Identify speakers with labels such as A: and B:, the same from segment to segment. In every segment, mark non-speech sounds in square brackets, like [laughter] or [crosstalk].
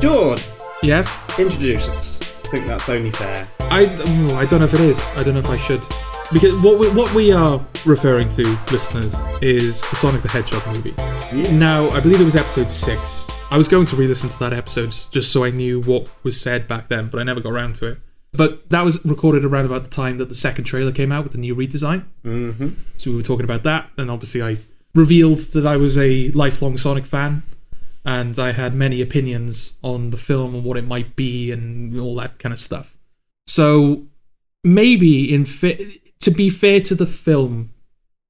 A: George,
B: Yes.
A: introduce us. I think that's only fair.
B: I ooh, I don't know if it is. I don't know if I should. Because what we, what we are referring to, listeners, is the Sonic the Hedgehog movie. Now, I believe it was episode six. I was going to re-listen to that episode just so I knew what was said back then, but I never got around to it. But that was recorded around about the time that the second trailer came out with the new redesign.
A: Mm-hmm.
B: So we were talking about that, and obviously I revealed that I was a lifelong Sonic fan, and I had many opinions on the film and what it might be and all that kind of stuff. So maybe in fa- to be fair to the film,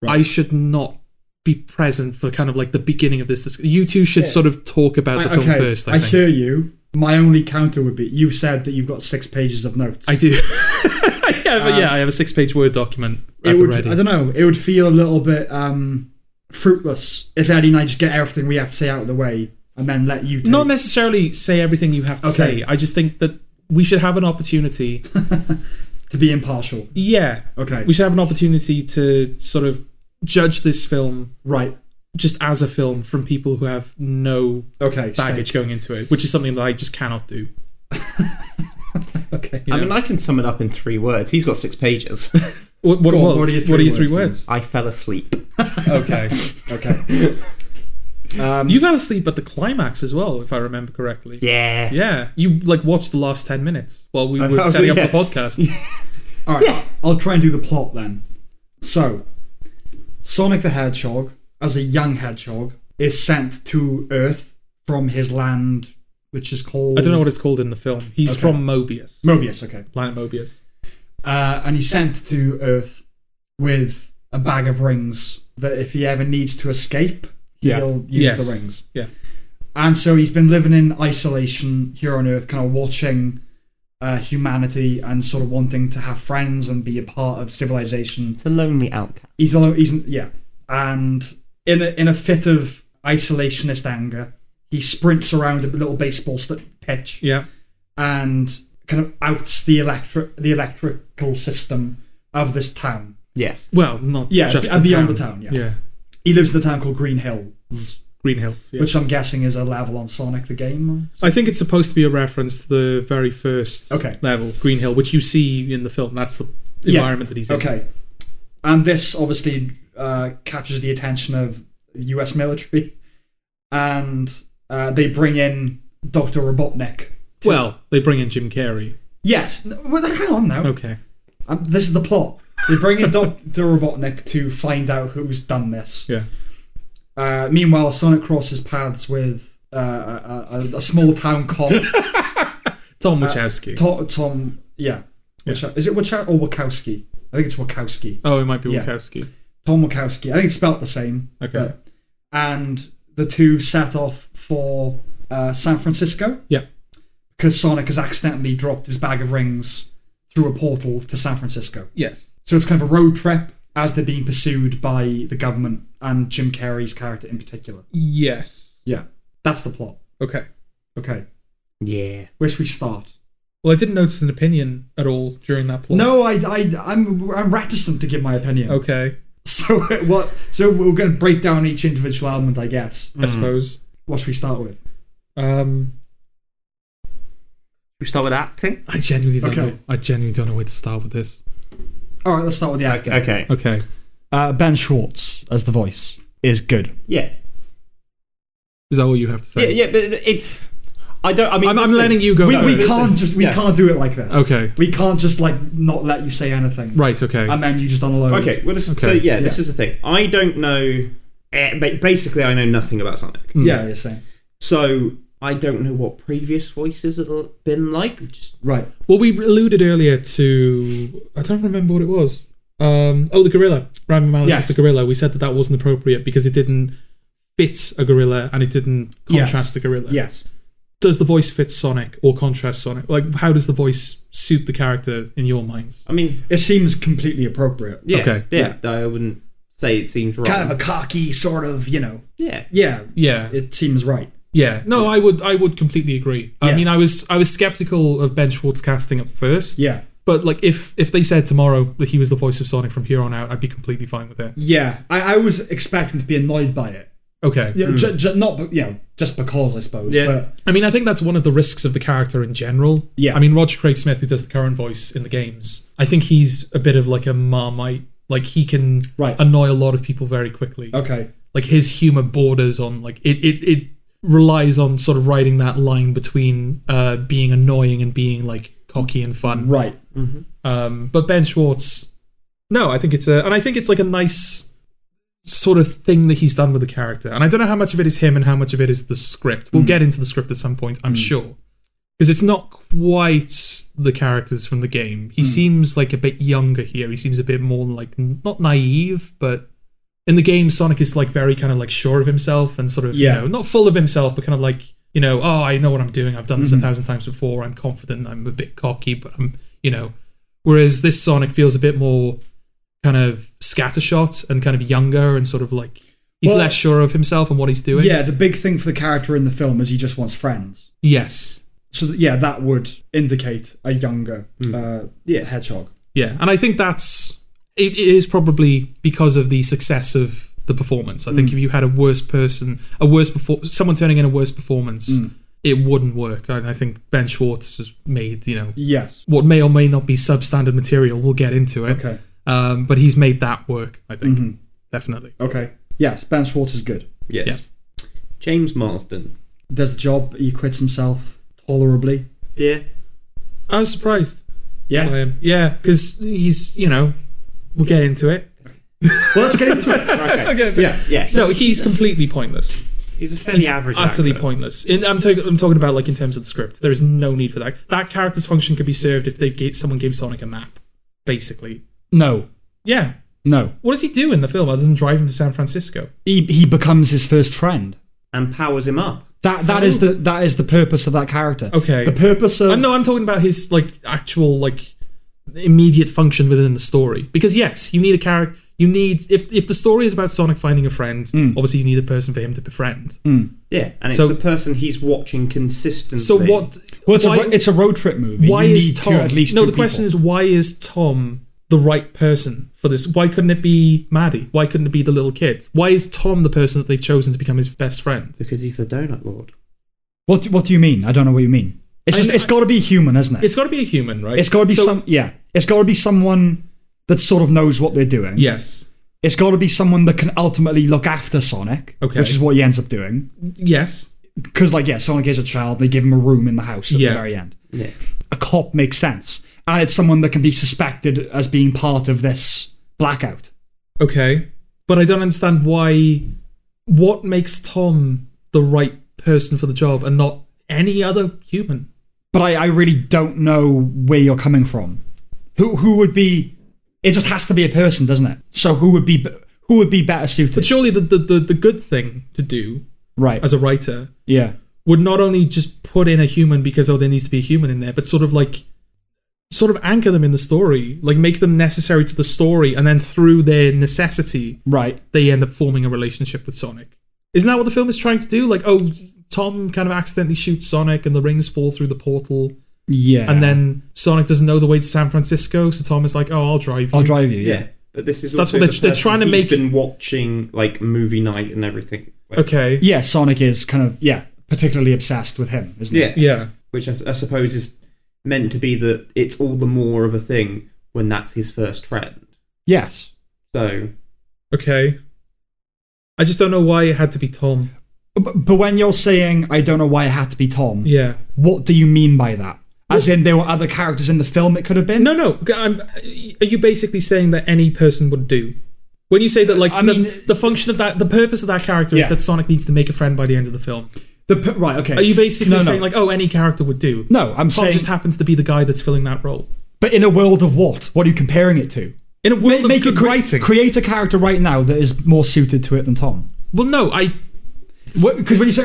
B: I should not be present for kind of like the beginning of this. Dis- you two should
C: Yeah.
B: sort of talk about the
C: I-
B: film
C: okay,
B: first. I,
C: I
B: think
C: hear you. My only counter would be you said that you've got six pages of notes.
B: I do. [laughs] yeah, but yeah, I have a six-page word document at
C: Um, it
B: the
C: would,
B: ready.
C: I don't know. It would feel a little bit um, fruitless if Eddie and I just get everything we have to say out of the way and then let you. Take.
B: not necessarily say everything you have to
C: Okay.
B: say. I just think that we should have an opportunity.
C: to be impartial.
B: Yeah,
C: Okay.
B: we should have an opportunity to sort of judge this film
C: right.
B: just as a film from people who have no
C: Okay. stay.
B: baggage going into it, which is something that I just cannot do.
C: Okay.
B: you
A: I
B: know?
A: mean, I can sum it up in three words. He's got six pages. [laughs]
B: what, what,
C: Go on,
B: what-
C: what are your
B: what are your
C: three
B: three words?
C: words,
A: I fell asleep.
B: okay,
C: Okay.
B: [laughs]
C: Um,
B: you fell asleep at the climax as well, if I remember correctly.
A: Yeah.
B: Yeah, you like watched the last ten minutes while we
A: I
B: were
A: was-
B: setting up
A: yeah.
B: the podcast.
C: All right,
A: Yeah.
C: I'll try and do the plot then. So, Sonic the Hedgehog, as a young hedgehog, is sent to Earth from his land, which is called
B: I don't know what it's called in the film. He's
C: Okay.
B: from Mobius,
C: Mobius. Okay,
B: planet Mobius.
C: uh, and he's sent to Earth with a bag of rings that, if he ever needs to escape,
A: Yeah.
C: he'll use
B: Yes.
C: the rings.
B: Yeah.
C: And so he's been living in isolation here on Earth, kind of watching uh, humanity and sort of wanting to have friends and be a part of civilization.
A: It's a lonely outcast.
C: He's a, he's yeah, and in a, in a fit of isolationist anger, he sprints around a little baseball st- pitch
B: Yeah,
C: and kind of outs the electric the electrical system of this town.
A: Yes.
B: well, not
C: Yeah,
B: just
C: and
B: the
C: beyond
B: town.
C: the town. Yeah.
B: Yeah,
C: he lives in a town called Green Hills,
B: Green Hills. Yeah.
C: which I'm guessing is a level on Sonic the game.
B: I think it's supposed to be a reference to the very first
C: Okay.
B: level, Green Hill, which you see in the film. That's the
C: Yeah.
B: environment that he's in.
C: Okay, and this obviously uh, captures the attention of U.S. military, and uh, they bring in Doctor Robotnik. to-
B: Well, they bring in Jim Carrey.
C: Yes. No, Well, hang on now.
B: Okay.
C: Um, this is the plot. They bring in [laughs] Doctor Robotnik to find out who's done this.
B: Yeah.
C: Uh, meanwhile, Sonic crosses paths with uh, a, a, a small town cop,
B: Tom Wachowski.
C: Uh, Tom. Tom yeah.
B: Yeah.
C: Wachow- Is it Wachow or Wachowski? I think it's Wachowski.
B: oh, it might be
C: Yeah.
B: Wachowski.
C: Tom Wachowski. I think it's spelt the same.
B: Okay.
C: but- and the two set off for uh, San Francisco.
B: Yeah.
C: Because Sonic has accidentally dropped his bag of rings through a portal to San Francisco.
B: Yes.
C: So it's kind of a road trip as they're being pursued by the government and Jim Carrey's character in particular.
B: Yes.
C: Yeah. That's the plot.
B: Okay.
C: Okay.
A: Yeah.
C: Where should we start?
B: Well, I didn't notice an opinion at all during that plot.
C: No, I, I, I'm, I'm reticent to give my opinion.
B: Okay.
C: [laughs] So what? So we're going to break down each individual element, I guess.
B: I suppose.
C: What should we start with?
B: Um,
A: We start with acting.
B: I genuinely don't
C: Okay.
B: know. I genuinely don't know where to start with this.
C: All right, let's start with the actor.
A: Okay.
B: Okay.
C: Uh, ben Schwartz as the voice is good.
A: Yeah.
B: Is that all you have to say?
A: Yeah. Yeah. But it's. I don't. I mean,
B: I'm, I'm
A: listen.
B: letting you go.
C: We, we
A: listen.
B: first.
C: can't just we
A: Yeah.
C: can't do it like this.
B: Okay.
C: We can't just like not let you say anything,
B: Right. Okay.
C: and then you just unload.
A: Okay. Well, this is, so
B: Okay.
A: yeah, this
C: Yeah.
A: is the thing. I don't know. eh, ba- Basically, I know nothing about Sonic,
B: Mm.
C: Yeah, you're saying
A: so I don't know what previous voices have been like. Just
C: right.
B: Well, we alluded earlier to I don't remember what it was. Um, oh, the gorilla, Rami Malek
C: Yes.
B: as the gorilla. We said that that wasn't appropriate because it didn't fit a gorilla and it didn't
C: Yeah.
B: contrast the gorilla.
C: Yes.
B: Does the voice fit Sonic or contrast Sonic? Like, how does the voice suit the character in your minds?
A: I mean,
C: It seems completely appropriate.
A: yeah,
B: Okay.
A: yeah, I wouldn't say it seems wrong.
C: Kind of a cocky sort of, you know.
A: yeah.
C: Yeah,
B: Yeah,
C: it seems right.
B: yeah. No, I would, I would completely agree. I
C: Yeah.
B: mean, I was, I was skeptical of Ben Schwartz casting at first.
C: Yeah.
B: But like, if if they said tomorrow that he was the voice of Sonic from here on out, I'd be completely fine with it.
C: Yeah. I, I was expecting to be annoyed by it.
B: Okay.
C: Yeah,
A: Mm.
C: ju- ju- not be- you know just because I suppose.
A: Yeah.
C: But
B: I mean, I think that's one of the risks of the character in general.
C: Yeah.
B: I mean, Roger Craig Smith, who does the current voice in the games, I think he's a bit of like a marmite. Like he can
C: Right.
B: annoy a lot of people very quickly.
C: okay,
B: Like his humor borders on like it it it relies on sort of writing that line between uh being annoying and being like cocky and fun.
C: right.
A: hmm
B: Um, but Ben Schwartz, no, I think it's a, and I think it's like a nice sort of thing that he's done with the character. And I don't know how much of it is him and how much of it is the script. We'll
C: Mm.
B: get into the script at some point, I'm
C: Mm.
B: sure, because it's not quite the characters from the game. He
C: Mm.
B: seems like a bit younger here. He seems a bit more like n- not naive, but in the game, Sonic is like very kind of like sure of himself and sort of
C: Yeah.
B: you know not full of himself, but kind of like you know oh I know what I'm doing. I've done this
C: Mhm.
B: a thousand times before. I'm confident. I'm a bit cocky, but I'm you know. Whereas this Sonic feels a bit more kind of scattershot and kind of younger and sort of like he's
C: Well-
B: less sure of himself and what he's doing.
C: Yeah, the big thing for the character in the film is he just wants friends.
B: Yes.
C: So that, yeah, that would indicate a younger
B: Hmm.
C: uh,
A: Yeah.
C: hedgehog.
B: Yeah. And I think that's it, it is probably because of the success of the performance. I
C: Mm.
B: think if you had a worse person, a worse perfor someone turning in a worse performance,
C: Mm.
B: it wouldn't work. And I think Ben Schwartz has made you know
C: Yes.
B: what may or may not be substandard material. We'll get into it.
C: Okay.
B: Um, but he's made that work. I think
C: Mhm.
B: definitely.
C: Okay. Yes, Ben Schwartz is good.
A: Yes.
B: Yes.
A: James Marsden.
C: Does the job. He quits himself tolerably.
B: [laughs]
A: Yeah.
B: I was surprised.
C: Yeah.
B: by him. Yeah, because he's you know we'll get into it.
C: Well, let's get
B: [laughs]
C: into it.
A: Okay.
B: Okay.
C: Yeah.
A: Yeah.
B: No, he's completely pointless.
A: He's a fairly
B: He's
A: average.
B: utterly
A: actor.
B: pointless. In, I'm, talking. I'm talking about like in terms of the script. There is no need for that. That character's function could be served if they gave, someone gave Sonic a map, basically.
C: No.
B: Yeah.
C: No.
B: What does he do in the film other than drive him to San Francisco?
C: He he becomes his first friend.
A: And powers him up.
C: That that is the that is the purpose of that character.
B: Okay.
C: The purpose
B: Uh,
C: of
B: no, I'm talking about his like actual like immediate function within the story. Because yes, you need a character. You need if if the story is about Sonic finding a friend,
C: Hmm.
B: obviously you need a person for him to befriend.
A: Yeah. And it's
B: So-
A: the person he's watching consistently.
B: So what?
C: well, it's,
B: why-
C: a, ro- it's a road trip movie.
B: why
C: You
B: is
C: need two-
B: Tom?
C: at least
B: no,
C: two
B: the question
C: people.
B: is why is Tom the right person for this? Why couldn't it be Maddie? Why couldn't it be the little kid? Why is Tom the person that they've chosen to become his best friend?
A: Because he's the donut lord.
C: What do- what do you mean? I don't know what you mean. It's
B: I
C: just,
B: kn-
C: it's got to be human, isn't it?
B: It's got to be a human, right?
C: it's got to be
B: So-
C: some yeah. It's got to be someone that sort of knows what they're doing.
B: Yes,
C: It's got to be someone that can ultimately look after Sonic,
B: Okay.
C: which is what he ends up doing.
B: yes,
C: Because like yeah, Sonic is a child. They give him a room in the house at
B: Yeah.
C: the very end.
A: Yeah.
C: A cop makes sense, and it's someone that can be suspected as being part of this blackout.
B: okay. But I don't understand why. What makes Tom the right person for the job and not any other human?
C: but I, I really don't know where you're coming from. Who who would be? It just has to be a person, doesn't it? So who would be who would be better
B: But
C: suited?
B: surely the the, the, the good thing to do
C: right.
B: as a writer
C: yeah.
B: would not only just put in a human because oh there needs to be a human in there, but sort of like sort of anchor them in the story, like make them necessary to the story, and then through their necessity,
C: Right.
B: they end up forming a relationship with Sonic. Isn't that what the film is trying to do? Like, oh, Tom kind of accidentally shoots Sonic, and the rings fall through the portal,
C: Yeah.
B: and then Sonic doesn't know the way to San Francisco, so Tom is like, oh, I'll drive you.
C: I'll drive you.
A: Yeah.
C: Yeah.
A: But this is
B: That's
A: also
B: what
A: the
B: they're- they're
A: person
B: trying to
A: he's
B: make-
A: been watching like movie night and everything. Like,
B: okay,
C: Yeah. Sonic is kind of yeah particularly obsessed with him, isn't
A: Yeah.
C: it?
B: yeah,
A: Which I, I suppose is meant to be that it's all the more of a thing when that's his first friend.
C: Yes.
A: So
B: okay. I just don't know why it had to be Tom.
C: But, but when you're saying I don't know why it had to be Tom,
B: Yeah.
C: what do you mean by that? As in there were other characters in the film it could have been.
B: No, no. I'm, are you basically saying that any person would do? When you say that, like,
C: I
B: the,
C: mean-
B: the function of that, the purpose of that character
C: Yeah.
B: is that Sonic needs to make a friend by the end of the film.
C: The p- right. Okay.
B: Are you basically
C: No, no.
B: saying like, oh, any character would do?
C: No, I'm
B: Tom
C: saying.
B: just happens to be the guy that's filling that role.
C: but in a world of what? What are you comparing it to?
B: In a world
C: Make, make
B: of good
C: a cre-
B: writing.
C: Create a character right now that is more suited to it than Tom.
B: well, no, I
C: Because when you say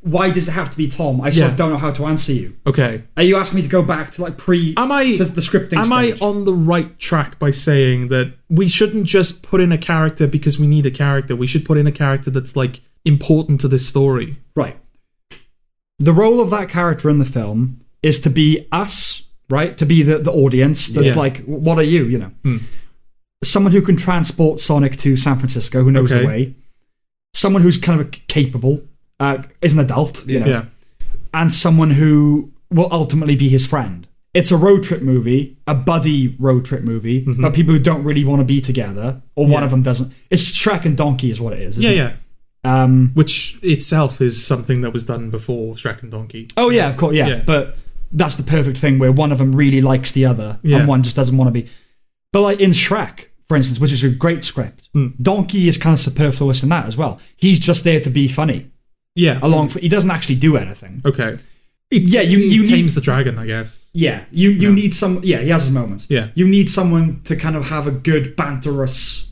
C: why does it have to be Tom, I sort
B: Yeah.
C: of don't know how to answer you.
B: okay.
C: Are you asking me to go back to like pre
B: Am I?
C: to the scripting?
B: Am
C: stage?
B: I on the right track by saying that we shouldn't just put in a character because we need a character? We should put in a character that's like important to this story.
C: right? The role of that character in the film is to be us, right? To be the, the audience. That's
B: Yeah.
C: like, what are you? You know,
B: Hmm.
C: someone who can transport Sonic to San Francisco, who knows
B: Okay.
C: the way. someone who's kind of capable, uh, is an adult, you
D: Yeah.
C: know,
B: Yeah.
C: and someone who will ultimately be his friend. It's a road trip movie, a buddy road trip movie, but people who don't really want to be together, or one
B: Mm-hmm. Yeah.
C: of them doesn't. It's Shrek and Donkey, is what it is.
B: Yeah,
C: Isn't
B: yeah.
C: It? Um,
B: Which itself is something that was done before Shrek and Donkey.
C: oh yeah, of course, yeah.
B: Yeah.
C: But that's the perfect thing where one of them really likes the other,
B: Yeah.
C: and one just doesn't want to be. But like in Shrek, for instance, which is a great script,
B: Hmm.
C: Donkey is kind of superfluous in that as well. He's just there to be funny.
B: Yeah.
C: Along, for, he doesn't actually do anything.
B: Okay. It
C: Yeah, you- you need-
B: tames the dragon, I guess.
C: Yeah, you you need some. Yeah, he has his moments.
B: Yeah.
C: you need someone to kind of have a good banterous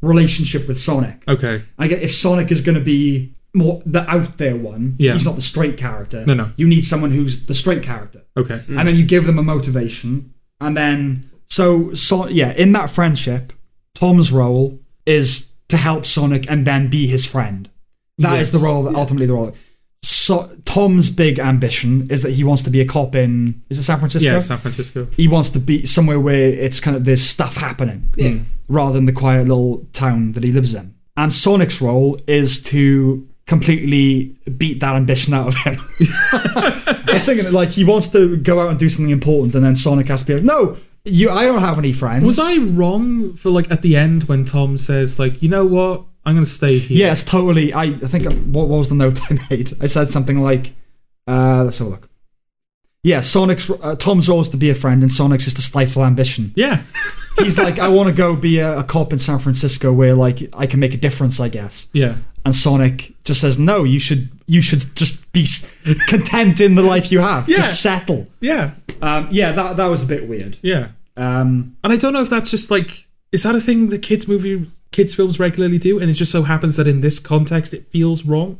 C: relationship with Sonic.
B: Okay.
C: I get if Sonic is going to be more the out there one,
B: Yeah.
C: he's not the straight character.
B: No, no.
C: you need someone who's the straight character,
B: Okay.
C: and then you give them a motivation, and then so so yeah, in that friendship, Tom's role is to help Sonic and then be his friend. That is
B: Yes.
C: the role that ultimately the role. So Tom's big ambition is that he wants to be a cop in is it San Francisco?
B: Yeah, San Francisco.
C: he wants to be somewhere where it's kind of there's stuff happening
B: Mm.
C: rather than the quiet little town that he lives in. And Sonic's role is to completely beat that ambition out of
B: [laughs]
C: him. I'm thinking that, like he wants to go out and do something important, and then Sonic has to be like, "No, you, I don't have any friends."
B: Was I wrong for like at the end when Tom says like, you know what, I'm gonna stay here.
C: Yes, totally. I, I think uh, what, what was the note I made? I said something like, uh, "Let's have a look." Yeah, Sonic's uh, Tom's role is to be a friend, and Sonic's is to stifle ambition.
B: Yeah.
C: he's like, I want to go be a, a cop in San Francisco where like I can make a difference, I guess.
B: Yeah.
C: And Sonic just says, No, you should you should just be s- content in the life you have.
B: Yeah.
C: Just settle.
B: Yeah.
C: Um, yeah, that that was a bit weird.
B: Yeah.
C: Um,
B: And I don't know if that's just like is that a thing that kids movie kids films regularly do and it just so happens that in this context it feels wrong?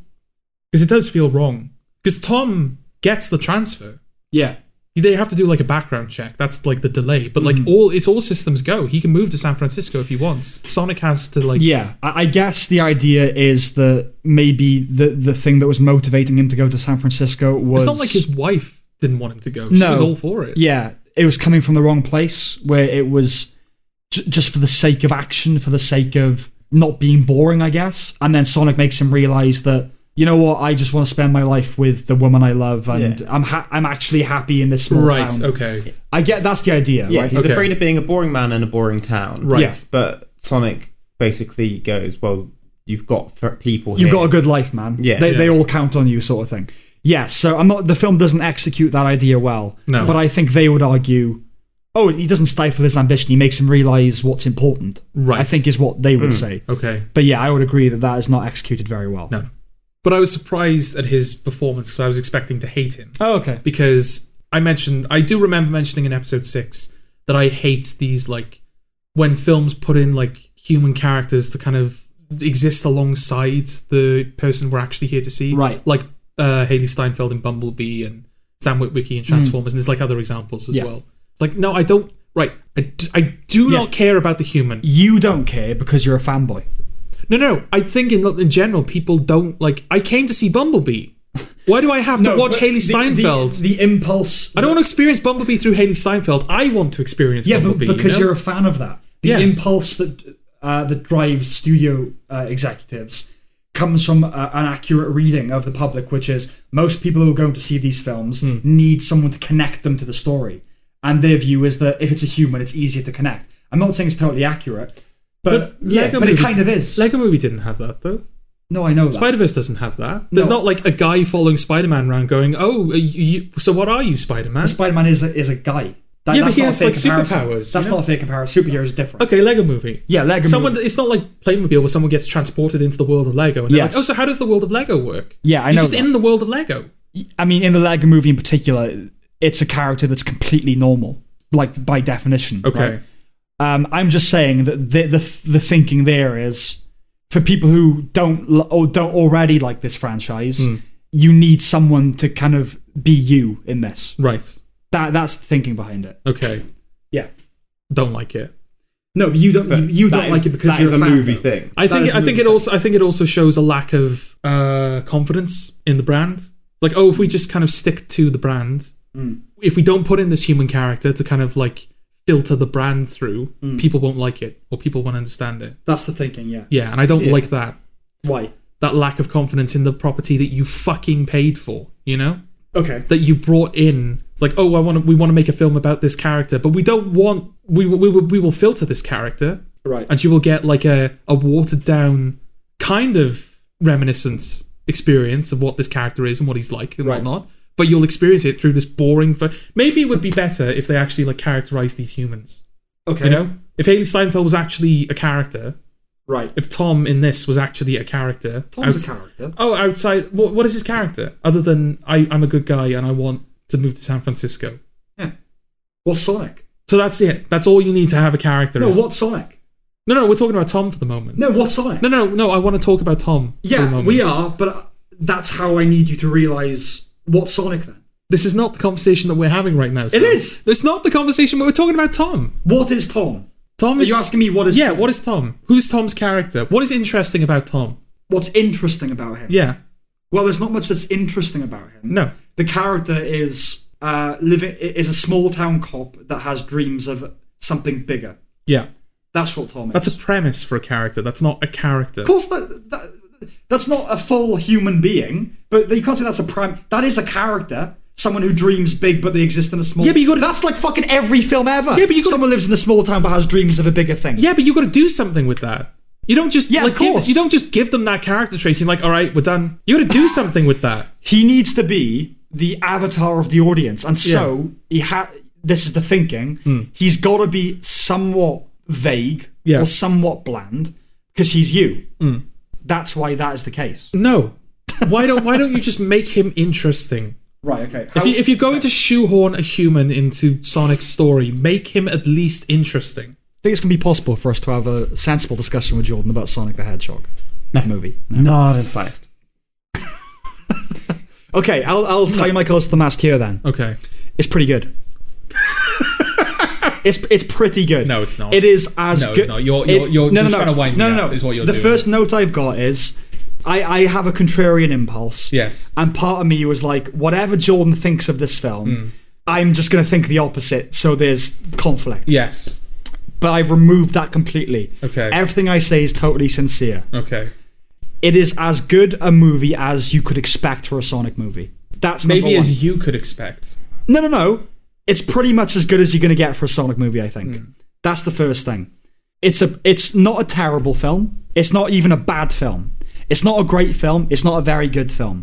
B: Because it does feel wrong. Because Tom gets the transfer.
C: yeah,
B: They have to do like a background check. That's like the delay. But
C: Mm.
B: like all it's all systems go. He can move to San Francisco if he wants. Sonic has to like
C: yeah. I, I guess the idea is that maybe the the thing that was motivating him to go to San Francisco was
B: It's not like his wife didn't want him to go. She
C: No.
B: was all for it.
C: yeah, it was coming from the wrong place where it was j- just for the sake of action, for the sake of not being boring, I guess. And then Sonic makes him realize that you know what, I just want to spend my life with the woman I love, and
A: Yeah.
C: I'm ha- I'm actually happy in this small
B: Right.
C: town.
B: Okay.
C: I get that's the idea.
A: Yeah,
C: right?
A: he's
B: Okay.
A: afraid of being a boring man in a boring town.
B: Right.
C: Yeah.
A: But Sonic basically goes, well, you've got f- people here.
C: You've got a good life, man.
A: Yeah.
C: They, they
B: Yeah.
C: all count on you, sort of thing. Yeah, so I'm not. The film doesn't execute that idea well.
B: No.
C: But I think they would argue, oh, he doesn't stifle his ambition. He makes him realize what's important.
B: Right.
C: I think is what they would
A: Hmm.
C: say.
B: Okay.
C: But yeah, I would agree that that is not executed very well.
B: No. But I was surprised at his performance because I was expecting to hate him
C: Oh, okay.
B: because I mentioned I do remember mentioning in episode six that I hate these like when films put in like human characters to kind of exist alongside the person we're actually here to see.
C: Right.
B: Like uh Haley Steinfeld in Bumblebee and Sam Witwicky in Transformers and there's like other examples as
C: Hmm. Yeah.
B: well. It's like no I don't right I d- I do
C: Yeah.
B: not care about the human.
C: You don't care because you're a fanboy.
B: No, no. I think in in general, people don't like. I came to see
C: [laughs]
B: Bumblebee. Why do I have to watch
C: but
B: Haley
C: the- the-
B: Steinfeld?
C: The, impulse.
B: I don't want to experience Bumblebee through Haley Steinfeld. I want to experience
C: Yeah, but
B: Bumblebee.
C: because
B: you
C: are a fan of that, the
B: Yeah.
C: impulse that uh, that drives studio uh, executives comes from uh, an accurate reading of the public, which is most people who are going to see these films
B: Hmm.
C: need someone to connect them to the story, and their view is that if it's a human, it's easier to connect. I'm not saying it's totally accurate, but, yeah, but it
B: Movie-
C: kind of is.
B: Lego Movie didn't have that though.
C: no, I know that.
B: Spider Verse doesn't have that. There's
C: No.
B: not like a guy following Spider Man around going, "Oh, you, you, so what are you, Spider Man?"
C: Spider Man is a, is a guy. That,
B: Yeah, but
C: that's
B: he
C: not a
B: has,
C: fair
B: like,
C: comparison.
B: superpowers,
C: That's
B: you know?
C: not a fair comparison. Superheroes are different.
B: Okay, Lego Movie.
C: Yeah, Lego.
B: Someone.
C: movie.
B: It's not like Playmobil where someone gets transported into the world of Lego and they're
C: Yes.
B: like, "Oh, so how does the world of Lego work?"
C: Yeah, I
B: You're
C: know
B: just
C: that.
B: in the world of Lego.
C: I mean, in the Lego movie in particular, it's a character that's completely normal, like by definition.
B: Okay.
C: right? Um, I'm just saying that the, the the thinking there is for people who don't l- or don't already like this franchise,
B: Hmm.
C: you need someone to kind of be you in this.
B: Right.
C: That that's the thinking behind it.
B: Okay.
C: Yeah.
B: Don't like it.
C: No, but you don't
A: But
C: you, you
A: that
C: don't
A: is-
C: like it because
A: that
C: you're
A: is
C: a,
A: a
C: fan,
A: movie
C: though.
A: thing.
B: I
C: That is
B: think
C: a
B: I think
C: movie
B: it
C: thing.
B: also I think it also shows a lack of uh, confidence in the brand. Like, oh, if we just kind of stick to the brand,
C: Hmm.
B: if we don't put in this human character to kind of like filter the brand through,
C: Hmm.
B: people won't like it or people won't understand it.
C: That's the thinking. Yeah.
B: Yeah, and I don't
A: Yeah.
B: like that
C: Why?
B: that lack of confidence in the property that you fucking paid for, you know?
C: Okay.
B: that you brought in it's like oh i want to we want to make a film about this character but we don't want we will- we, will- we will filter this character
C: Right.
B: and you will get like a, a watered down kind of reminiscence experience of what this character is and what he's like and
C: Right.
B: whatnot but you'll experience it through this boring fo- maybe it would be better if they actually like characterized these humans
C: Okay.
B: you know if haley steinfeld was actually a character
C: Right.
B: if tom in this was actually a character
C: Tom's a
B: outs-
C: character.
B: Oh, outside. What, what is his character? Other than I, I'm a good guy and I want to move to San Francisco.
C: What's Sonic?
B: So that's it. That's all you need to have a character.
C: No,
B: is-
C: what's Sonic?
B: No, no, we're talking about Tom for the moment.
C: No, what's Sonic?
B: no, no, no. I want to talk about Tom. for a
C: Yeah,
B: moment.
C: we are, but uh, that's how I need you to realize what's Sonic then.
B: This is not the conversation that we're having right now. Sam.
C: is.
B: It's not the conversation. We're talking about Tom.
C: What is Tom?
B: Tom
C: Are
B: is.
C: you asking me what is
B: Yeah.
C: Tom?
B: What is Tom? Who's Tom's character? What is interesting about Tom?
C: what's interesting about him?
B: Yeah.
C: Well, there's not much that's interesting about him.
B: No.
C: the character is uh, living is a small town cop that has dreams of something bigger.
B: Yeah.
C: That's what Tom is.
B: That's a premise for a character. That's not a character.
C: of course that, that that's not a full human being, but you can't say that's a prime. That is a character. Someone who dreams big, but they exist in a small.
B: Yeah, but you gotta-
C: That's like fucking every film ever.
B: Yeah, but you gotta-
C: someone lives in a small town but has dreams of a bigger thing.
B: Yeah, but you got to do something with that. You don't just
C: Yeah,
B: like,
C: of
B: give-
C: course.
B: you don't just give them that character trait. You're like, all right, we're done. You got to
C: [laughs]
B: do something with that.
C: he needs to be the avatar of the audience, and so he ha This is the thinking. He's got to be somewhat vague
B: Hmm. Yeah. Hmm.
C: or somewhat bland because he's you. That's why that is the case.
B: No, why don't why don't you just make him interesting?
C: Right. Okay.
B: If, you, if you're going to shoehorn a human into Sonic's story, make him at least interesting.
E: I think it's going to be possible for us to have a sensible discussion with Jordan about Sonic the Hedgehog.
A: No.
E: movie.
A: Not in sliced.
E: Okay, I'll, I'll tie my colours to the mast here then.
B: Okay,
E: It's pretty
B: [laughs]
E: good. it's it's pretty good.
B: No, it's not.
E: It is as
B: No,
E: good.
B: no, you're- you're- you're- you're trying to wind
E: no,
B: me
E: no,
B: up,
E: no.
B: is what you're
E: the
B: doing.
E: first note I've got is, I I have a contrarian impulse.
B: yes,
E: And part of me was like, whatever Jordan thinks of this film,
B: Hmm.
E: I'm just going to think the opposite. So there's conflict.
B: yes,
E: But I've removed that completely.
B: Okay.
E: Everything I say is totally sincere.
B: okay.
E: It is as good a movie as you could expect for a Sonic movie. That's number
B: Maybe
E: one.
B: as you could expect.
E: No, no, no. It's pretty much as good as you're going to get for a Sonic movie, I think. That's the first thing. It's a it's not a terrible film. It's not even a bad film. It's not a great film. It's not a very good film.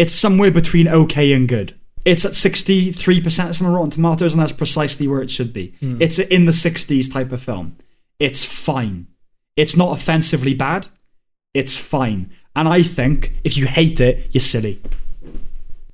E: It's somewhere between okay and good. It's at 63% some Rotten Tomatoes and that's precisely where it should be. It's a in the 60s type of film. It's fine. It's not offensively bad. It's fine. And I think if you hate it, you're silly.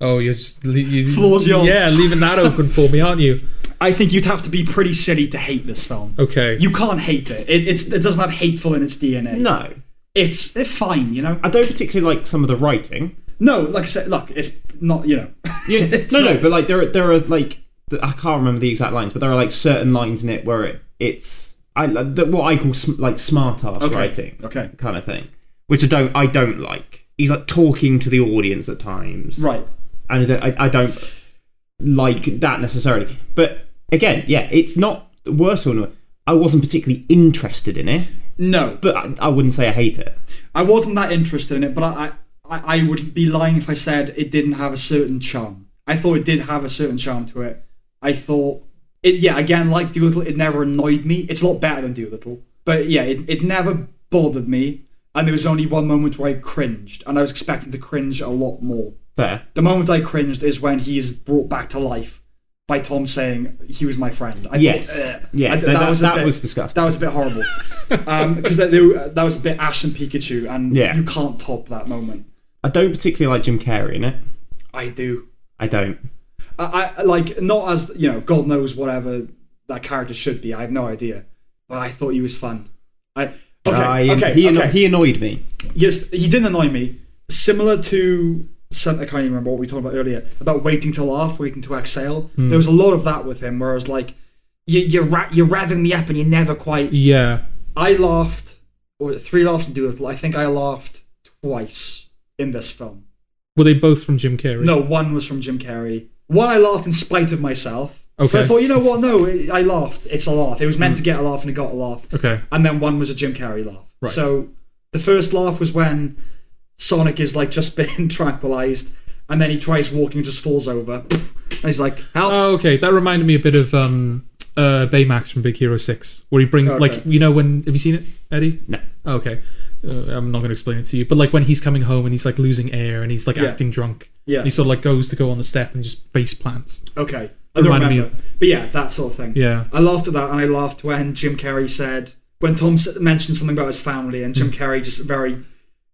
B: Oh, you're just le- you,
C: [laughs] Floor's yours.
B: Yeah, leaving that open for me, aren't you?
C: I think you'd have to be pretty silly to hate this film.
B: Okay.
C: You can't hate it. It, it's, it doesn't have hateful in its DNA.
A: No.
C: It's they're fine, you know.
A: I don't particularly like some of the writing.
C: No, like I said, look, it's not, you know. [laughs]
A: Yeah,
C: It's
A: no, no,
C: not-
A: but like there are there are like th- I can't remember the exact lines, but there are like certain lines in it where it it's I the, what I call sm- like smart ass
C: Okay,
A: writing,
C: okay.
A: kind of thing, which I don't I don't like. He's like talking to the audience at times,
C: Right.
A: and I don't, I, I don't like that necessarily. But again, yeah, it's not the worst one. I wasn't particularly interested in it,
C: No,
A: but I, I wouldn't say I hate it.
C: I wasn't that interested in it, but I, I, I would be lying if I said it didn't have a certain charm. I thought it did have a certain charm to it. I thought it, yeah, again, like Doolittle, it never annoyed me. It's a lot better than Doolittle, but yeah, it, it never bothered me. And there was only one moment where I cringed, and I was expecting to cringe a lot more.
A: Fair.
C: The moment I cringed is when he is brought back to life by Tom saying he was my friend. I
A: Yes.
C: thought, "Ugh."
A: Yeah,
C: I-
A: that- that-
C: a
A: that
C: bit-
A: was disgusting.
C: That was a bit horrible
A: [laughs]
C: because that, they- that was a bit Ash and Pikachu, and
A: Yeah.
C: you can't top that moment.
A: I don't particularly like Jim Carrey in it.
C: I do.
A: I don't.
C: I, I like not as you know, God knows whatever that character should be. I have no idea, but I thought he was fun. I okay,
A: I-
C: okay,
A: he,
C: okay.
A: anno- he annoyed me.
C: yes, he didn't annoy me. Similar to some, I can't even remember what we talked about earlier about waiting to laugh, waiting to exhale.
B: Hmm.
C: There was a lot of that with him, where I was like, you, "You're ra- you're revving me up, and you never quite."
B: yeah.
C: I laughed, or three laughs and do it. I think I laughed twice in this film.
B: Were they both from Jim Carrey?
C: No, one was from Jim Carrey. One I laughed in spite of myself. But
B: Okay.
C: I thought, you know what? No, I laughed. It's a laugh. It was meant to get a laugh, and it got a laugh
B: Okay.
C: and then one was a Jim Carrey laugh.
B: Right.
C: So the first laugh was when
D: Sonic is like just [laughs] been tranquilized, and then he tries walking, and just falls over, and he's like, "Help!"
B: Oh, okay. That reminded me a bit of um, uh, Baymax from Big Hero Six, where he brings
D: Okay.
B: like you know when have you seen it, Eddie?
A: No.
B: Oh, okay. Uh, I'm not going to explain it to you, but like when he's coming home and he's like losing air and he's like
D: Yeah.
B: acting drunk,
D: yeah.
B: he sort of like goes to go on the step and just face plants.
D: Okay. I don't
B: Reminded me
D: remember. But yeah, that sort of thing.
B: Yeah,
D: I laughed at that, and I laughed when Jim Carrey said when Tom s- mentioned something about his family, and
B: Mm.
D: Jim Carrey just very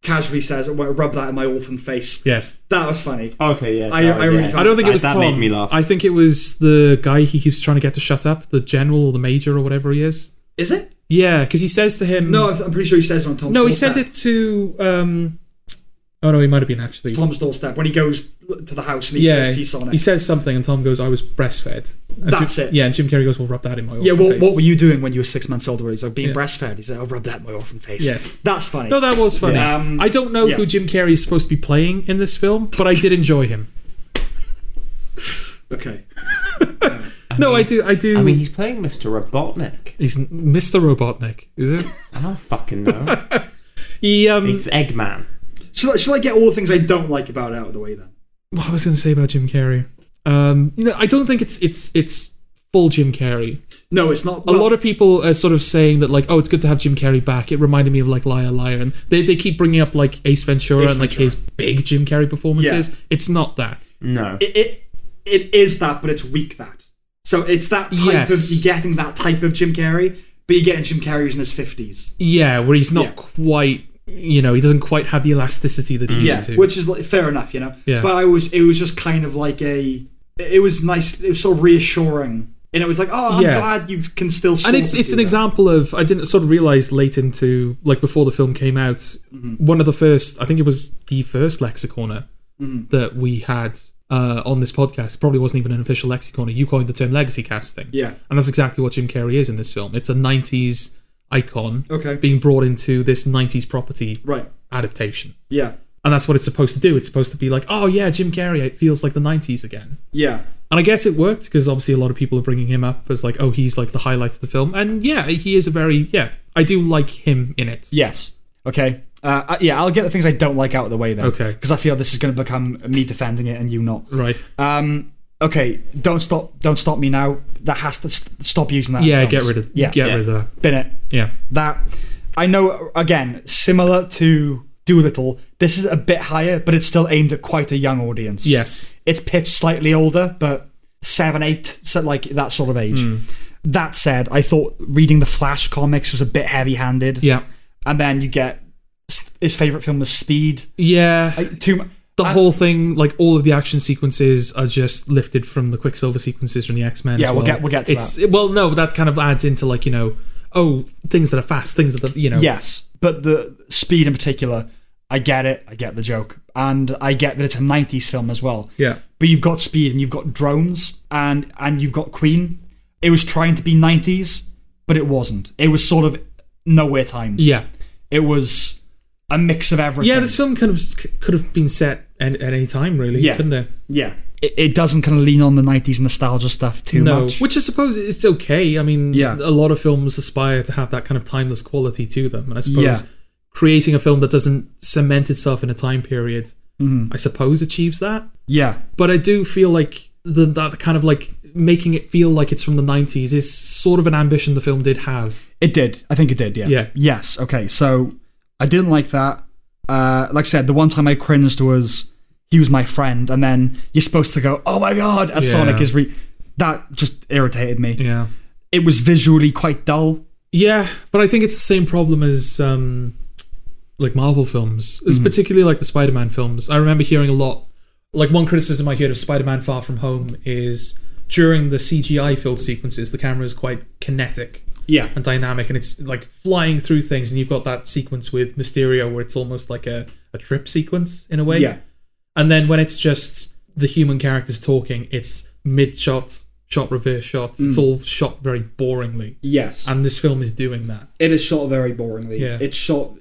D: casually says, "I want to rub that in my orphan face."
B: yes.
D: That was funny.
A: Okay, yeah.
D: I-
A: that was-
D: I really
A: yeah.
D: found-
B: I don't think
A: that,
B: it was
A: that
B: Tom.
A: made me laugh.
B: I think it was the guy he keeps trying to get to shut up, the general, the major, or whatever he is.
D: Is it?
B: Yeah, because he says to him,
D: No, I th- I'm pretty sure he says it on Tom's.
B: Mm. no, he
D: doorstep.
B: says it to, um, oh no, he might have been actually.
D: It's Tom's doorstep when he goes to the house and he
B: Yeah,
D: first sees Sonic.
B: He says something, and Tom goes, "I was breastfed." And
D: That's
B: Jim-
D: it.
B: Yeah, and Jim Carrey goes, "Well, rub that in my
D: yeah,
B: awful
D: what,
B: face."
D: what were you doing when you were six months old? Where he's like being
B: Yeah.
D: breastfed. He's like, "I'll rub that in my orphan face."
B: Yes.
D: that's funny.
B: No, that was funny.
D: Yeah. Um,
B: I don't know
D: yeah.
B: who Jim Carrey is supposed to be playing in this film, but I did enjoy him.
D: okay, [laughs]
B: no, I do. I do.
A: I mean, he's playing Mr. Robotnik.
B: he's Mr. Robotnik, is it?
A: I don't fucking [laughs] know.
B: He. Um,
A: it's Eggman.
D: should I, should I get all the things I don't like about it out of the way then?
B: [laughs] what I was going to say about Jim Carrey. Um, you know, I don't think it's it's it's full Jim Carrey.
D: No, it's not.
B: A lot of people are sort of saying that like, oh, it's good to have Jim Carrey back. It reminded me of like Liar Liar, and they, they keep bringing up like Ace Ventura
D: Ace
B: and like
D: Ventura.
B: his big Jim Carrey performances. It's not that.
A: No.
D: it, it it is that, but it's weak that. So it's that type
B: Yes.
D: of you're getting that type of Jim Carrey, but you're getting Jim Carrey who's in his fifties.
B: Yeah, where he's not
D: Yeah.
B: quite. You know, he doesn't quite have the elasticity that he
D: Yeah,
B: used to.
D: which is like, fair enough, you know.
B: Yeah.
D: But I was it was just kind of like a it was nice. It was sort of reassuring, and it was like, oh, I'm
B: Yeah.
D: glad you can still.
B: and
D: sort
B: it's
D: of
B: it's
D: do
B: an
D: that.
B: example of I didn't sort of realize late into like before the film came out,
D: Mm-hmm.
B: one of the first I think it was the first lexicorner
D: Mm-hmm.
B: that we had uh, on this podcast. It probably wasn't even an official lexicorner. You coined the term legacy casting,
D: Yeah.
B: and that's exactly what Jim Carrey is in this film. It's a '90s icon
D: Okay.
B: being brought into this '90s property
D: Right.
B: adaptation,
D: Yeah.
B: and that's what it's supposed to do. It's supposed to be like, oh yeah, Jim Carrey, it feels like the '90s again.
D: Yeah.
B: And I guess it worked because obviously a lot of people are bringing him up as like, oh, he's like the highlight of the film. And yeah, he is a very yeah. I do like him in it.
C: Yes. Okay. Uh, I- yeah, I'll get the things I don't like out of the way then.
B: Okay.
C: Because I feel this is going to become me defending it and you not.
B: Right.
C: Um. Okay. Don't stop. Don't stop me now. That has to st- stop using that. in
B: Yeah.
C: films.
B: Get rid of.
C: Yeah.
B: Get
A: Yeah.
B: rid of that.
C: Bin it.
B: Yeah.
C: That. I know. Again, similar to Doolittle, this is a bit higher, but it's still aimed at quite a young audience.
B: Yes.
C: It's pitched slightly older, but seven, eight, so like that sort of age.
B: Hmm.
C: That said, I thought reading the Flash comics was a bit heavy-handed.
B: Yeah.
C: And then you get s- his favorite film was Speed.
B: Yeah.
C: Like, too. mu-
B: the
C: I-
B: whole thing, like all of the action sequences, are just lifted from the Quicksilver sequences from the X Men.
C: Yeah,
B: as
C: we'll
B: well.
C: get- we'll get to
B: it's, Well, no, that kind of adds into like you know, oh, things that are fast, things that are, you know.
C: Yes, but the speed in particular, I get it. I get the joke, and I get that it's a '90s film as well.
B: Yeah.
C: But you've got speed, and you've got drones, and and you've got Queen. It was trying to be '90s, but it wasn't. It was sort of nowhere time.
B: Yeah.
C: It was a mix of everything.
B: Yeah. This film kind of could have been set at, at any time, really.
C: Yeah.
B: Couldn't it?
D: Yeah.
C: it, it doesn't kind of lean on the '90s nostalgia stuff too
B: no,
C: much.
B: which I suppose it's okay. I mean,
D: Yeah.
B: a lot of films aspire to have that kind of timeless quality to them, and I suppose
C: Yeah.
B: creating a film that doesn't cement itself in a time period, I suppose, achieves that.
C: Mm-hmm. yeah,
B: But I do feel like the that kind of like making it feel like it's from the '90s is sort of an ambition the film did have.
C: It did. I think it did. Yeah.
B: Yeah.
C: Yes. Okay. So I didn't like that. Uh, like I said, the one time I cringed was he was my friend, and then you're supposed to go, "Oh my god!" as
B: Yeah.
C: Sonic is re. That just irritated me.
B: Yeah,
C: It was visually quite dull.
B: yeah, but I think it's the same problem as. Um, like Marvel films, it's particularly like the Spider-Man films. I remember hearing a lot. Like one criticism I heard of Spider-Man: Far From Home is during the CGI-filled sequences, the camera is quite kinetic
D: Yeah.
B: and dynamic, and it's like flying through things. And you've got that sequence with Mysterio where it's almost like a, a trip sequence in a way.
D: Yeah.
B: And then when it's just the human characters talking, it's mid-shot, shot reverse shot. It's all shot very boringly,
D: Yes.
C: Uh,
B: and this film is doing that.
D: it is shot very boringly.
B: Yeah.
D: It's shot.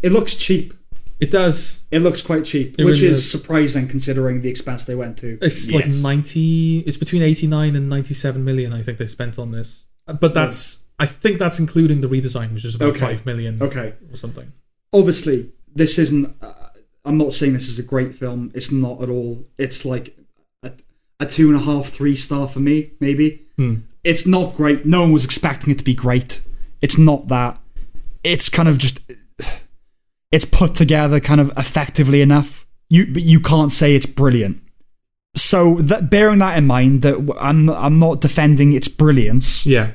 D: It looks cheap.
B: It does.
D: It looks quite cheap,
B: It
D: which
B: really
D: is
B: does.
D: surprising considering the expense they went to.
B: It's like
A: Yes.
B: 90. It's between 89 and 97 million. I think they spent on this, Uh, but that's. I think that's including the redesign, which was about
D: Okay.
B: five million
D: Okay.
B: or something.
D: Obviously, this isn't. Uh, I'm not saying this is a great film. It's not at all. It's like a, a two and a half, three star for me, maybe.
B: Hmm.
C: it's not great. No one was expecting it to be great. It's not that. It's kind of just [sighs] it's put together kind of effectively enough. You but you can't say it's brilliant. So that bearing that in mind, that w- I'm I'm not defending its brilliance.
B: Yeah.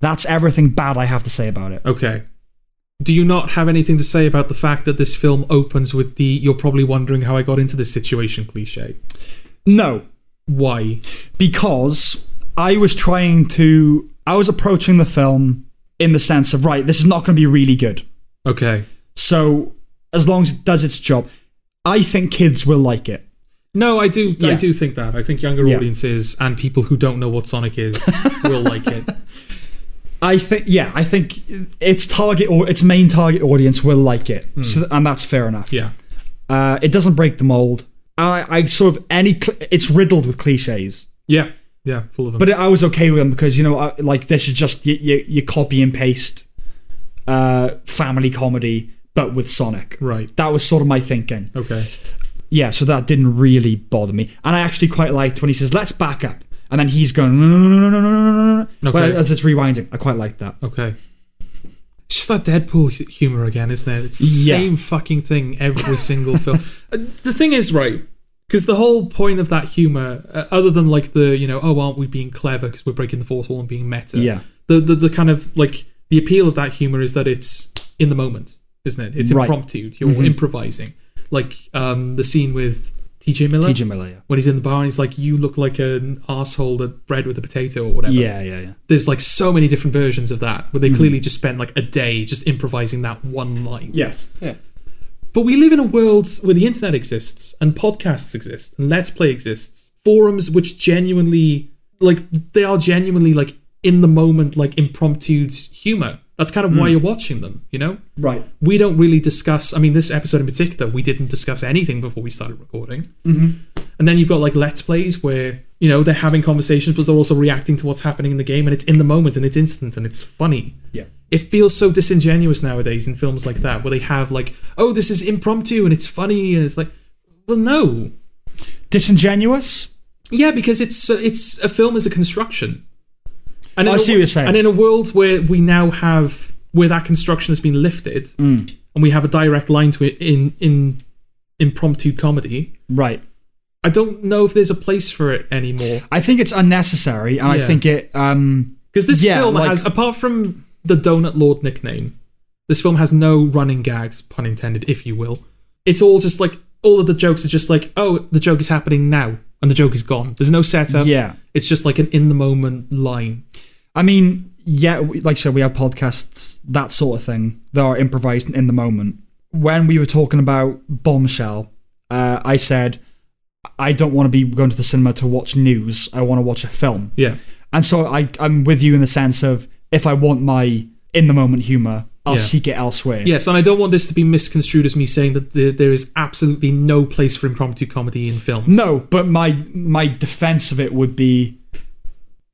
C: That's everything bad I have to say about it.
B: Okay. Do you not have anything to say about the fact that this film opens with the "You're probably wondering how I got into this situation" cliche?
C: No,
B: Why?
C: because I was trying to I was approaching the film in the sense of right, this is not going to be really good.
B: Okay.
C: So as long as it does its job, I think kids will like it.
B: No, I do. I
C: Yeah.
B: do think that. I think younger
C: Yeah.
B: audiences and people who don't know what Sonic is will like it.
C: I think yeah, I think its target or its main target audience will like it, so, and that's fair enough.
B: Yeah.
C: Uh, it doesn't break the mold. I, I sort of any cl- it's riddled with cliches,
B: Yeah. Yeah. Full of them.
C: but I was okay with them because you know I, like this is just you, you, you copy and paste uh, family comedy, but with Sonic.
B: right.
C: That was sort of my thinking.
B: Okay.
C: Yeah, so that didn't really bother me, and I actually quite liked when he says "Let's back up," and then he's going no no no no no no no no, no.
B: Okay.
C: Well, as it's rewinding. I quite liked that.
B: Okay. It's just that Deadpool hu- humor again, isn't it? It's the
C: Yeah.
B: same fucking thing every
C: [laughs]
B: single film. Uh, The thing is, right? Because the whole point of that humor, uh, other than like the you know, oh, aren't we being clever because we're breaking the fourth wall and being meta?
C: Yeah.
B: The, the the kind of like the appeal of that humor is that it's in the moment, isn't it? It's
C: Right. Mm-hmm.
B: impromptu. You're improvising, like um the scene with T.J. Miller.
C: T.J. Miller. yeah.
B: When he's in the bar and he's like, "You look like an asshole that bread with a potato or whatever."
C: Yeah, yeah, yeah.
B: there's like so many different versions of that where they clearly just spend like a day just improvising that one line.
C: Yes.
A: Yeah.
B: But we live in a world where the internet exists and podcasts exist and Let's Play exists. Forums which genuinely like they are genuinely like in the moment like impromptu humor. That's kind of why you're watching them, you know?
C: Right.
B: we don't really discuss. I mean, this episode in particular, we didn't discuss anything before we started recording. Mm-hmm. And then you've got like let's plays where you know they're having conversations, but they're also reacting to what's happening in the game, and it's in the moment, and it's instant, and it's funny.
C: Yeah.
B: It feels so disingenuous nowadays in films like that, where they have like, oh, this is impromptu and it's funny, and it's like, well, no,
C: Disingenuous?
B: yeah, because it's uh, it's a film as a construction. And
C: Oh, I
B: in a
C: see what
B: wo-
C: you're saying.
B: And in a world where we now have where that construction has been lifted,
C: Mm.
B: and we have a direct line to it in in impromptu comedy,
C: Right.
B: I don't know if there's a place for it anymore.
C: I think it's unnecessary, and
B: Yeah.
C: I think it. Um,
B: Because this
C: Yeah,
B: film
C: like-
B: has, apart from the Donut Lord nickname, this film has no running gags, pun intended, if you will. It's all just like all of the jokes are just like, oh, the joke is happening now, and the joke is gone. There's no setup.
C: Yeah.
B: it's just like an in the moment line.
C: I mean, yeah, we, like I said, we have podcasts, that sort of thing, that are improvised in the moment. When we were talking about Bombshell, uh, I said, I don't want to be going to the cinema to watch news. I want to watch a film.
B: Yeah.
C: And so I, I'm with you in the sense of if I want my in the moment humor, I'll
B: Yeah.
C: seek it elsewhere.
B: Yes, and I don't want this to be misconstrued as me saying that there, there is absolutely no place for impromptu comedy in films.
C: No, but my my defense of it would be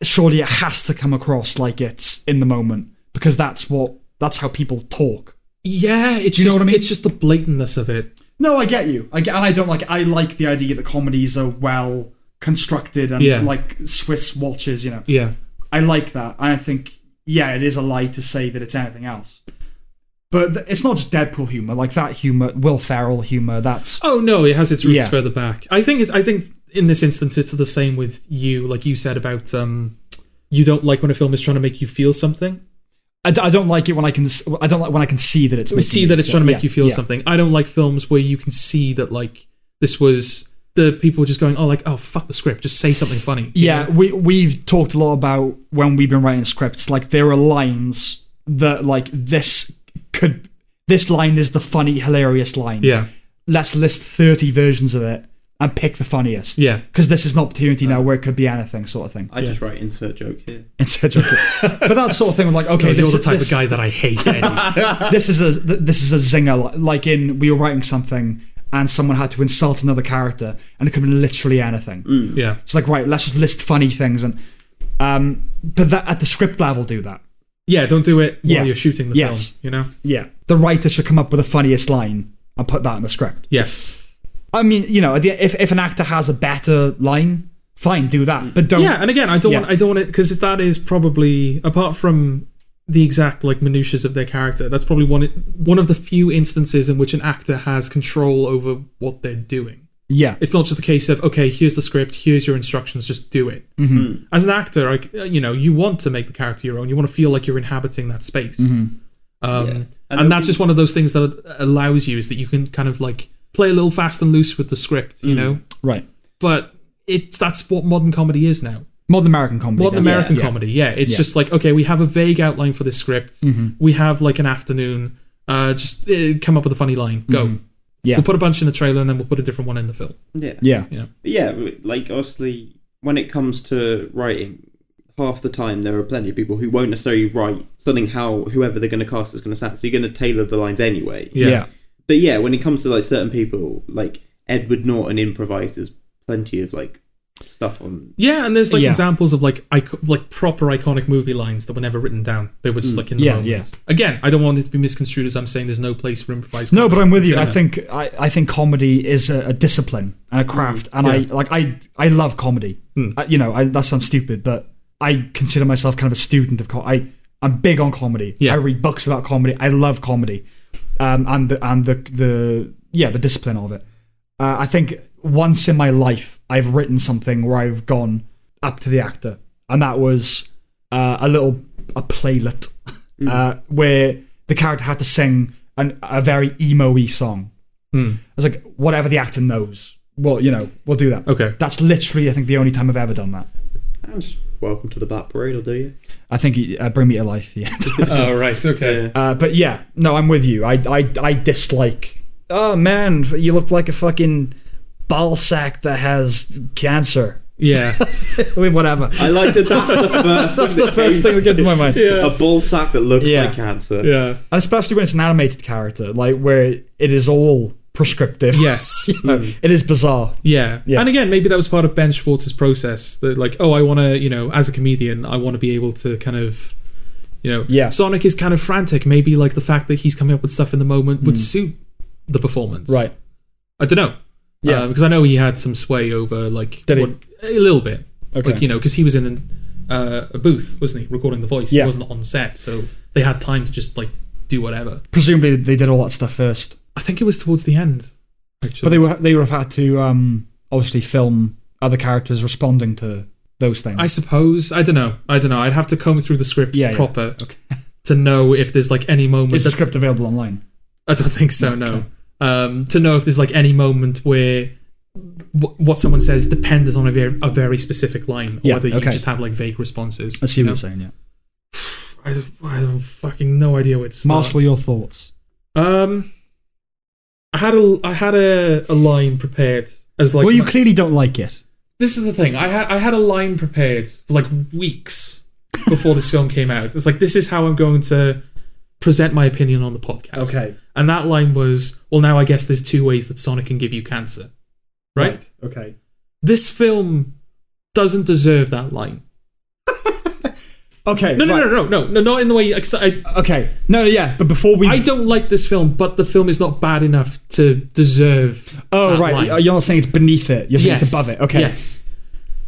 C: surely it has to come across like it's in the moment because that's what that's how people talk.
B: Yeah, it's
C: Do you know
B: just,
C: what I mean?
B: It's just the blatantness of it.
C: No, I get you. I get, and I don't like I like the idea that comedies are well constructed and
B: Yeah.
C: like Swiss watches, you know.
B: Yeah,
C: I like that. And I think yeah, it is a lie to say that it's anything else. But th- it's not just Deadpool humor, like that humor, Will Ferrell humor, that's
B: Oh no, it has its roots
C: Yeah.
B: further back. I think it, I think in this instance it's the same with you, like you said about um, you don't like when a film is trying to make you feel something.
C: I, d- I don't like it when I can s- I don't like when I can see that it's
B: We
C: making
B: see
C: me-
B: that it's trying to make
C: yeah,
B: you feel
C: yeah.
B: something. I don't like films where you can see that like this was the people just going, oh like oh fuck the script, just say something funny. you
C: Yeah,
B: know?
C: we we've talked a lot about when we've been writing scripts. Like there are lines that like this could this line is the funny, hilarious line.
B: yeah,
C: Let's list thirty versions of it and pick the funniest.
B: yeah.
C: Because this is an opportunity now where it could be anything, sort of thing. [laughs]
A: I just write insert joke here.
C: It's
B: [laughs]
C: a joke. but that sort of thing. Like, okay,
B: You're
C: this,
B: the
C: is-
B: type
C: this,
B: of guy that I hate. Eddie.
C: [laughs] this is a th- this is a zinger. li- Like in we were writing something and someone had to insult another character, and it could be literally anything.
B: yeah.
C: It's like right, let's just list funny things and um but that at the script level do that.
B: Yeah, don't do it while
C: Yeah.
B: you're shooting the
C: Yes.
B: film. You know.
C: Yeah. The writer should come up with the funniest line and put that in the script.
B: Yes.
C: I mean, you know, the- if, if an actor has a better line, fine, do that. But don't.
B: yeah, and again, I don't
C: Um, Yeah.
B: want I don't want it because that is probably apart from the exact like minutiae of their character, that's probably one one of the few instances in which an actor has control over what they're doing.
C: yeah.
B: It's not just a case of okay, here's the script, here's your instructions, just do it.
C: Mm-hmm.
A: Hmm.
B: As an actor, like you know, you want to make the character your own. You want to feel like you're inhabiting that space.
C: Mm-hmm.
B: Um,
A: Yeah.
B: And,
A: And
B: that's
A: the-
B: just one of those things that allows you is that you can kind of like play a little fast and loose with the script,
A: Mm.
B: you know.
C: Right.
B: But it's that's what modern comedy is now
C: Modern American comedy.
B: modern
C: then.
B: American
C: Yeah.
B: comedy. Yeah, it's
C: Yeah. Mm-hmm.
B: just like okay, we have a vague outline for this script. We have like an afternoon. Uh, just uh, come up with a funny line. Go.
C: Mm-hmm. Yeah.
B: We'll put a bunch in the trailer and then we'll put a different one in the film.
A: Yeah.
C: Yeah.
A: But yeah, w- like obviously, when it comes to writing, half the time there are plenty of people who won't necessarily write something how whoever they're going to cast is going to sound. So you're going to tailor the lines anyway.
B: Yeah.
C: Yeah.
A: But yeah, when it comes to like certain people, like Edward Norton improvises plenty of like stuff on.
B: Yeah, and there's like
C: Yeah.
B: examples of like ico- like proper iconic movie lines that were never written down. They were just like in the
C: Mm. Yeah,
B: moment.
C: yeah.
B: Again, I don't want it to be misconstrued as I'm saying there's no place for improvised.
C: No, but
B: comedy.
C: I'm with you.
B: So,
C: I
B: no.
C: think I, I think comedy is a, a discipline and a craft, and I like I I love comedy.
B: Hmm.
C: I, you know, I, that sounds stupid, but I consider myself kind of a student of comedy. I'm big on comedy.
B: Yeah.
C: I read books about comedy. I love comedy, um, and the, and the the yeah the discipline of it. Uh, I think once in my life I've written something where I've gone up to the actor, and that was uh, a little a playlet uh, where the character had to sing an, a very emo-y song. I was like, whatever the actor knows, well, you know, we'll do that.
B: Hmm. Okay.
C: That's literally, I think, the only time I've ever done that.
A: And "Ah, just welcome to the Bat Parade, will do you?
C: I think he- uh, Bring Me to Life. Yeah.
B: [laughs]
C: [laughs]
B: Oh right. Okay.
C: uh, but yeah, no, I'm with you. I, I, I dislike. Oh man, you look like a fucking ball sack that has cancer.
B: [laughs] Yeah.
C: I mean, whatever.
A: I like that. That's the first.
C: That's the first thing that
A: came-
C: came to my
B: [laughs]
C: mind.
A: A ball sack that looks
C: Yeah.
A: like cancer.
B: yeah.
C: And especially when it's an animated character, like where it is all prescriptive. [laughs]
B: Yes.
C: Uh, It is bizarre.
B: Yeah.
C: Yeah.
B: And again, maybe that was part of Ben Schwartz's process. That like, oh, I want to, you know, as a comedian, I want to be able to kind of, you know,
C: Yeah.
B: Sonic is kind of frantic. Maybe like the fact that he's coming up with stuff in the moment would suit the performance.
C: Hmm. Right.
B: I don't know.
C: Yeah.
B: Uh, because I know he had some sway over like
C: Did he?
B: a little bit.
C: Okay.
B: Like you know, because he was in uh, a booth, wasn't he, recording the voice? He
C: Yeah.
B: wasn't on set, so they had time to just like do whatever.
C: Presumably they did all that stuff first,
B: I think it was towards the end. Actually.
C: but they were they would have had to um, obviously film other characters responding to those things.
B: I suppose. I don't know. I don't know. I'd have to comb through the script
C: Yeah, yeah.
B: proper [laughs] to know if there's like any moment.
C: is the
B: That,
C: script available online?
B: I don't think so. No. Um, to know if there's like any moment where w- what someone says depended on a very, a very specific line, or
C: Yeah,
B: whether you
C: okay.
B: just have like vague responses.
C: I see
B: you
C: what
B: know?
C: you're saying. Yeah.
B: I, I have fucking no idea where to start.
C: Marshal your thoughts.
B: Um, I had a I had a, a line prepared as like
C: well, you
B: my-
C: clearly don't like it.
B: this is the thing. I had I had a line prepared for like weeks before this film came out. It's like this is how I'm going to present my opinion on the podcast.
C: Okay.
B: And that line was, well, now I guess there's two ways that Sonic can give you cancer, right?
C: Okay.
B: This film doesn't deserve that line.
C: Okay.
B: No, no,
C: right.
B: no, no, no, no, not in the way. 'cause I,
C: Okay. No, no, yeah. But before we,
B: I don't like this film, but the film is not bad enough to deserve.
C: oh
B: that
C: right,
B: line.
C: you're not saying it's beneath it. You're saying
B: yes.
C: it's above it. Okay.
B: Yes.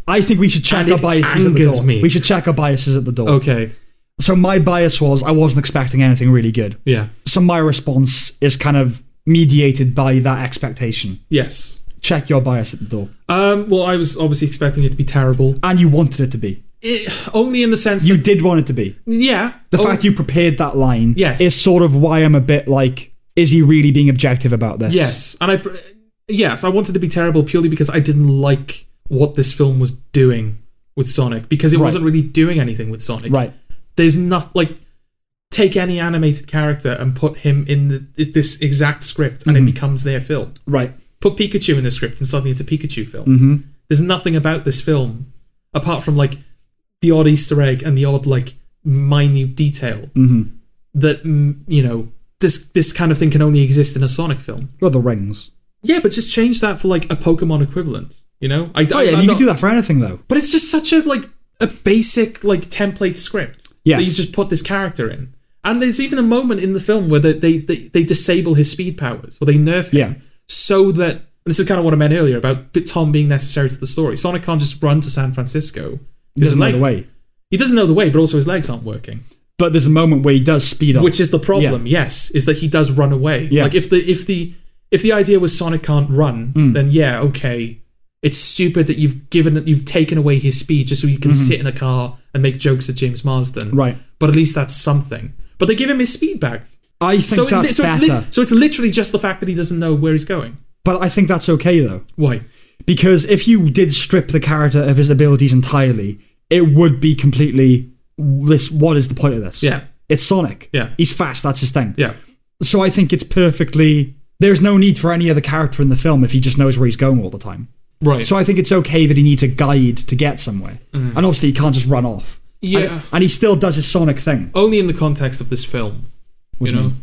C: I think we should check
B: And
C: our
B: it
C: biases at the
B: angers
C: door.
B: me.
C: We should check our biases at the door.
B: Okay.
C: So my bias was I wasn't expecting anything really good.
B: Yeah.
C: So my response is kind of mediated by that expectation.
B: Yes.
C: Check your bias at the door,
B: Um, well, I was obviously expecting it to be terrible.
C: and you wanted it to be.
B: It, only in the sense
C: You did want it to be.
B: Yeah.
C: The
B: Oh,
C: fact you prepared that line
B: Yes.
C: is sort of why I'm a bit like, is he really being objective about this?
B: Yes, and I. pr- Yes, I wanted to be terrible purely because I didn't like what this film was doing with Sonic because it
C: Right.
B: wasn't really doing anything with Sonic.
C: Right.
B: There's not like take any animated character and put him in the, this exact script and it becomes their film.
C: Right.
B: Put Pikachu in the script and suddenly it's a Pikachu film. Mm-hmm. There's nothing about this film apart from like the odd Easter egg and the odd like minute detail
C: Mm-hmm.
B: that mm, you know this this kind of thing can only exist in a Sonic film.
C: Well, the rings.
B: Yeah, but just change that for like a Pokemon equivalent. You know, I
C: Oh yeah,
B: I'm
C: and you
B: not-
C: could do that for anything though.
B: But it's just such a like a basic like template script
C: Yes.
B: that you just put this character in, And there's even a moment in the film where they they, they, they disable his speed powers or they nerf him
C: Yeah.
B: so that and this is kind of what I meant earlier about Tom being necessary to the story. Sonic can't just run to San Francisco. 'cause his
C: Doesn't know the
B: legs-
C: way.
B: He doesn't know the way, but also his legs aren't working,
C: But there's a moment where he does speed up.
B: which is the problem. Yes, is that he does run away.
C: Yeah.
B: Like if the if the if the idea was Sonic can't run,
C: Mm.
B: then yeah, okay. It's stupid that you've given you've taken away his speed just so you can sit in a car and make jokes at James Marsden.
C: Mm-hmm. Right.
B: But at least that's something. But they give him his speed back.
C: I think
B: So, it-
C: that's
B: so, it's
C: better.
B: li- so it's literally just the fact that he doesn't know where he's going.
C: but I think that's okay though.
B: Why?
C: Because if you did strip the character of his abilities entirely, it would be completely this what is the point of this?
B: Yeah.
C: It's Sonic.
B: Yeah.
C: He's fast, that's his thing.
B: Yeah.
C: So I think it's perfectly there's no need for any other character in the film if he just knows where he's going all the time.
B: Right.
C: So I think it's okay that he needs a guide to get somewhere. And obviously he can't just run off.
B: Mm. yeah.
C: And, and he still does his Sonic thing.
B: only in the context of this film.
C: What
B: you
C: do
B: know,
C: you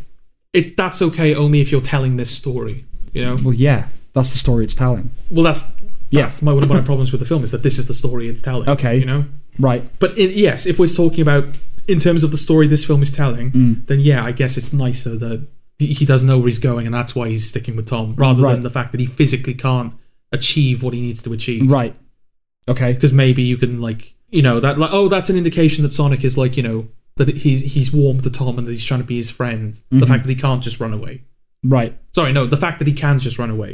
B: it that's okay only if you're telling this story. You know,
C: Well, yeah, that's the story it's telling.
B: well that's
C: Yeah.
B: that's my one of my problems with the film is that this is the story it's telling.
C: Okay.
B: you know,
C: Right.
B: but in, yes, if we're talking about in terms of the story this film is telling,
C: Mm.
B: then yeah, I guess it's nicer that he he does know where he's going and that's why he's sticking with Tom rather
C: Right.
B: than the fact that he physically can't achieve what he needs to achieve.
C: Right. Okay.
B: because maybe you can like you know that like oh that's an indication that Sonic is like you know that he's he's warm to Tom and that he's trying to be his friend. The
C: Mm-hmm.
B: fact that he can't just run away.
C: Right.
B: Sorry, no, the fact that he can just run away.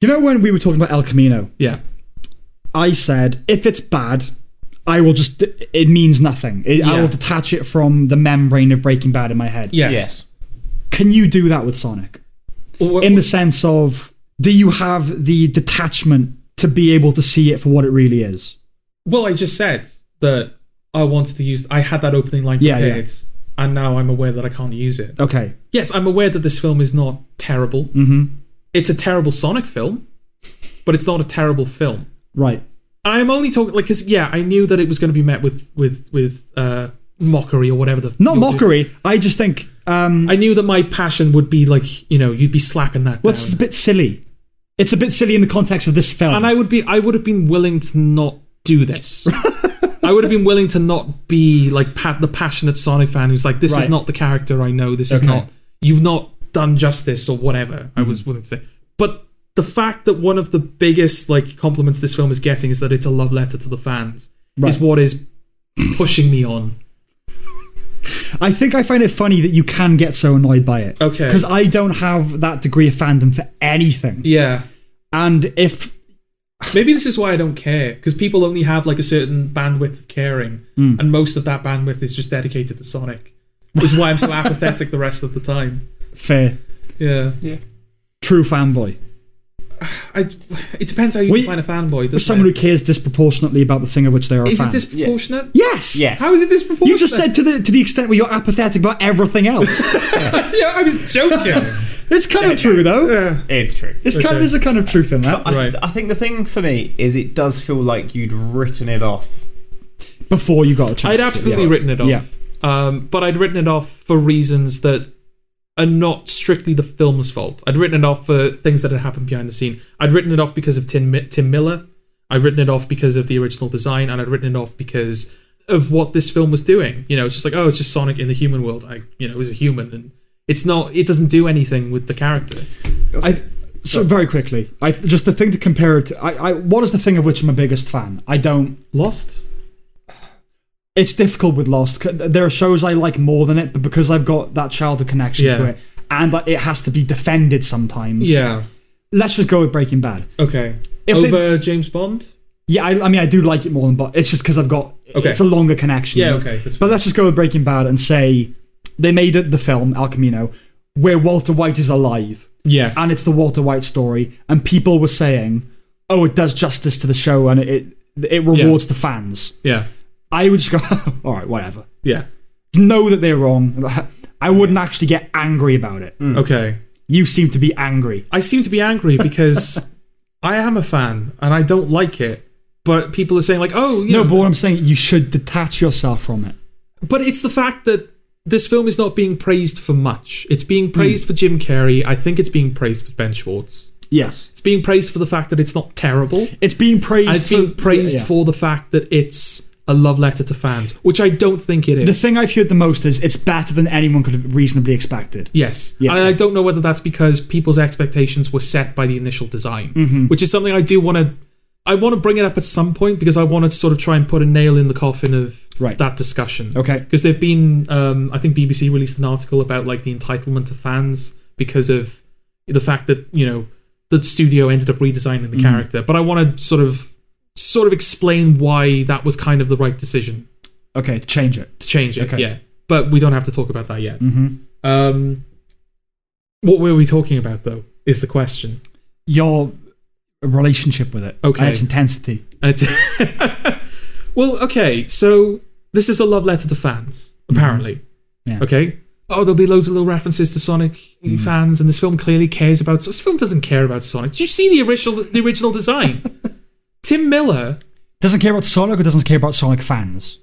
C: You know when we were talking about El Camino,
B: Yeah,
C: I said if it's bad, I will just it means nothing. It, I
B: Yeah.
C: will detach it from the membrane of Breaking Bad in my head.
B: yes.
C: Can you do that with Sonic?
B: Or-
C: In the sense of do you have the detachment to be able to see it for what it really is?
B: well, I just said that I wanted to use. I had that opening line
C: Yeah,
B: prepared, and now I'm aware that I can't use it.
C: Okay.
B: Yes, I'm aware that this film is not terrible.
C: Mm-hmm.
B: It's a terrible Sonic film, but it's not a terrible film.
C: Right.
B: I'm only talking like because yeah, I knew that it was going to be met with with with uh, mockery or whatever the you'll
C: Not
B: do.
C: mockery. I just think um
B: I knew that my passion would be like you know you'd be slapping that
C: what's
B: down,
C: a bit silly. It's a bit silly in the context of this film.
B: and I would be I would have been willing to not do this. I would have been willing to not be like pat the passionate Sonic fan who's like this is
C: Right.
B: not the character I know. This is
C: Okay.
B: not you've not done justice or whatever. I
C: Mm-hmm.
B: was willing to say, but the fact that one of the biggest like compliments this film is getting is that it's a love letter to the fans is
C: Right.
B: what is pushing me on.
C: I think I find it funny that you can get so annoyed by it.
B: Okay.
C: Because I don't have that degree of fandom for anything.
B: Yeah.
C: And if
B: Maybe this is why I don't care because people only have like a certain bandwidth of caring,
C: Mm.
B: and most of that bandwidth is just dedicated to Sonic. Which is why I'm so apathetic the rest of the time.
C: fair,
B: Yeah,
C: true fanboy,
B: I, it depends how you
C: We-
B: define a fanboy. Doesn't
C: someone
B: it?
C: who cares disproportionately about the thing of which they are a
B: is
C: fan.
B: it disproportionate?
C: yes.
A: Yes.
B: How is it disproportionate?
C: You just said to the to the extent where you're apathetic about everything else.
B: [laughs] yeah, I was joking.
C: [laughs] it's kind of true though.
B: yeah.
A: It's true.
C: It's kind
B: Okay.
C: of, there's a kind of truth in that.
A: I, th-
B: Right.
A: I think the thing for me is it does feel like you'd written it off.
C: Before you got a chance,
B: I'd
C: to,
B: absolutely
C: yeah.
B: written it off.
C: Yeah.
B: Um, but I'd written it off for reasons that are not strictly the film's fault. I'd written it off for things that had happened behind the scene. I'd written it off because of Tim, Mi- Tim Miller. I'd written it off because of the original design, and I'd written it off because of what this film was doing. You know, it's just like, oh, it's just Sonic in the human world. I, you know, he's a human, and it's not. It doesn't do anything with the character.
C: I, so very quickly, I just the thing to compare it to. I, I what is the thing of which I'm a biggest fan? I don't.
B: Lost.
C: It's difficult with Lost. C- There are shows I like more than it, but because I've got that childhood connection to
B: Yeah.
C: it, and like, it has to be defended sometimes.
B: Yeah.
C: Let's just go with Breaking Bad.
B: Okay.
C: If they-
B: Over James Bond.
C: Yeah, I, I mean, I do like it more than, but it's just because I've got
B: Okay.
C: it's a longer connection.
B: Yeah. Okay. That's
C: But
B: fine.
C: let's just go with Breaking Bad and say they made it the film El Camino, where Walter White is alive,
B: yes.
C: and it's the Walter White story, and people were saying, "Oh, it does justice to the show, and it it rewards the fans."
B: yeah.
C: I would just go, [laughs] "All right, whatever."
B: Yeah.
C: Know that they're wrong. [laughs] I wouldn't actually get angry about it.
B: Okay.
C: You seem to be angry.
B: I seem to be
C: [laughs]
B: angry because I am a fan and I don't like it. But people are saying like, oh, you
C: No,
B: know,
C: but what I'm saying, you should detach yourself from it.
B: but it's the fact that this film is not being praised for much. It's
C: Hmm.
B: being praised for Jim Carrey. I think it's being praised for Ben Schwartz.
C: Yes,
B: It's being praised for the fact that it's not terrible.
C: it's being praised.
B: And it's
C: for-
B: being praised
C: yeah.
B: for the fact that it's a love letter to fans, which I don't think it is.
C: The thing I've heard the most is it's better than anyone could have reasonably expected.
B: Yes.
C: Yeah.
B: And I don't know whether that's because people's expectations were set by the initial design,
C: Mm-hmm.
B: which is something I do want to. I want to bring it up at some point because I want to sort of try and put a nail in the coffin of
C: Right.
B: that discussion.
C: Okay.
B: Because there've been, um, I think BBC released an article about like the entitlement of fans because of the fact that you know the studio ended up redesigning the
C: Mm-hmm.
B: character. But I want to sort of, sort of explain why that was kind of the right decision
C: Okay, change it.
B: to change it.
C: Okay. Mm-hmm.
B: Yeah, but we don't have to talk about that yet. Um, what were we talking about though? Is the question?
C: Your relationship with it.
B: Okay.
C: And its intensity.
B: It's- [laughs] well, okay. So this is a love letter to fans, apparently.
C: Mm-hmm. Yeah. Mm.
B: Okay. Oh, there'll be loads of little references to Sonic fans, and this film clearly cares about. This film doesn't care about Sonic. Did you see the original the original
C: [laughs]
B: design? Tim Miller.
C: Doesn't care about Sonic or doesn't care about Sonic fans?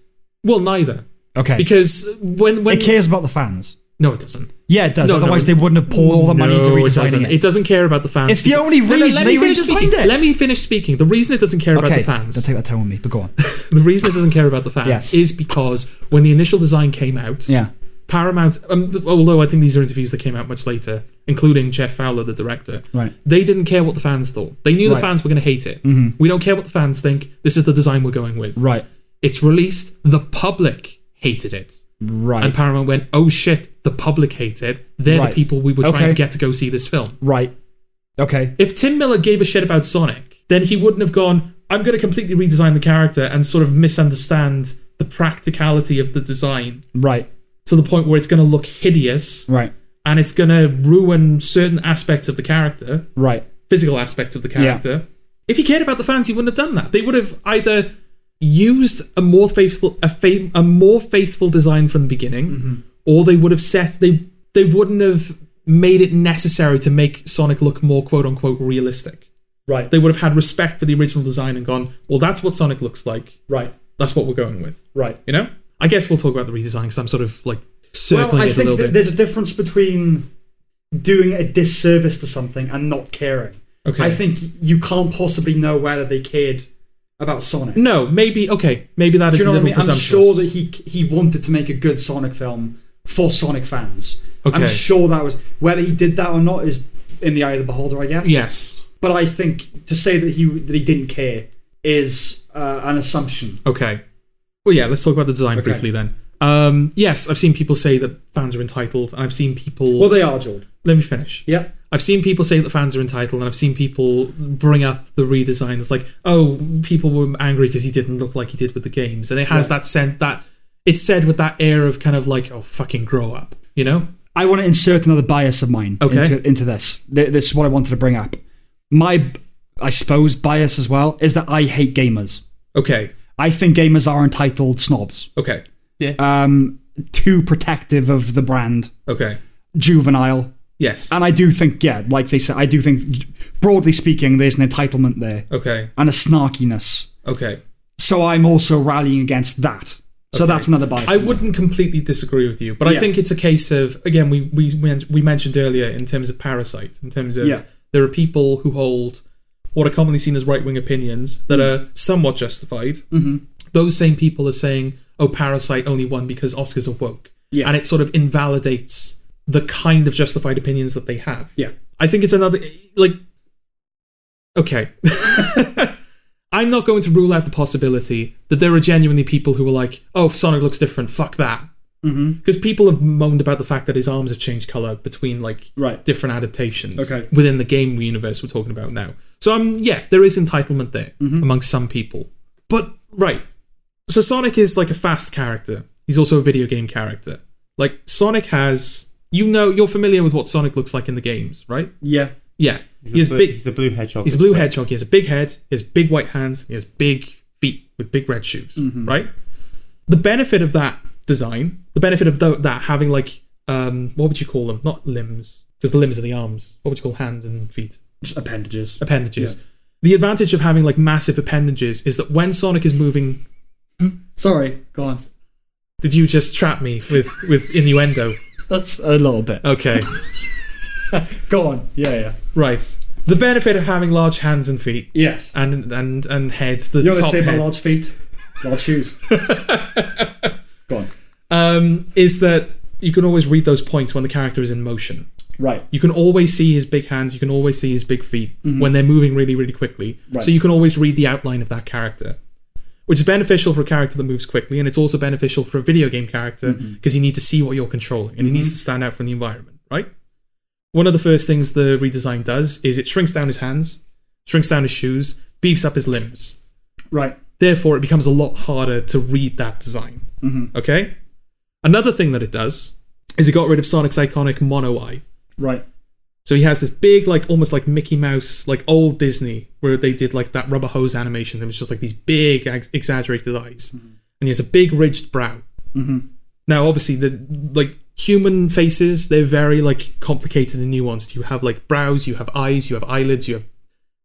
B: Well, neither,
C: Okay.
B: because when when
C: it cares about the fans.
B: no, it doesn't.
C: Yeah, it does.
B: No, no,
C: Otherwise, they wouldn't have poured all the money into
B: No, it
C: redesigning
B: doesn't.
C: it.
B: It doesn't care about the fans.
C: It's the
B: because-
C: only
B: No, no,
C: reason
B: let
C: they
B: me finish
C: redesigned
B: speaking.
C: it.
B: Let me finish speaking. The reason it doesn't care about
C: okay,
B: the fans.
C: Don't take that tone on me, but go
B: [laughs]
C: on.
B: the reason it doesn't care about the fans
C: Yes.
B: is because when the initial design came out,
C: yeah.
B: Paramount, um, th- although I think these are interviews that came out much later, including Jeff Fowler, the director,
C: Right.
B: they didn't care what the fans thought. They knew the
C: Right. Mm-hmm.
B: fans were going to hate it. We don't care what the fans think. This is the design we're going with.
C: Right.
B: It's released. The public hated it.
C: Right.
B: And Paramount went, oh shit, the public hate it. They're
C: Right.
B: the people we were trying
C: Okay.
B: to get to go see this film.
C: right. Okay.
B: If Tim Miller gave a shit about Sonic, then he wouldn't have gone, I'm going to completely redesign the character and sort of misunderstand the practicality of the design
C: Right.
B: to the point where it's going to look hideous
C: Right.
B: and it's going to ruin certain aspects of the character,
C: Right.
B: physical aspects of the character. If he cared about the fans, he wouldn't have done that. They would have either used a more faithful a, fa- a more faithful design from the beginning, or they would have set they they wouldn't have made it necessary to make Sonic look more quote unquote realistic.
C: Right.
B: They would have had respect for the original design and gone, well, that's what Sonic looks like.
C: Right.
B: That's what we're going with.
C: Right.
B: You know. I guess we'll talk about the redesign because I'm sort of like circling
D: well, I
B: it a
D: think
B: little
D: that
B: bit.
D: there's a difference between doing a disservice to something and not caring.
B: Okay.
D: I think you can't possibly know whether they cared about Sonic.
B: No, maybe okay, maybe that
D: Do
B: is
D: you know
B: a
D: what I
B: little
D: mean? I'm
B: presumptuous.
D: sure that he he wanted to make a good Sonic film for Sonic fans. I'm
B: Okay.
D: sure that was whether he did that or not is in the eye of the beholder, I guess.
B: yes.
D: But I think to say that he that he didn't care is uh, an assumption.
B: Okay. Well, yeah. Let's talk about the design
D: Okay.
B: briefly then. Um, yes, I've seen people say that fans are entitled, and I've seen people.
D: Well, they are, George.
B: let me finish.
D: Yeah.
B: I've seen people say that fans are entitled, and I've seen people bring up the redesign. It's like, oh, people were angry because he didn't look like he did with the games, and it has that sense that it's said with that air of kind of like, oh, fucking grow up, you know?
C: I want to insert another bias of mine
B: Okay.
C: into, into this. Th- This is what I wanted to bring up. My, I suppose, bias as well is that I hate gamers.
B: Okay.
C: I think gamers are entitled snobs,
B: Okay.
C: um, too protective of the brand,
B: Okay.
C: juvenile.
B: Yes.
C: And I do think, yeah, like they said, I do think, broadly speaking, there's an entitlement there
B: okay.
C: and a snarkiness.
B: Okay.
C: So I'm also rallying against that. So that's another bias.
B: I wouldn't completely disagree with you, but I
C: Yeah.
B: think it's a case of again we we we mentioned earlier in terms of parasite, in terms of
C: Yeah.
B: there are people who hold what are commonly seen as right wing opinions that
C: Mm-hmm.
B: are somewhat justified. Those same people are saying, "Oh, Parasite only won because Oscars are woke,"
C: Yeah.
B: and it sort of invalidates the kind of justified opinions that they have.
D: Yeah.
B: I think it's another like okay. [laughs] I'm not going to rule out the possibility that there are genuinely people who are like, "Oh, if Sonic looks different. Fuck that." Because people have moaned about the fact that his arms have changed color between like
D: Right.
B: different adaptations
D: Okay.
B: within the game universe we're talking about now. So um, yeah, there is entitlement there
A: Mm-hmm.
B: among some people. But right, so Sonic is like a fast character. He's also a video game character. Like Sonic has, you know, you're familiar with what Sonic looks like in the games, right?
D: Yeah.
B: Yeah, he
A: He's a,
B: has
A: bl-
B: big.
A: he's a blue hedgehog.
B: He's a blue hedgehog. He has a big head. He has big white hands. He has big feet with big red shoes.
D: Mm-hmm.
B: Right. The benefit of that design, the benefit of tho- that having like, um, what would you call them? Not limbs, because the limbs are the arms. What would you call hands and feet?
D: Just appendages.
B: Appendages. The advantage of having like massive appendages is that when Sonic is moving,
D: Sorry. Go on.
B: did you just trap me with with innuendo?
D: That's a little bit. [laughs]
B: Okay.
D: Go on. Yeah. Yeah.
B: Right. The benefit of having large hands and feet
D: Yes.
B: and and and heads. The
D: You know what
B: top
D: they say
B: head.
D: about large feet? Well,
B: [laughs]
D: shoes. Go on.
B: um, is that you can always read those points when the character is in motion.
D: Right.
B: You can always see his big hands. You can always see his big feet when they're moving really, really quickly.
D: Right.
B: So you can always read the outline of that character, which is beneficial for a character that moves quickly, and it's also beneficial for a video game character because you need to see what you're controlling and it needs to stand out from the environment. Right. One of the first things the redesign does is it shrinks down his hands, shrinks down his shoes, beefs up his limbs.
D: Right.
B: Therefore, it becomes a lot harder to read that design. Okay. Another thing that it does is it got rid of Sonic's iconic mono eye.
D: Right.
B: So he has this big, like almost like Mickey Mouse, like old Disney, where they did like that rubber hose animation. It was just like these big, ex- exaggerated eyes, and he has a big ridged brow.
D: Mhm.
B: Now, obviously, the like human faces, they're very like complicated and nuanced. You have like brows, you have eyes, you have eyelids, you have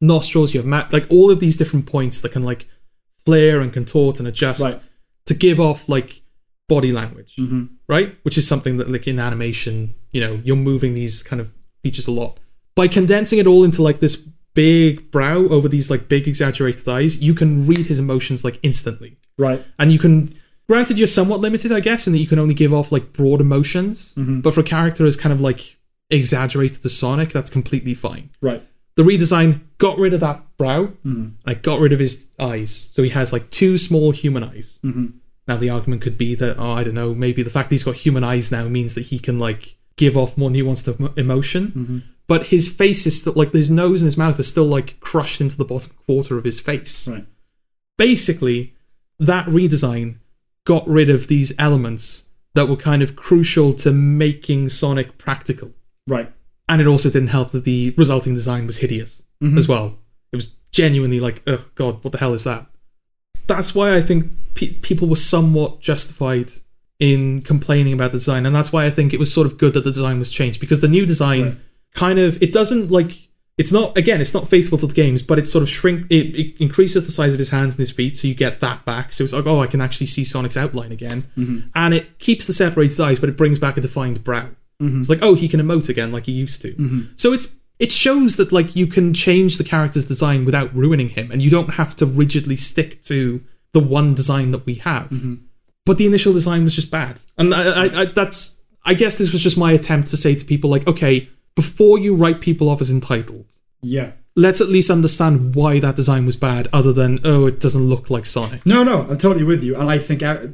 B: nostrils, you have ma- like all of these different points that can like flare and contort and adjust
D: Right.
B: to give off like body language, right? Which is something that like in animation, you know, you're moving these kind of features a lot. By condensing it all into like this big brow over these like big exaggerated eyes, you can read his emotions like instantly
D: Right.
B: and you can granted you're somewhat limited i guess in that you can only give off like broad emotions but for a character as kind of like exaggerated to sonic that's completely fine
D: Right. Mm-hmm.
B: the redesign got rid of that brow and it got rid of his eyes so he has like two small human eyes
D: Mm-hmm.
B: now the argument could be that oh i don't know maybe the fact that he's got human eyes now means that he can like give off more nuanced em- emotion but his face is still like his nose and his mouth are still like crushed into the bottom quarter of his face
D: Right.
B: basically that redesign got rid of these elements that were kind of crucial to making Sonic practical.
D: Right.
B: And it also didn't help that the resulting design was hideous as well. It was genuinely like, oh god, what the hell is that? That's why I think pe- people were somewhat justified in complaining about the design, and that's why I think it was sort of good that the design was changed because the new design kind of it doesn't like it's not again it's not faithful to the games, but it sort of shrink it, it increases the size of his hands and his feet, so you get that back. So it's like oh, I can actually see Sonic's outline again, and it keeps the separated eyes, but it brings back a defined brow. It's like oh, he can emote again like he used to. So it's it shows that like you can change the character's design without ruining him, and you don't have to rigidly stick to the one design that we have but the initial design was just bad and I, I, I that's i guess this was just my attempt to say to people like okay before you write people off as entitled
D: Yeah.
B: let's at least understand why that design was bad other than oh it doesn't look like sonic
D: No, no, I'm totally with you, and I think uh,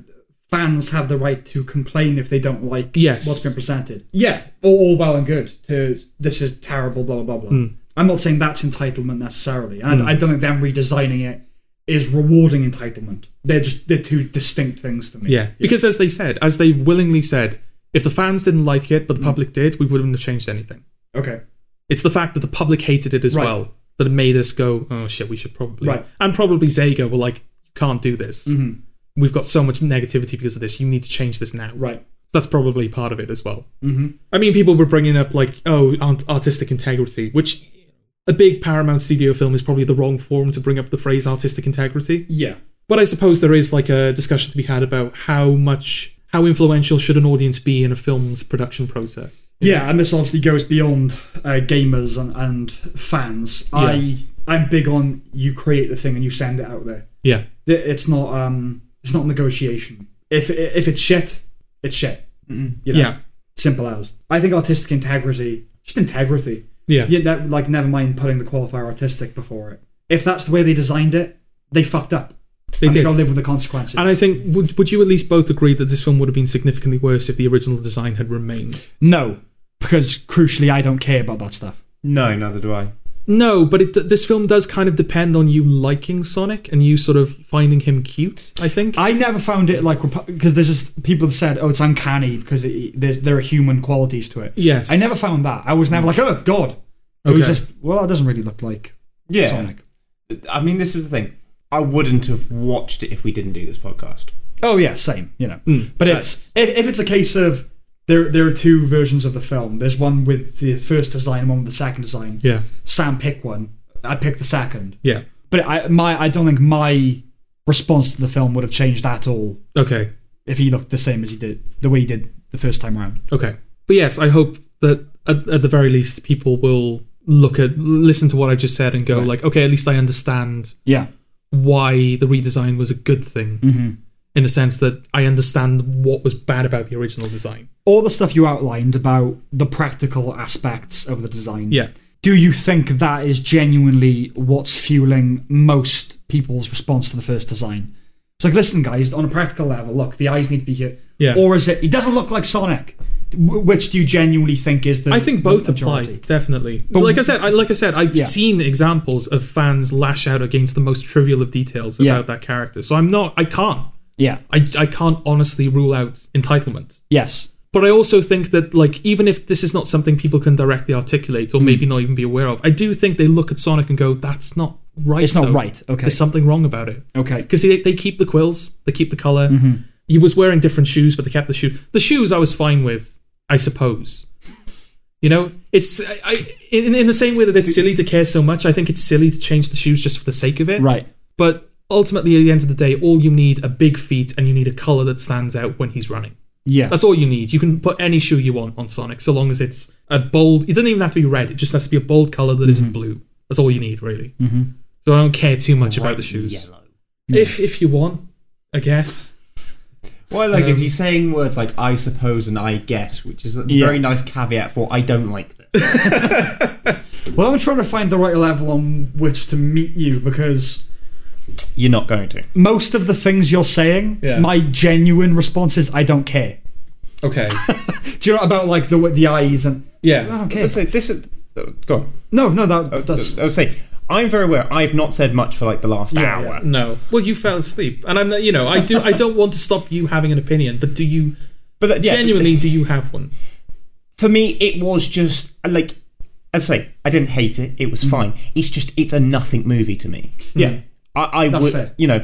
D: fans have the right to complain if they don't like
B: Yes.
D: what's been presented. Yeah, all, all well and good. To this is terrible, blah blah blah.
B: Mm.
D: I'm not saying that's entitlement necessarily, and I, I don't think them redesigning it is rewarding entitlement. They're just they're two distinct things for me.
B: yeah because as they said as they willingly said if the fans didn't like it but
D: Mm.
B: the public did we wouldn't have changed anything
D: Okay.
B: it's the fact that the public hated it as
D: Right.
B: well that made us go oh shit we should probably
D: Right. Mm-hmm.
B: and probably Sega were like you can't do this we've got so much negativity because of this you need to change this now
D: Right.
B: that's probably part of it as well. I mean, people were bringing up like, oh, art- artistic integrity, which a big Paramount Studio film is probably the wrong form to bring up the phrase artistic integrity.
D: Yeah.
B: But I suppose there is like a discussion to be had about how much, how influential should an audience be in a film's production process.
D: Yeah, and this obviously goes beyond uh, gamers and, and fans. I I'm big on you create the thing and you send it out there.
B: Yeah,
D: Th- it's not um it's not negotiation if if it's shit it's shit you know?
B: Yeah.
D: simple as i think artistic integrity just integrity
B: yeah,
D: yeah that, like never mind putting the qualifier artistic before it if that's the way they designed it they fucked up
B: they
D: and they
B: did.
D: gotta live with the consequences
B: And I think would would you at least both agree that this film would have been significantly worse if the original design had remained?
C: No.
D: because crucially i don't care about that stuff
A: No, neither do I.
B: No, but it, this film does kind of depend on you liking Sonic and you sort of finding him cute. I think.
C: I never found it like because there's just people have said, oh, it's uncanny because it, there's there are human qualities to it.
B: yes,
C: I never found that. I was never like, oh God. It was
B: Okay.
C: just well, it doesn't really look like
F: Yeah.
C: Sonic.
F: I mean, this is the thing. I wouldn't have watched it if we didn't do this podcast.
C: Oh yeah, same. You know, but it's
D: if, if it's a case of there, there are two versions of the film there's one with the first design and one with the second design
B: Yeah,
D: sam picked one i picked the second
B: yeah.
C: but I my I don't think my response to the film would have changed at all
B: Okay,
C: if he looked the same as he did the way he did the first time around.
B: okay. But yes, I hope that at, at the very least people will look at listen to what I just said and go like, okay, at least I understand
C: Yeah,
B: why the redesign was a good thing
C: Mm-hmm.
B: in the sense that I understand what was bad about the original design.
C: All the stuff you outlined about the practical aspects of the design.
B: Yeah.
C: Do you think that is genuinely what's fueling most people's response to the first design? It's like, listen, guys, on a practical level, look, the eyes need to be here.
B: Yeah.
C: Or is it, he doesn't look like Sonic? Wh- Which do you genuinely think is the.
B: I think both
C: the
B: apply,
C: majority?
B: definitely. But
C: But-
B: like I said, I, like I said, I've
C: Yeah.
B: seen examples of fans lash out against the most trivial of details about
C: Yeah.
B: that character. So I'm not, I can't,
C: Yeah.
B: I, I can't honestly rule out entitlement.
C: Yes.
B: But I also think that, like, even if this is not something people can directly articulate
C: Hmm.
B: or maybe not even be aware of, I do think they look at Sonic and go, "That's not right.
C: It's not
B: though.
C: right, okay.
B: there's something wrong about it."
C: Okay.
B: Because they, they keep the quills, they keep the color. He was wearing different shoes, but they kept the shoe. The shoes I was fine with, I suppose. You know, it's I, I in in the same way that it's silly to care so much. I think it's silly to change the shoes just for the sake of it.
C: Right.
B: But ultimately, at the end of the day, all you need are big feet and you need a color that stands out when he's running.
C: Yeah.
B: That's all you need. You can put any shoe you want on Sonic, so long as it's a bold. It doesn't even have to be red. It just has to be a bold color that not blue. That's all you need, really. Mm-hmm. So I don't care too much about the shoes. If if you want, I guess.
F: What I like is
B: Um,
F: you saying words like "I suppose" and "I guess," which is a
C: Yeah.
F: very nice caveat for "I don't like this."
C: well, I'm trying to find the right level on which to meet you because
F: You're not going to.
C: most of the things you're saying,
B: Yeah.
C: my genuine response is I don't care.
B: [laughs] Okay.
C: Do you know about like the the eyes and I
B: Yeah.
C: don't
F: I
C: care.
F: would say this is. oh, Go on.
C: No, no,
F: I
C: that
F: was,
C: that's
F: I was saying I'm very aware. I've not said much for like the last
C: Yeah,
F: hour.
B: No. Well, you fell asleep, and I'm. not- You know, I do. I don't want to stop you having an opinion, but do you
F: But that, yeah,
B: genuinely? Do you have one?
F: for me, it was just like. As I say, I didn't hate it. It was
B: Mm.
F: fine. It's just it's a nothing movie to me.
C: yeah.
F: I, I
C: That's
F: would,
C: fair.
F: you know,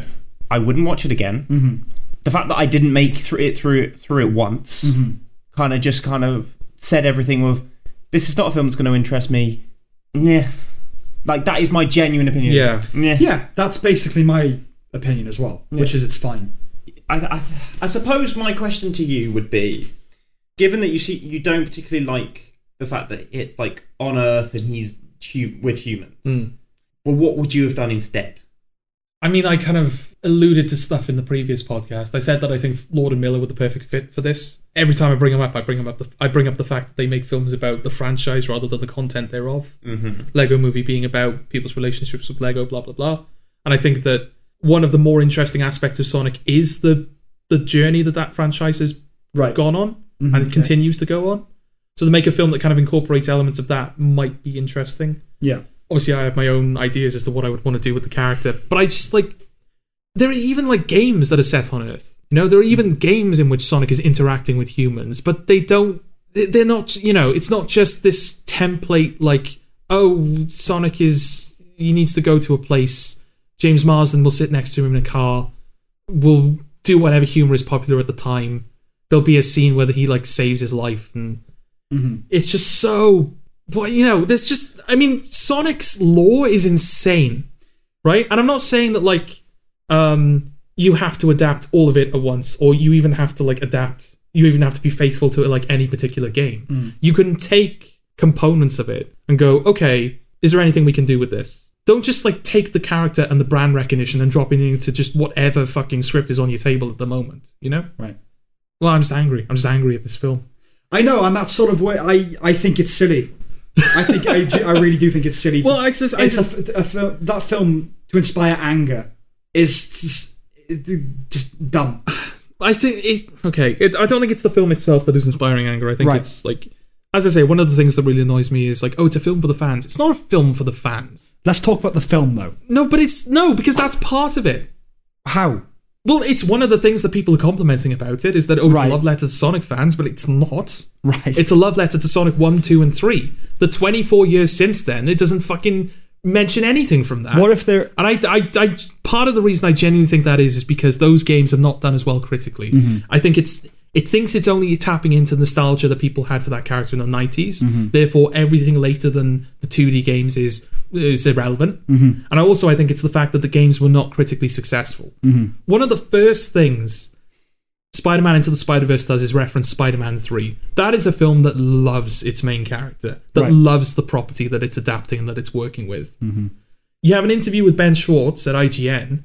F: I wouldn't watch it again. Mm-hmm. The fact that I didn't make through it through through it once, kind of just kind of said everything with, this is not a film that's going to interest me. Nah, like that is my genuine opinion.
B: Yeah.
F: Nah.
C: Yeah, that's basically my opinion as well, which is it's fine.
A: I, I, I suppose my question to you would be, given that you see you don't particularly like the fact that it's like on Earth and he's hu- with humans. Well, what would you have done instead?
B: I mean, I kind of alluded to stuff in the previous podcast. I said that I think Lord and Miller were the perfect fit for this. Every time I bring them up, I bring 'em up. The, I bring up the fact that they make films about the franchise rather than the content thereof. Mm-hmm. Lego Movie being about people's relationships with Lego, blah blah blah. And I think that one of the more interesting aspects of Sonic is the the journey that that franchise has
C: Right.
B: gone on and it continues to go on. So to make a film that kind of incorporates elements of that might be interesting
C: Yeah.
B: obviously I have my own ideas as to what I would want to do with the character, but I just like there are even like games that are set on Earth. You know, there are even games in which Sonic is interacting with humans, but they don't. they- They're not. You know, it's not just this template like oh Sonic is he needs to go to a place. James Marsden will sit next to him in a car. Will do whatever humor is popular at the time. There'll be a scene where he like saves his life, and it's just so but you know, there's just I mean, Sonic's lore is insane, right? And I'm not saying that like um you have to adapt all of it at once, or you even have to like adapt you even have to be faithful to like any particular game. You can take components of it and go, okay, is there anything we can do with this? Don't just like take the character and the brand recognition and drop it into just whatever fucking script is on your table at the moment, you know?
C: Right.
B: Well, I'm just angry. I'm just angry at this film.
C: I know, and that's sort of where I I think it's silly. I think I, ge- I really do think it's silly.
B: Well, I just, I
C: it's a, f- a fil- that film to inspire anger is just, it- just dumb.
B: I think it okay. It, I don't think it's the film itself that is inspiring anger. I think
C: Right.
B: it's like, as I say, one of the things that really annoys me is like, oh, it's a film for the fans. It's not a film for the fans.
C: Let's talk about the film though.
B: No, but it's no because that's part of it.
C: How?
B: Well, it's one of the things that people are complimenting about it is that oh, it's
C: Right.
B: a love letter to Sonic fans, but it's not.
C: Right.
B: It's a love letter to Sonic one, two, and three. The twenty-four years since then, it doesn't fucking mention anything from that.
C: what if they're
B: And I, I, I, part of the reason I genuinely think that is, is because those games have not done as well critically. I think it's, it thinks it's only tapping into nostalgia that people had for that character in the 90s. Therefore, everything later than the 2D games is is irrelevant. And I also, I think it's the fact that the games were not critically successful. One of the first things Spider-Man Into the Spider-Verse does is reference Spider-Man 3. That is a film that loves its main character, that
C: Right.
B: loves the property that it's adapting and that it's working with you have an interview with Ben Schwartz at IGN,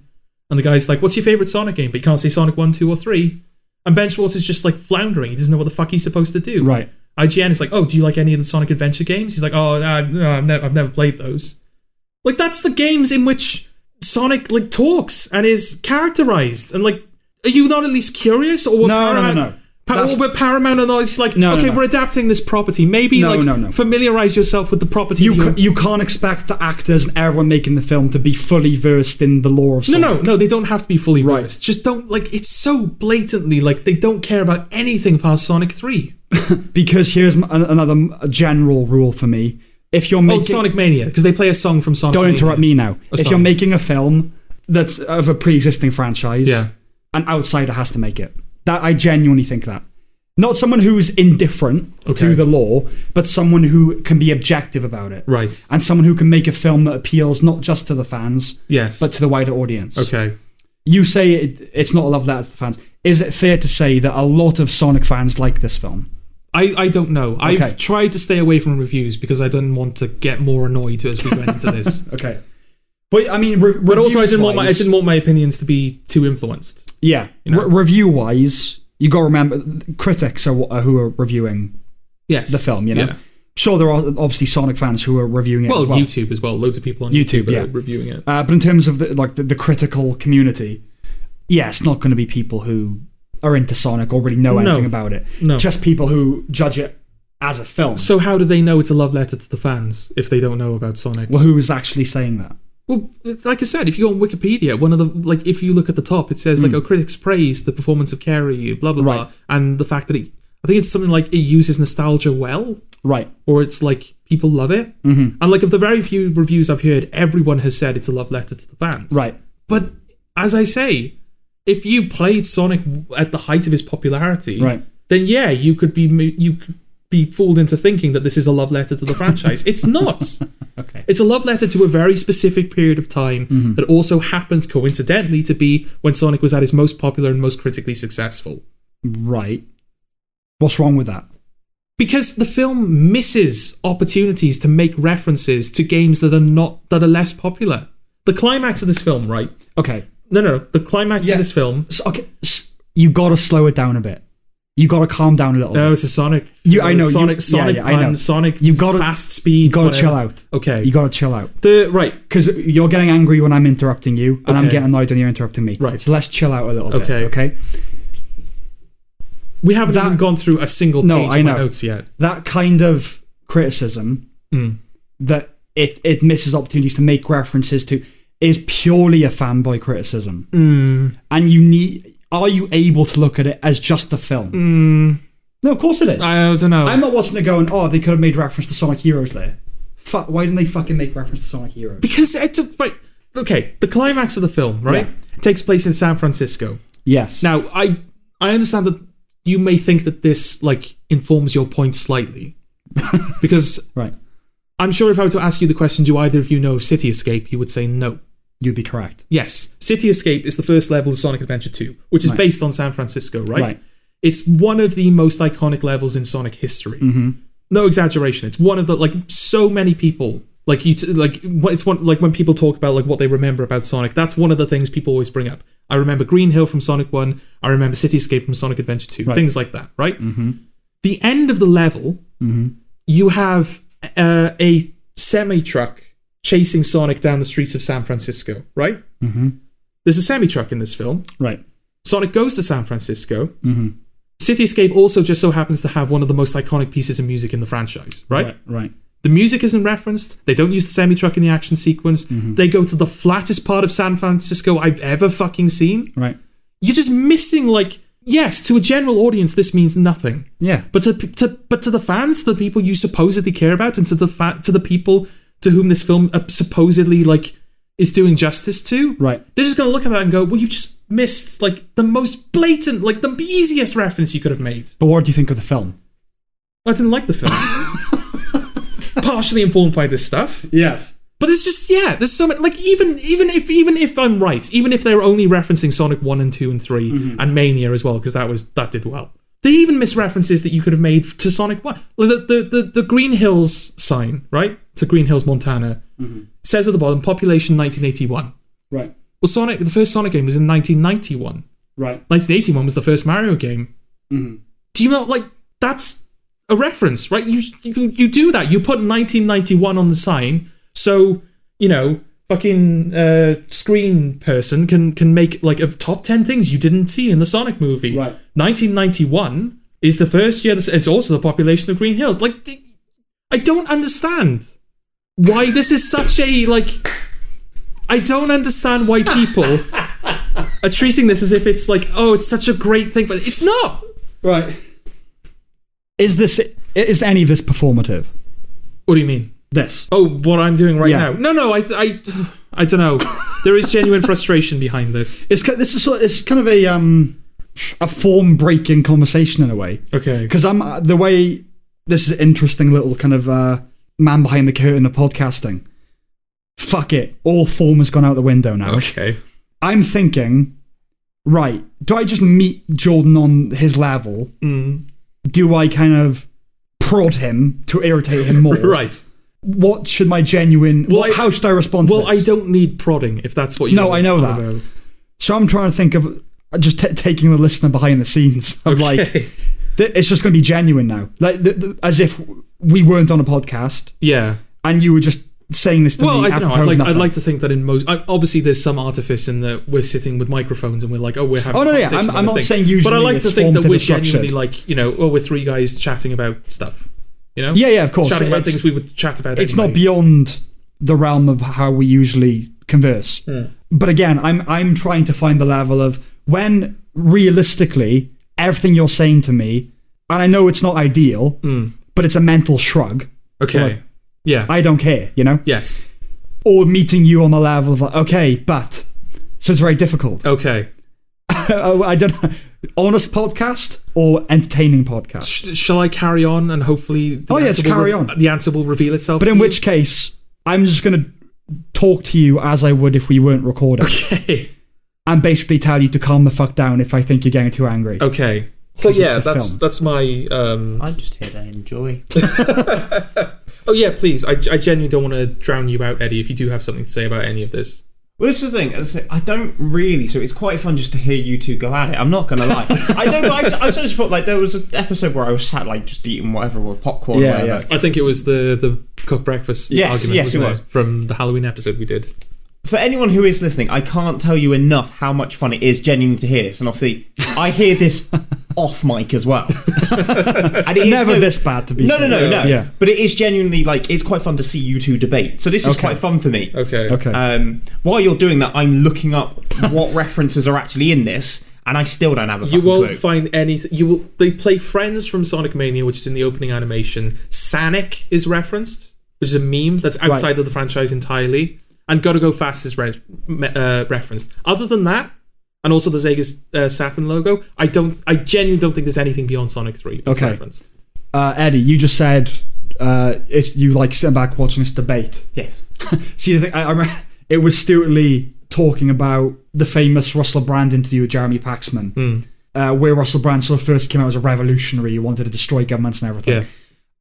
B: and the guy's like, "What's your favorite Sonic game?" But you can't say Sonic One, Two, or Three, and Ben Schwartz is just like floundering. He doesn't know what the fuck he's supposed to do.
C: Right.
B: IGN is like, "Oh, do you like any of the Sonic Adventure games?" He's like, "Oh, no, no I've, never, I've never played those." Like that's the games in which Sonic like talks and is characterized, and like, are you not at least curious or what
C: No, no, no,
B: Paramount-
C: no.
B: Pa-
C: That's-
B: but Paramount and all it's like,
C: No, no,
B: okay,
C: no.
B: we're adapting this property. Maybe
C: No,
B: like
C: no, no.
B: familiarize yourself with the property.
C: You,
B: that you're-
C: ca- you can't expect the actors and everyone making the film to be fully versed in the lore of
B: No,
C: Sonic.
B: no, no. They don't have to be fully
C: Right.
B: versed. Just don't like. It's so blatantly like they don't care about anything past Sonic Three.
C: Because here's m- an- another m- general rule for me. If you're
B: Oh,
C: making.
B: Sonic Mania, because they play a song from Sonic.
C: don't interrupt me now.
B: Oh,
C: if
B: sorry.
C: you're making a film that's of a pre-existing franchise,
B: Yeah.
C: an outsider has to make it. That I genuinely think that. Not someone who's indifferent
B: Okay.
C: to the law, but someone who can be objective about it.
B: Right.
C: And someone who can make a film that appeals not just to the fans,
B: Yes.
C: but to the wider audience.
B: okay.
C: You say it, it's not a love letter to fans. Is it fair to say that a lot of Sonic fans like this film?
B: I, I don't know.
C: Okay.
B: I've tried to stay away from reviews because I didn't want to get more annoyed as we went into this.
C: Okay. But I mean, re-
B: [laughs] But also, I didn't want my I didn't want my opinions to be too influenced.
C: Yeah.
B: know?
C: Re- review wise, you got to remember th- critics are, wh- are who are reviewing.
B: Yes.
C: The film, you know?
B: Yeah.
C: Sure, there are obviously Sonic fans who are reviewing it
B: Well,
C: as well.
B: YouTube as well. Loads of people on
C: YouTube,
B: YouTube, are
C: yeah.
B: reviewing it.
C: Uh, but in terms of the, like the, the critical community, yeah, it's not going to be people who are into Sonic or really know
B: No.
C: anything about it.
B: No.
C: Just people who judge it as a film.
B: So how do they know it's a love letter to the fans if they don't know about Sonic?
C: well, who's actually saying that?
B: Well, like I said, if you go on Wikipedia, one of the like if you look at the top, it says like, "Oh, critics praise the performance of Carey, blah blah
C: Hmm. Right.
B: blah," and the fact that it, I think it's something like it uses nostalgia well,
C: Right.
B: or it's like people love it, mm-hmm. and like of the very few reviews I've heard, everyone has said it's a love letter to the fans,
C: Right.
B: But as I say, if you played Sonic at the height of his popularity,
C: Right.
B: then yeah, you could be you could be fooled into thinking that this is a love letter to the franchise.
C: [laughs]
B: It's not.
C: Okay. Mm-hmm.
B: It's a love letter to a very specific period of time that also happens coincidentally to be when Sonic was at his most popular and most critically successful.
C: Right. What's wrong with that?
B: Because the film misses opportunities to make references to games that are not that are less popular. The climax of this film, right?
C: Okay.
B: No, no, the climax
C: Yeah.
B: of this film
C: So, okay. S- you got to slow it down a bit. You got to calm down a little.
B: No,
C: bit.
B: it's a Sonic.
C: Oh. You- I know, you-
B: Sonic,
C: yeah,
B: Sonic,
C: yeah, I know.
B: pun, Sonic.
C: You gotta-
B: fast speed.
C: You got to
B: whatever.
C: chill out.
B: Okay.
C: You got to chill out.
B: the right.
C: Because you're getting angry when I'm interrupting you, and I'm
B: Okay.
C: getting annoyed when you're interrupting me.
B: Right.
C: So let's chill out a little
B: Okay.
C: bit. Okay.
B: We haven't
C: That-
B: even gone through a single
C: No,
B: page
C: I
B: of my
C: know.
B: notes yet.
C: That kind of criticism
B: Mm.
C: that it, it misses opportunities to make references to is purely a fanboy criticism.
B: Mm,
C: And you need. Are you able to look at it as just the film?
B: mm,
C: No, of course it is.
B: I don't know.
C: I'm not watching it going, oh, they could have made reference to Sonic Heroes there. Fuck, why didn't they fucking make reference to Sonic Heroes?
B: because it's a, right. Okay, the climax of the film, right, takes place in San Francisco.
C: Yes. Now,
B: Now, I I understand that you may think that this like informs your point
C: [laughs]
B: slightly, because
C: right.
B: I'm sure if I were to ask you the question, do either of you know of City Escape? You would say no.
C: You'd be correct.
B: Yes, City Escape is the first level of Sonic Adventure 2, which is
C: Right.
B: based on San Francisco, right?
C: Right.
B: It's one of the most iconic levels in Sonic history. No exaggeration. It's one of the like so many people like you t- like what it's one like when people talk about like what they remember about Sonic. That's one of the things people always bring up. I remember Green Hill from Sonic One. I remember City Escape from Sonic Adventure Two. Things like that, right? Mm-hmm. The end of the level you have uh, a semi truck chasing Sonic down the streets of San Francisco, right? Mm-hmm. There's a semi truck in this film.
C: Right.
B: Sonic goes to San Francisco. Cityscape also just so happens to have one of the most iconic pieces of music in the franchise, right?
C: Right. Right.
B: The music isn't referenced. They don't use the semi truck in the action sequence. They go to the flattest part of San Francisco I've ever fucking seen.
C: right.
B: You're just missing, like, yes, to a general audience, this means nothing.
C: Yeah.
B: But to, to but to the fans, to the people you supposedly care about, and to the fa- to the people to whom this film uh, supposedly like is doing justice to,
C: Right.
B: They're just gonna look at that and go, "Well, you just missed like the most blatant, like the easiest reference you could have made."
C: But what do you think of the film?
B: I didn't like the film. Partially informed by this stuff,
C: Yes.
B: but it's just yeah. There's so much like even even if even if I'm right, even if they're only referencing Sonic One and Two and 3 and Mania as well because that was that did well. They even miss references that you could have made to Sonic One. Like, The, the the the Green Hills sign right to Green Hills Montana It says at the bottom, population 1981.
D: Right.
B: Well, Sonic, the first Sonic game was in 1991.
D: Right.
B: 1981 was the first Mario game.
C: Mm-hmm.
D: Mhm.
B: Do you know, like, that's a reference, right? You, you you do that. You put 1991 on the sign, so, you know, fucking uh, screen person can, can make, like, a top 10 things you didn't see in the Sonic movie.
D: Right.
B: 1991 is the first year, this, it's also the population of Green Hills. Like, th- I don't understand why this is such a, like, I don't understand why people are treating this as if it's like, oh, it's such a great thing, but it's not.
D: Right.
C: Is this is any of this performative?
B: What do you mean?
C: This.
B: Oh, what I'm doing right
C: Yeah.
B: now? No, no, I, I, I don't know. There is genuine frustration behind this.
C: It's ki- this is sort- it's kind of a um a form breaking conversation in a way
B: Okay.
C: because I'm uh, the way this is interesting little kind of uh, man behind the curtain of podcasting. Fuck it, all form has gone out the window now.
B: Okay.
C: I'm thinking, right? Do I just meet Jordan on his level?
B: Mm.
C: Do I kind of prod him to irritate him more?
B: [laughs] Right.
C: What should my genuine?
B: Well,
C: what-
B: I-
C: how should I respond?
B: Well,
C: to this?
B: I don't need prodding if that's what you.
C: No, I know that.
B: About.
C: So I'm trying to think of uh, just t- taking the listener behind the scenes of like
B: Okay.
C: th- it's just going to be genuine now, like th- th- as if we weren't on a podcast
B: yeah.
C: and you were just saying this to
B: Well,
C: me.
B: I don't know.
C: apropos
B: I'd
C: of
B: like, I'd
C: nothing.
B: like to think that in most, I, obviously, there's some artifice in that we're sitting with microphones and we're like, oh, we're having.
C: Oh,
B: a
C: no, yeah,
B: conversation
C: I'm-
B: about
C: I'm
B: a
C: not
B: thing.
C: saying
B: But I
C: usually
B: like to
C: it's
B: think that
C: formed in
B: we're
C: a structure.
B: genuinely like, you know, oh, we're three guys chatting about stuff. You know.
C: Yeah, yeah, of course.
B: Chatting about
C: It's-
B: things we would chat about.
C: it's
B: anyway.
C: not beyond the realm of how we usually converse.
B: Hmm.
C: But again, I'm I'm trying to find the level of when realistically everything you're saying to me, and I know it's not ideal, but it's a mental shrug.
B: Hmm. Okay.
C: Like-
B: yeah.
C: I don't care, you know.
B: yes.
C: Or meeting you on the level of like, okay, but so it's very difficult. [laughs]
B: Okay.
C: Oh, I don't know. Honest podcast or entertaining podcast?
B: Sh- shall I carry on and hopefully? The
C: Oh, yes,
B: answer will re-
C: carry on.
B: The answer will reveal itself.
C: But
B: to
C: in
B: you?
C: which case, I'm just going to talk to you as I would if we weren't
B: [laughs]
C: recording
B: Okay.
C: and basically tell you to calm the fuck down if I think you're getting too angry.
B: Okay. So
C: 'Cause it's
B: yeah,
C: a
B: that's
C: film.
B: that's my. Um,
F: I'm just here to enjoy.
B: oh yeah, please. I, I genuinely don't want to drown you out, Eddie. If you do have something to say about any of this,
A: Well, this is the thing. as I say, I don't really. So it's quite fun just to hear you two go at it. I'm not going
C: [laughs]
A: to lie. I don't. but I've, I've just thought like there was an episode where I was sat like just eating whatever, or popcorn,
C: Yeah,
A: or whatever.
C: yeah.
B: I think it was the the cook breakfast
A: Yes,
B: argument.
A: yes,
B: wasn't
A: it was.
B: from the Halloween episode we did.
A: for anyone who is listening, I can't tell you enough how much fun it is genuinely to hear this. And obviously, I hear
C: [laughs]
A: this off mic as well. and it is
C: Never
A: no-
C: this bad to be.
A: No, no, no, no.
C: Yeah.
A: But it is genuinely like it's quite fun to see you two debate. So this is
C: Okay.
A: quite fun for me.
B: Okay.
C: Okay.
A: Um, while you're doing that, I'm looking
C: [laughs]
A: up what references are actually in this, and I still don't have a
B: You
A: fucking
B: won't
A: clue.
B: find anything. You will. They play Friends from Sonic Mania, which is in the opening animation. Sonic is referenced, which is a meme that's outside of the franchise entirely. And Gotta Go Fast is re- me- uh, referenced. Other than that, and also the Sega uh, Saturn logo, I don't. I genuinely don't think there's anything beyond Sonic Three that's
C: Okay.
B: referenced.
C: Uh, Eddie, you just said uh, it's you like sitting back watching this debate.
A: Yes.
C: See, the thing, I, I remember [laughs] it was Stuart Lee talking about the famous Russell Brand interview with Jeremy Paxman, uh, where Russell Brand sort of first came out as a revolutionary who wanted to destroy governments and everything.
B: Yeah.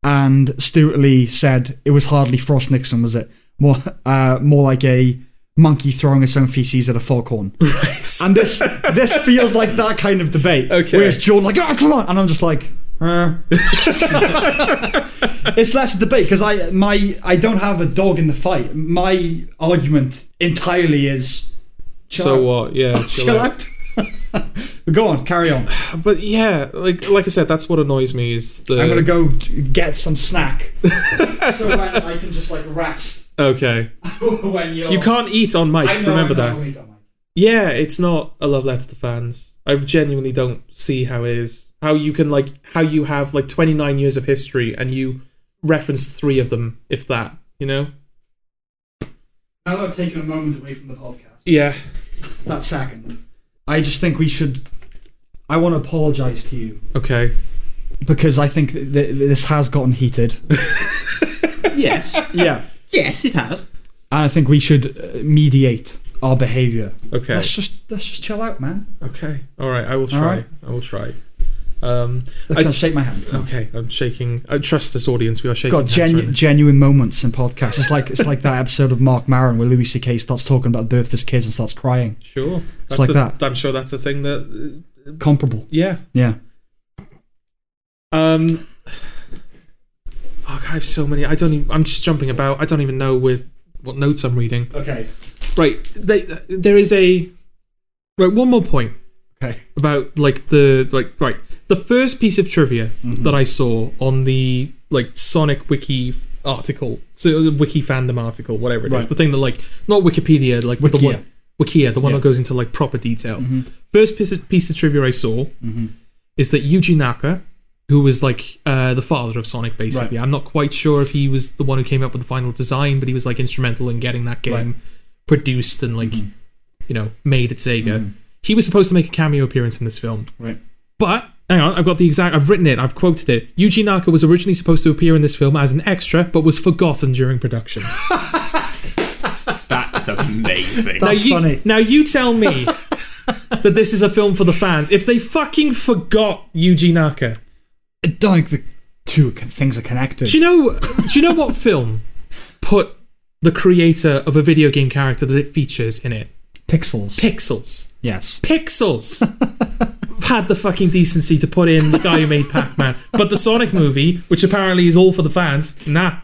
C: And Stuart Lee said it was hardly Frost Nixon, was it? More, uh, more like a monkey throwing its own feces at
B: [laughs]
C: a foghorn. And this this feels like that kind of debate.
B: Okay.
C: Whereas John like, oh come on, and I'm just like. eh. [laughs] it's less a debate because I my I don't have a dog in the fight. My argument entirely is chill
B: So
C: out.
B: what? Yeah.
C: Chill out. [laughs] go on, carry on.
B: But yeah, like like I said, that's what annoys me is the.
C: I'm gonna go t- get
B: [laughs]
C: some snack, so when I can just like rest [laughs]
B: Okay.
C: when you're.
B: You can't eat on mic.
C: I know,
B: remember
C: I know,
B: that.
C: I don't like-
B: yeah, it's not a love letter to fans. I genuinely don't see how it is. How you can like how you have like 29 years of history and you reference three of them, if that, you know?
D: Now that I've taken a moment away from the podcast,
B: Yeah.
C: That second, I just think we should. I want to apologise to you
B: Okay.
C: because I think th- th- this has
B: [laughs]
C: gotten heated.
A: yes.
C: yeah,
A: Yes, it has.
C: and I think we should uh, mediate our behaviour.
B: Okay.
C: Let's just let's just chill out, man.
B: Okay. All right. I will
C: All
B: try.
C: right.
B: I will try. Um,
C: Look,
B: I-
C: I'll shake my hand.
B: okay, I'm shaking. I trust this audience. We are shaking.
C: God,
B: hands right
C: genu-
B: now.
C: genuine moments in podcasts. It's like it's like that episode of Mark Maron where Louis C.K. starts talking about the birth of his kids and starts crying.
B: sure. That's
C: like
B: a-
C: that.
B: I'm sure that's a thing that.
C: Comparable.
B: Yeah.
C: Yeah.
B: Um. [sighs] Oh, God, I have so many. I don't. Even, I'm just jumping about. I don't even know with what notes I'm reading.
C: Okay.
B: Right. They, there is a. Right. One more point.
C: Okay.
B: about like the like right the first piece of trivia
C: Mm-hmm.
B: that Mm-hmm. I saw on the like Sonic Wiki f- article, so the Wiki fandom article, whatever it is,
C: Right.
B: the thing that like not Wikipedia, like but the
C: Wikia.
B: one Wikia, the one
C: Yeah. Mm-hmm.
B: that goes into like proper detail. First piece of, piece of trivia I saw is that Yuji Naka, who was like uh, the father of Sonic, basically, I'm not quite sure if he was the one who came up with the final design, but he was like instrumental in getting that game
C: Right. Mm-hmm.
B: produced and like you know made at Sega. He was supposed to make a cameo appearance in this film.
C: Right.
B: But hang on, I've got the exact. I've written it. I've quoted it. Yuji Naka was originally supposed to appear in this film as an extra, but was forgotten during
C: [laughs]
B: production.
F: That's amazing.
B: now
C: That's
B: you,
C: funny.
B: Now you tell me
C: [laughs]
B: that this is a film for the fans. If they fucking forgot Yuji Naka,
C: I don't think the two con- things are connected.
B: do you know? Do you know what film put the creator of a video game character that it features in it?
C: Pixels.
B: Pixels.
C: yes.
B: Pixels had the fucking decency to put in the guy who made Pac Man. But the Sonic movie, which apparently is all for the fans, nah.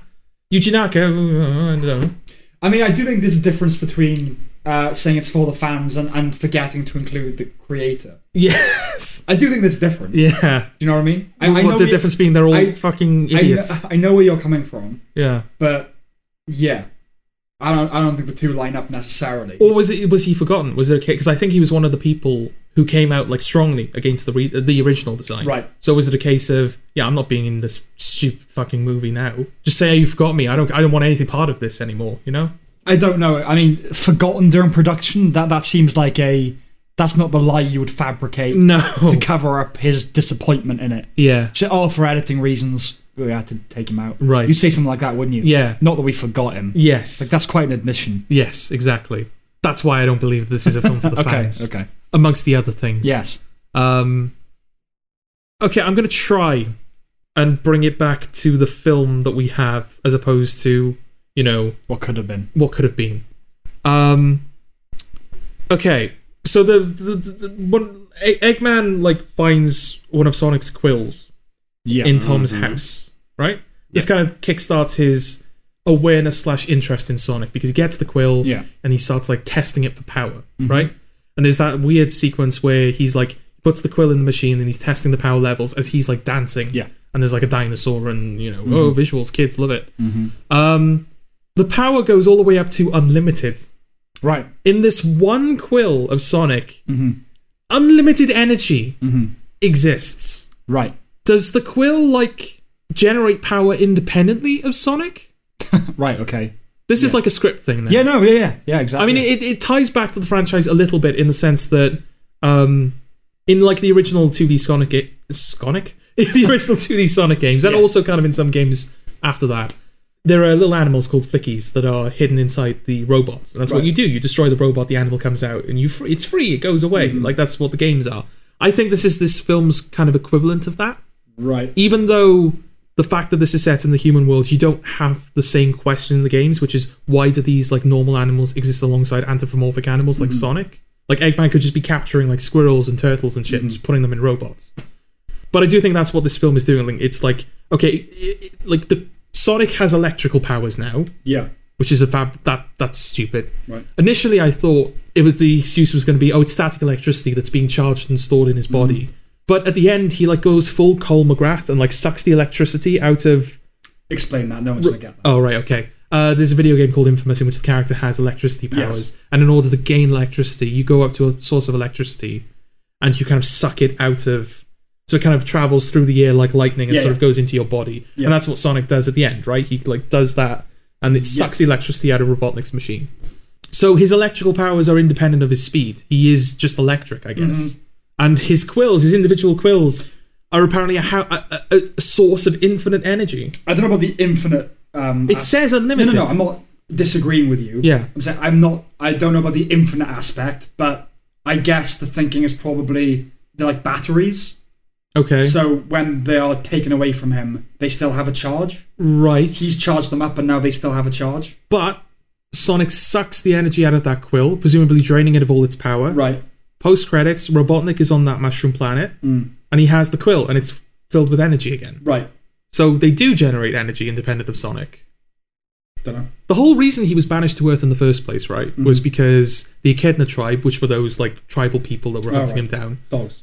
B: Yuji Naka, uh, I don't [laughs] know.
D: I mean, I do think there's a difference between uh, saying it's for the fans and, and forgetting to include the creator.
B: Yes.
D: I do think there's a difference.
B: Yeah.
D: Do you know what I mean? I,
B: What,
D: I know
B: the
D: we-
B: difference being they're all
D: I-
B: fucking
D: I, kn- uh,
B: idiots.
D: I know where you're coming from,
B: yeah.
D: but yeah, I don't. I don't think the two line up necessarily.
B: Or was it was he forgotten? Was it okay? Because I think he was one of the people who came out like strongly against the re- the original design.
D: Right.
B: So was it a case of yeah, I'm not being in this stupid fucking movie now. Just say you forgot me. I don't I don't want anything part of this anymore. You know.
C: I don't know. I mean, forgotten during production. That that seems like a. That's not the lie you would fabricate
B: No.
C: to cover up his disappointment in it.
B: [laughs] yeah.
C: So, oh, for editing reasons, we had to take him out.
B: Right.
C: You'd say something like that, wouldn't you?
B: Yeah.
C: Not that we forgot him.
B: Yes.
C: Like that's quite an admission.
B: Yes, exactly. That's why I don't believe this is a film for the
C: [laughs] okay.
B: fans.
C: Okay.
B: Amongst the other things.
C: Yes.
B: Um, okay, I'm going to try and bring it back to the film that we have as opposed to, you know,
C: What could have been?
B: what could have been. Um, okay, so the, the, the, the one, E- Eggman, like, finds one of Sonic's quills
C: Yeah.
B: in Tom's
C: Mm-hmm.
B: house, right? This kind of kickstarts his awareness slash interest in Sonic because he gets the quill
C: Yeah. Mm-hmm.
B: and he starts like testing it for power, right? And there's that weird sequence where he's like puts the quill in the machine and he's testing the power levels as he's like dancing.
C: Yeah. Mm-hmm.
B: And there's like a dinosaur and you know, oh visuals, kids love it. Um the power goes all the way up to unlimited.
C: right.
B: In this one quill of Sonic,
C: Mm-hmm.
B: unlimited energy exists
C: Right.
B: does the quill like generate power independently of Sonic?
C: Right. Okay.
B: This is like a script thing. Then.
C: Yeah. No. Yeah. Yeah. Yeah. Exactly.
B: I mean, it, it ties back to the franchise a little bit in the sense that, um, in like the original 2D Sonic, ga- Sonic, [laughs] in the original 2D Sonic games, and also kind of in some games after that, there are little animals called flickies that are hidden inside the robots, and that's what you do. You destroy the robot, the animal comes out, and you free, it's free. It goes away.
C: Mm-hmm.
B: Like that's what the games are. I think this is this film's kind of equivalent of that
D: right.
B: even though the fact that this is set in the human world, you don't have the same question in the games, which is why do these like normal animals exist alongside anthropomorphic animals like Sonic? Like Eggman could just be capturing like squirrels and turtles and shit and just putting them in robots. But I do think that's what this film is doing. Like, It's like okay, i- i- like the Sonic has electrical powers now
D: Yeah.
B: which is a fab that that's stupid.
D: Right.
B: Initially, I thought it was the excuse was going to be oh, it's static electricity that's being charged and stored in his body. But at the end, he like goes full Cole McGrath and like sucks the electricity out of.
D: Explain that. No one's gonna get that.
B: Oh right, okay. Uh, there's a video game called Infamous in which the character has electricity powers,
D: Yes.
B: and in order to gain electricity, you go up to a source of electricity, and you kind of suck it out of. So it kind of travels through the air like lightning and
D: Yeah,
B: sort
D: yeah.
B: of goes into your body,
D: Yeah.
B: and that's what Sonic does at the end, right? He like does that, and it sucks the electricity out of Robotnik's machine. So his electrical powers are independent of his speed. He is just electric, I guess.
D: Mm-hmm.
B: And his quills, his individual quills, are apparently a, ho- a, a, a source of infinite energy.
D: I don't know about the infinite. Um,
B: It
D: aspect.
B: says
D: no, no,
B: unlimited.
D: no. I'm not disagreeing with you.
B: Yeah.
D: I'm saying I'm not. I don't know about the infinite aspect, but I guess the thinking is probably they're like batteries.
B: Okay.
D: So when they are taken away from him, they still have a charge.
B: right.
D: He's charged them up, and now they still have a charge.
B: But Sonic sucks the energy out of that quill, presumably draining it of all its power.
D: Right.
B: Post credits, Robotnik is on that mushroom planet,
D: Mm.
B: and he has the quill, and it's filled with energy again.
D: Right.
B: So they do generate energy independent of Sonic.
D: Don't know.
B: The whole reason he was banished to Earth in the first place, right, was because the Echidna tribe, which were those like tribal people that were
D: Oh,
B: hunting
D: right.
B: him down,
D: Dogs.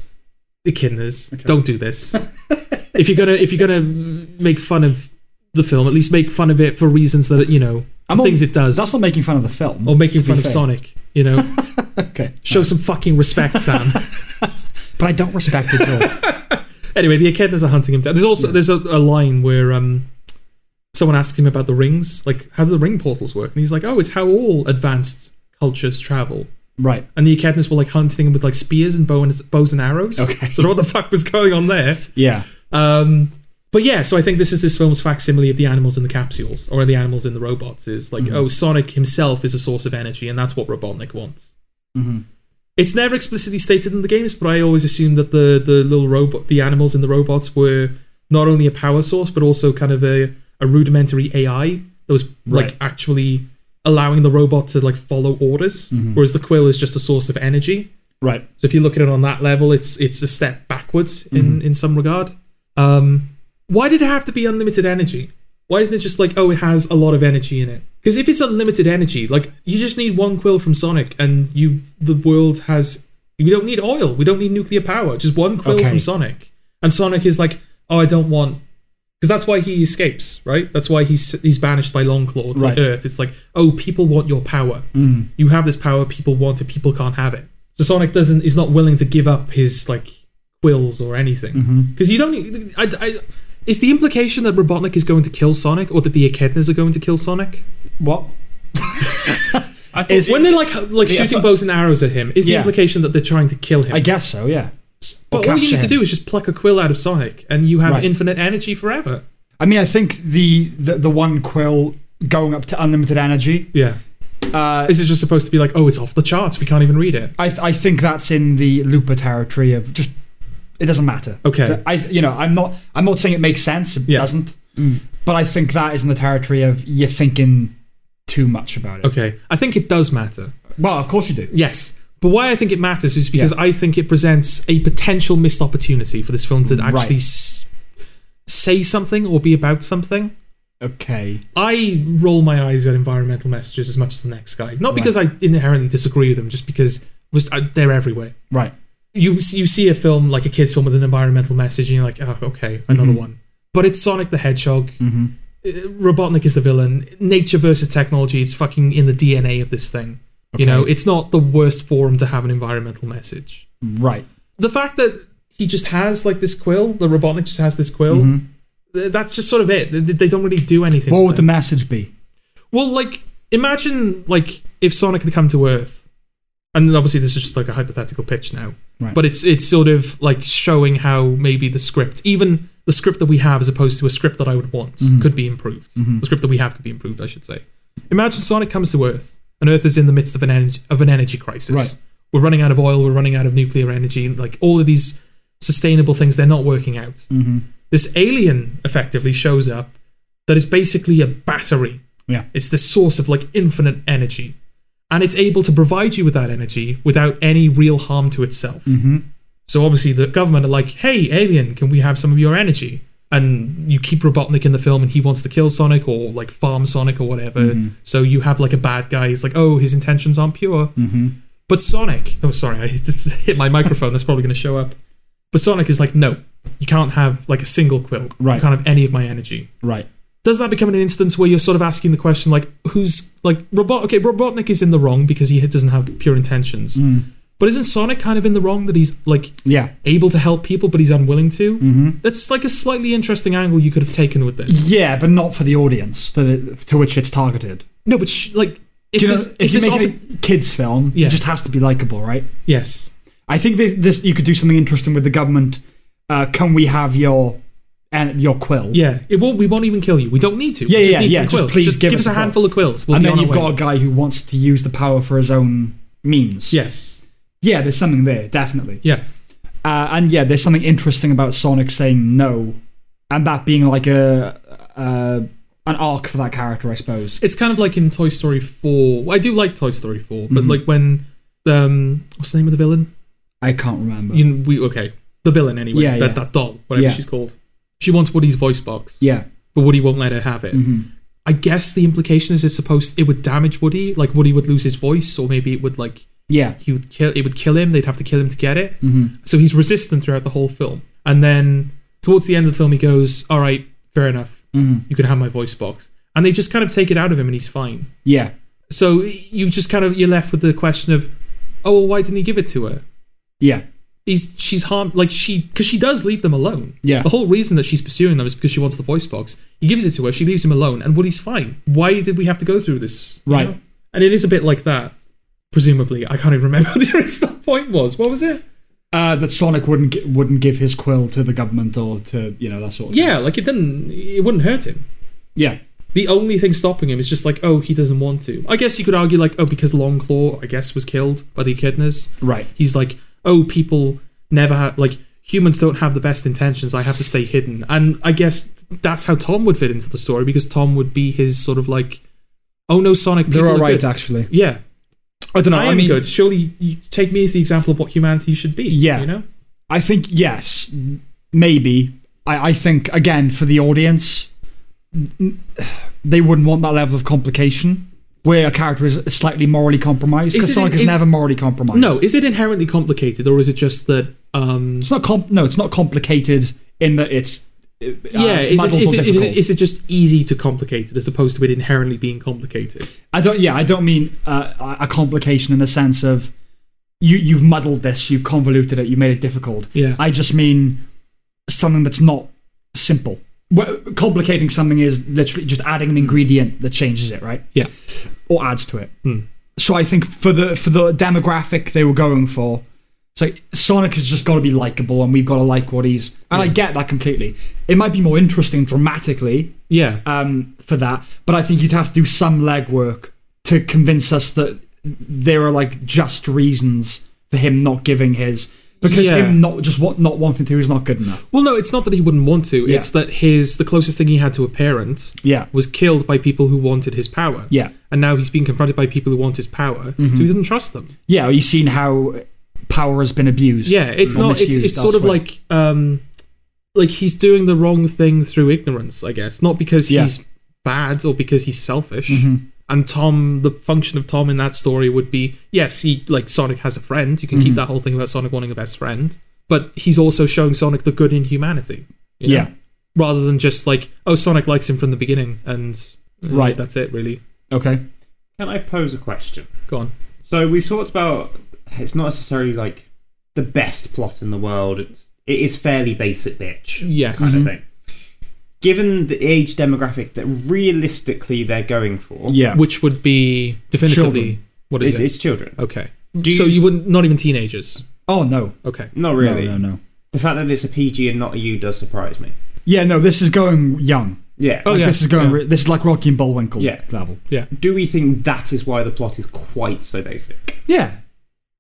B: Echidnas,
D: Okay.
B: don't do this. [laughs] if you're gonna if you're gonna make fun of the film, at least make fun of it for reasons that it- you know
C: I'm not-
B: things it does,
C: That's not making fun of the film.
B: or making
C: to be
B: fun of
C: fair.
B: Sonic. You
C: [laughs]
B: know,
C: Okay.
B: show some fucking respect, Sam.
C: But I don't respect it
B: [laughs]
C: at all.
B: anyway, the echidnas are hunting him down. There's also there's a, a line where um someone asks him about the rings, like how do the ring portals work, and he's like, oh, it's how all advanced cultures travel.
C: right.
B: And the echidnas were like hunting him with like spears and bow and bows and arrows.
C: Okay.
B: So what the fuck was going on there?
C: Yeah.
B: Um, but yeah, so I think this is this film's facsimile of the animals in the capsules or the animals in the robots is like, oh, Sonic himself is a source of energy, and that's what Robotnik wants.
C: Mhm.
B: It's never explicitly stated in the games, but I always assumed that the the little robot, the animals in the robots, were not only a power source but also kind of a, a rudimentary AI that was
C: Right.
B: like actually allowing the robot to like follow orders, whereas the quill is just a source of energy.
C: Right.
B: So if you look at it on that level, it's it's a step backwards in in some regard. Um, why did it have to be unlimited energy? Why isn't it just like oh, it has a lot of energy in it? Because if it's unlimited energy, like you just need one quill from Sonic, and you the world has we don't need oil, we don't need nuclear power, just one quill
C: Okay.
B: from Sonic, and Sonic is like oh, I don't want. Because that's why he escapes, right? That's why he's he's banished by Longclaw to
C: Right. Mm.
B: Earth. It's like, oh, people want your power you have this power people want it people can't have it so sonic doesn't is not willing to give up his like quills or anything
C: Mm-hmm.
B: because you don't need- I, I, is the implication that robotnik is going to kill sonic or that the echidnas are going to kill sonic
C: What?
F: I thought
C: Is-
B: when they're like h- like
C: Yeah,
B: shooting
C: but-
B: bows and arrows at him is the
C: Yeah.
B: implication that they're trying to kill him
C: I guess so. Yeah.
B: but
C: Or
B: all you
C: capture
B: need to
C: him.
B: do is just pluck a quill out of sonic and you have
C: Right.
B: infinite energy forever
C: I mean, I think the the, the one quill going up to unlimited energy.
B: yeah
C: Uh,
B: is it just supposed to be like oh it's off the charts we can't even read it
C: I th- I think that's in the looper territory of just it doesn't matter.
B: okay
C: I you know I'm not I'm not saying it makes sense. It
B: Yeah.
C: doesn't. But I think that is in the territory of you're thinking too much about it.
B: okay i think it does matter
C: Well, of course you do.
B: Yes. But why I think it matters is because I think it presents a potential missed opportunity for this film to actually
C: Right.
B: s- say something or be about something.
C: Okay.
B: I roll my eyes at environmental messages as much as the next guy. Not because I inherently disagree with them, just because was, I, they're everywhere.
C: Right.
B: You s- you see a film like a kids film with an environmental message, and you're like, oh, okay, another one. But it's Sonic the Hedgehog. Uh, Robotnik is the villain. Nature versus technology. It's fucking in the DNA of this thing. You know, it's not the worst forum to have an environmental message.
C: Right.
B: The fact that he just has like this quill, the Robotnik just has this quill. th- That's just sort of it. They- They don't really do anything.
C: What
B: with
C: would
B: it.
C: the message be?
B: Well, like imagine like if Sonic had come to Earth, and obviously this is just like a hypothetical pitch now,
C: Right.
B: but it's it's sort of like showing how maybe the script, even the script that we have, as opposed to a script that I would want,
C: Mm-hmm.
B: could be improved. The script that we have could be improved, I should say. Imagine Sonic comes to Earth, and Earth is in the midst of an energy, of an energy crisis.
C: Right.
B: We're running out of oil. We're running out of nuclear energy. Like all of these sustainable things, they're not working out.
C: Mm-hmm.
B: This alien effectively shows up that is basically a battery.
C: Yeah.
B: It's the source of like infinite energy. And it's able to provide you with that energy without any real harm to itself. So obviously the government are like, hey, alien, can we have some of your energy? And you keep Robotnik in the film and he wants to kill Sonic or like farm Sonic or whatever. So you have like a bad guy. He's like, oh, his intentions aren't pure. But Sonic, oh, sorry, I [laughs] just hit my microphone. That's probably going to show up. But Sonic is like, no, you can't have like a single quill. You
C: Right.
B: can't have any of my energy
C: Right.
B: does that become an instance where you're sort of asking the question like who's like robot okay robotnik is in the wrong because he doesn't have pure intentions
C: Mm.
B: but isn't sonic kind of in the wrong that he's like
C: Yeah.
B: able to help people but he's unwilling to
C: Mm-hmm.
B: that's like a slightly interesting angle you could have taken with this
C: Yeah, but not for the audience that it, to which it's targeted.
B: no but sh- like if
C: Do you
B: this,
C: know,
B: if
C: if you
B: this
C: make
B: op-
C: a kids film,
B: Yeah.
C: it just has to be likable, right?
B: yes
C: I think this, this you could do something interesting with the government. Uh, can we have your and your quill?
B: yeah it won't we won't even kill you we don't need to
C: Yeah,
B: we just
C: yeah,
B: need
C: yeah,
B: some
C: just
B: quills.
C: please give
B: us
C: us
B: a
C: a quill.
B: handful of quills we'll
C: and
B: be
C: then
B: on our
C: you've
B: way.
C: got a guy who wants to use the power for his own means.
B: yes
C: yeah, there's something there, definitely.
B: yeah
C: Uh, and yeah, there's something interesting about Sonic saying no, and that being like a uh, an arc for that character, I suppose.
B: It's kind of like in Toy Story 4. Well, I do like Toy Story 4, but
C: Mhm.
B: like when um what's the name of the villain?
C: I can't remember.
B: You know, we okay. The villain anyway.
C: Yeah,
B: that
C: yeah.
B: that doll, whatever
C: Yeah.
B: she's called. She wants Woody's voice box.
C: yeah.
B: But Woody won't let her have it.
C: hmm
B: I guess the implication is it's supposed it would damage Woody, like Woody would lose his voice, or maybe it would like
C: Yeah.
B: he would kill it would kill him, they'd have to kill him to get it.
C: hmm
B: So he's resistant throughout the whole film. And then towards the end of the film, he goes, All right, fair enough.
C: hmm
B: You can have my voice box. And they just kind of take it out of him and he's fine.
C: Yeah.
B: So you just kind of, you're left with the question of, Oh, well, why didn't he give it to her?
C: Yeah.
B: He's, she's harmed, like she, because she does leave them alone.
C: Yeah.
B: The whole reason that she's pursuing them is because she wants the voice box. He gives it to her, she leaves him alone, and Woody's fine. Why did we have to go through this? you
C: Right.
B: know? And it is a bit like that, presumably. I can't even remember [laughs] what the original point was. What was it?
C: Uh, that Sonic wouldn't gi- wouldn't give his quill to the government or to you know that sort of thing.
B: Yeah, like it didn't, it wouldn't hurt him.
C: yeah
B: The only thing stopping him is just like, oh, he doesn't want to. I guess you could argue like, oh, because Longclaw, I guess, was killed by the echidnas.
C: right
B: He's like, oh, people never have like humans don't have the best intentions. I have to stay hidden. And I guess that's how Tom would fit into the story because Tom would be his sort of like, oh no, Sonic.
C: they're
B: people
C: all
B: are
C: right
B: good."
C: actually
B: Yeah,
C: I don't know
B: I
C: I,
B: am
C: mean
B: good. Surely you take me as the example of what humanity should be.
C: Yeah.
B: you know.
C: I think yes maybe I I think again for the audience n- they wouldn't want that level of complication where a character is slightly morally compromised
B: Is
C: because
B: it-
C: Sonic is,
B: is-
C: never morally compromised
B: No, is it inherently complicated or is it just that? um
C: it's not comp- no it's not complicated in that it's uh,
B: yeah, is it,
C: muddled
B: is,
C: or
B: it, is,
C: difficult.
B: it, is it just easy to complicate it as opposed to it inherently being complicated?
C: I don't. Yeah, I don't mean uh, a a complication in the sense of you you've muddled this, you've convoluted it, you have made it difficult.
B: Yeah.
C: I just mean something that's not simple. Well, complicating something is literally just adding an ingredient that changes it, right?
B: Yeah.
C: or adds to it.
B: Hmm.
C: So I think for the for the demographic they were going for, it's like Sonic has just got to be likable, and we've got to like what he's. And I
B: Yeah.
C: get that completely. It might be more interesting dramatically
B: Yeah.
C: um, for that. But I think you'd have to do some legwork to convince us that there are like just reasons for him not giving his because
B: Yeah.
C: him not just what not wanting to is not good enough.
B: Well, no, it's not that he wouldn't want to.
C: Yeah.
B: It's that his the closest thing he had to a parent
C: Yeah,
B: was killed by people who wanted his power.
C: yeah, Mm-hmm.
B: And now he's being confronted by people who want his power, so he doesn't trust them.
C: yeah. You've seen how power has been abused.
B: Yeah, it's
C: Or
B: not. It's,
C: misused
B: it's sort of
C: elsewhere.
B: like um, like he's doing the wrong thing through ignorance, I guess. Not because
C: Yeah.
B: he's bad or because he's selfish.
C: Mhm.
B: And Tom, the function of Tom in that story would be yes, he like Sonic has a friend. You can
C: Mm-hmm.
B: keep that whole thing about Sonic wanting a best friend, but he's also showing Sonic the good in humanity. you know?
C: Yeah.
B: rather than just like oh Sonic likes him from the beginning and uh,
C: Right.
B: that's it really
C: Okay.
A: Can I pose a question?
B: go on
A: So we've talked about it's not necessarily like the best plot in the world. It's it is fairly basic, bitch.
B: yes
A: kind of thing. Given the age demographic that realistically they're going for,
C: Yeah.
B: which would be definitively
C: Children.
B: what is
A: it's,
B: it
A: it's children.
B: okay
A: Do
B: so
A: you-
B: you wouldn't not even teenagers
C: Oh no.
B: okay
A: Not really.
C: No, no, no.
A: The fact that it's a PG and not a U does surprise me.
C: Yeah, no. This is going young.
A: Yeah.
B: Oh,
C: Like,
B: yeah,
C: This is going.
B: yeah.
C: re- this is like Rocky and Bullwinkle
A: Yeah.
C: level.
A: Do we think that is why the plot is quite so basic?
C: Yeah.